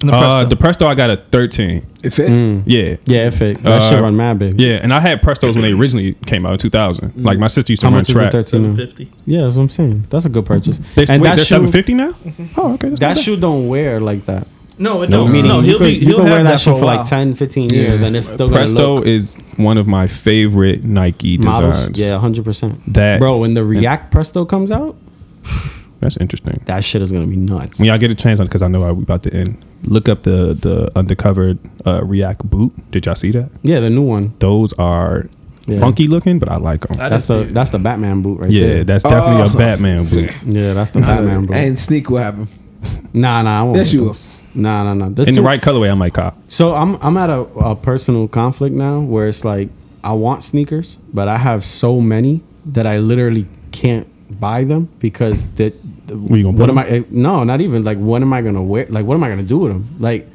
In the Uh, Presto. the Presto, I got a thirteen. It fit? Mm. Yeah. Yeah, it fit. That Uh, shit run mad big. Yeah, and I had Prestos when they originally came out in 2000. Like my sister used to Mm. How run much is the track. 13? now? Yeah, that's what I'm saying. That's a good purchase. They, and wait, that they're shoe, 750 now. Oh, okay. that's not that bad. shoe don't wear like that. No, it Uh, No, don't. meaning No, you he'll could, be. you He'll could have wear that shoe for for like ten. 10, 15 years, Yeah. and it's still gonna Presto look is one of my favorite Nike models. designs. Yeah, hundred percent. That- bro, when the React Presto comes out, That's interesting. that shit is gonna be nuts. When y'all get a chance on, because I know I'm about to end. Look up the the undercover uh, React boot. Did y'all see that? Yeah, the new one. Those are Yeah. funky looking, but I like them. That's the that's the Batman boot right yeah, there. that's definitely Oh. a Batman boot. yeah, that's the Batman boot. and Sneak will have him. nah, nah, I won't. Yes, get you those. Nah, nah, nah. There's In the too- right colorway, ah, I might cop. So I'm I'm at a, a personal conflict now where it's like I want sneakers, but I have so many that I literally can't buy them because that you gonna put what am I eh, no not even like what am I gonna wear like what am I gonna do with them like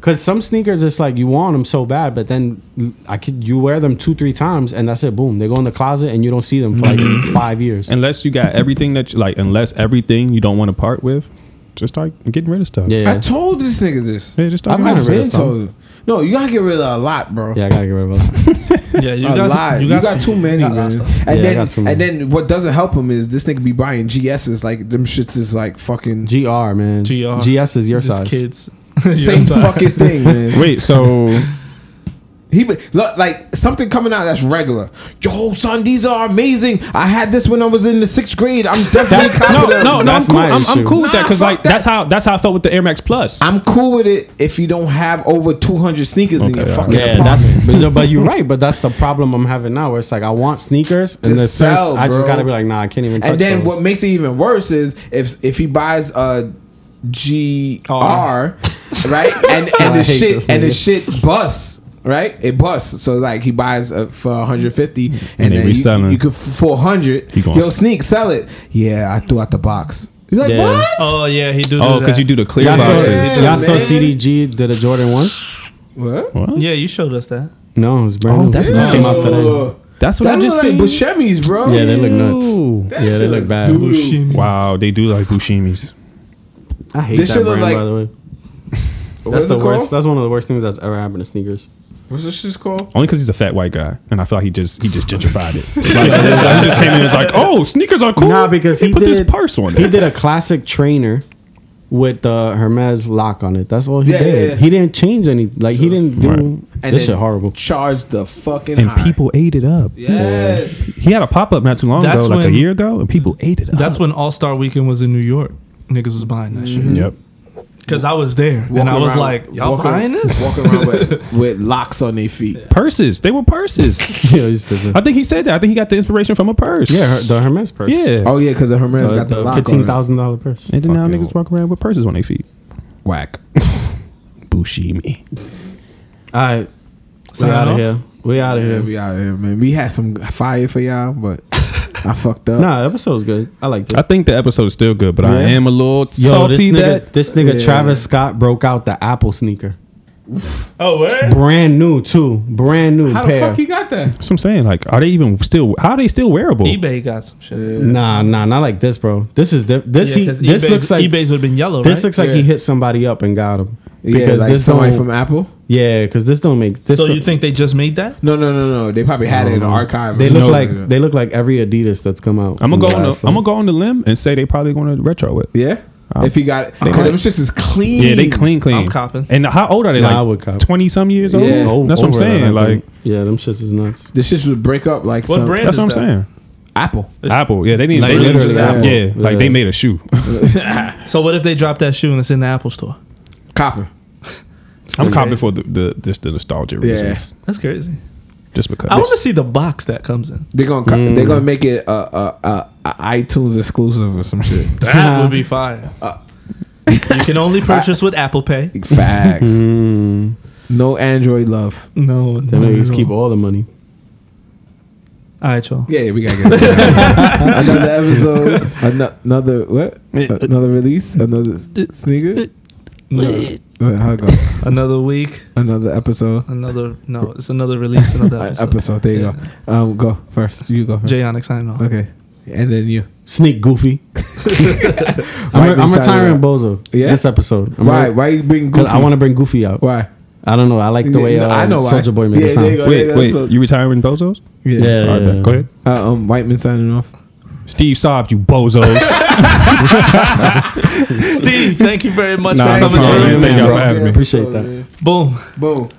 because some sneakers it's like you want them so bad but then I could you wear them two three times and that's it boom they go in the closet and you don't see them for like Mm-hmm. five years Unless you got everything that you like, unless everything you don't want to part with, just start getting rid of stuff. yeah I told this nigga this. Yeah, just start I'm getting not rid of rid of Ben some. told him. No, you gotta get rid of a lot, bro. yeah I gotta get rid of them Yeah, you a got lot. you got, some- too many, got a lot man. of And stuff. Yeah, I then, got too many. and then, what doesn't help him is this nigga be buying GSs like them shits is like fucking gr man Gr. GS is your Just size kids. same fucking thing, man. Wait, so He be, look like something coming out that's regular. Yo, son, these are amazing. I had this when I was in the sixth grade. I'm definitely That's, no, copping them. no, no. I'm That's cool. my I'm, I'm issue. cool with that Nah, because fuck like that's how that's how I felt with the Air Max Plus. I'm cool with it if you don't have over 200 sneakers in Okay, your all fucking Yeah, apartment. that's but, no, but you're right. But that's the problem I'm having now, where it's like I want sneakers, and Just the sense, sell, I just bro. gotta be like, nah, I can't even. Touch and then those. what makes it even worse is if if he buys a GR, right? And and I the hate shit this and the nigga. shit busts, right? It busts. So like he buys a, for 150 and, they then resell you, it. you could f- for 100. He gonna Yo, s- sneak, sell it. Yeah, I threw out the box. You're like, Yeah. what? Oh yeah, he do. oh, do because that. you do the clear y'all saw, boxes. Yeah, y'all saw man. CDG did a Jordan one? What? What? Yeah, you showed us that. No, it's brand Oh, new. that's It just nice. came out today. Yo, That's what That I look just like said. Buscemi's, bro. Yeah, they look nuts. That yeah, they shit look look bad. doo-doo. Wow, they do like Bushimis. I hate This that shit look brand. like- by the way, What that's is the it worst. called? That's one of the worst things that's ever happened to sneakers. What's this shit called? Only because he's a fat white guy, and I feel like he just he just gentrified it. It's like, I just came in and was like, oh, sneakers are cool. Nah, because he, put did, this purse on. He it. did a classic trainer with the Hermes lock on it. That's all he Yeah, did. yeah, yeah. He didn't change any. Like he didn't do Right. And this then shit horrible. Charge the fucking and high. people ate it up. Yes. He had a pop up not too long That's ago, like a when- year ago, and people ate it up. That's when All Star Weekend was in New York. Niggas was buying that shit Yep. Mm. because I was there and I was around- like, "Y'all walking- buying this?" Walking around with, with locks on their feet. Purses. They were purses. yeah, he's stupid. I think he said that. I think he got the inspiration from a purse. Yeah, her, the Hermes purse. Yeah. Oh yeah, because the Hermes got the, the lock fifteen on thousand dollar purse. and then now Fucking niggas walk around with purses on their feet. it. Whack. Bushimi. All right, we Sign out of off? here. We out of Yeah, here. we out here, man. We had some fire for y'all, but I fucked up. Nah, episode's good. I liked it. I think the episode is still good, but I Yeah. am a little Yo, salty this nigga, that this nigga Yeah. Travis Scott broke out the Apple sneaker, Oh, where? brand new too, brand new How the pair. fuck he got that? That's what I'm saying. Like, are they even still? How are they still wearable? eBay got some shit. nah, nah, not like this, bro. This is the, this Yeah, he, 'cause this eBay's- looks like eBay's would have been yellow. this right? looks like Yeah. he hit somebody up and got him yeah, because like this somebody don't from Apple. yeah because this don't make this. So don't- you think they just made that? No, no, no, no. They probably had it in the archive. or They look something like they look like every Adidas that's come out. I'm gonna in go. the On the, last, I'm like- gonna go on the limb and say they probably going to retro it. yeah. if he got it, might. because it was just as clean. Yeah, they clean, clean. Mm. I'm copping. And how old are they? Nah, I would like cop. twenty some years old. Yeah. Oh, that's what I'm over that, I saying. Like think. yeah, them shits is nuts. This shit would break up like What some, brand? that's what I'm is that? saying. Apple. Apple. Yeah, they need. Like, they really literally. just Yeah, Apple. like Yeah. they made a shoe. So what if they drop that shoe and it's in the Apple store? Copper. I'm copping for the, the just the nostalgia reasons. That's crazy. Just because. I want to see the box that comes in. They're gonna co- they're gonna make it a uh, uh, uh, iTunes exclusive or some shit. That would be fire. Uh, you can only purchase with Apple Pay. Facts. No Android love. No, Them no, niggas no. keep all the money. All right, y'all. Yeah, yeah, we gotta get it. another episode. ano- Another what? Another release. Another s- sneaker. No. Wait, how it go? Another week, Another episode. another no. It's another release, another Uh, episode. Episode. There you go. Um, go first. You go first. Jay Onyx, I know. Okay, and then you. Sneak Goofy. Why I'm, they I'm signing retiring up? Bozo. Yeah? This episode. I'm Why? re- Why you bring? 'cause Goofy? I want to bring Goofy out. Why? I don't know. I like the way No, uh, I know why. Soldier Boy made Yeah, it there you sound. go. Wait, Yeah, wait. that's a- you retiring bozos? Yeah. Yeah, All right, yeah, bet. Go ahead. Uh, um, Whiteman signing off. Steve Sobbed, you bozos. Steve, thank you very much Nah, for no coming problem. through. Thank y'all for Broken having me. Appreciate that. episode, man. Boom. Boom.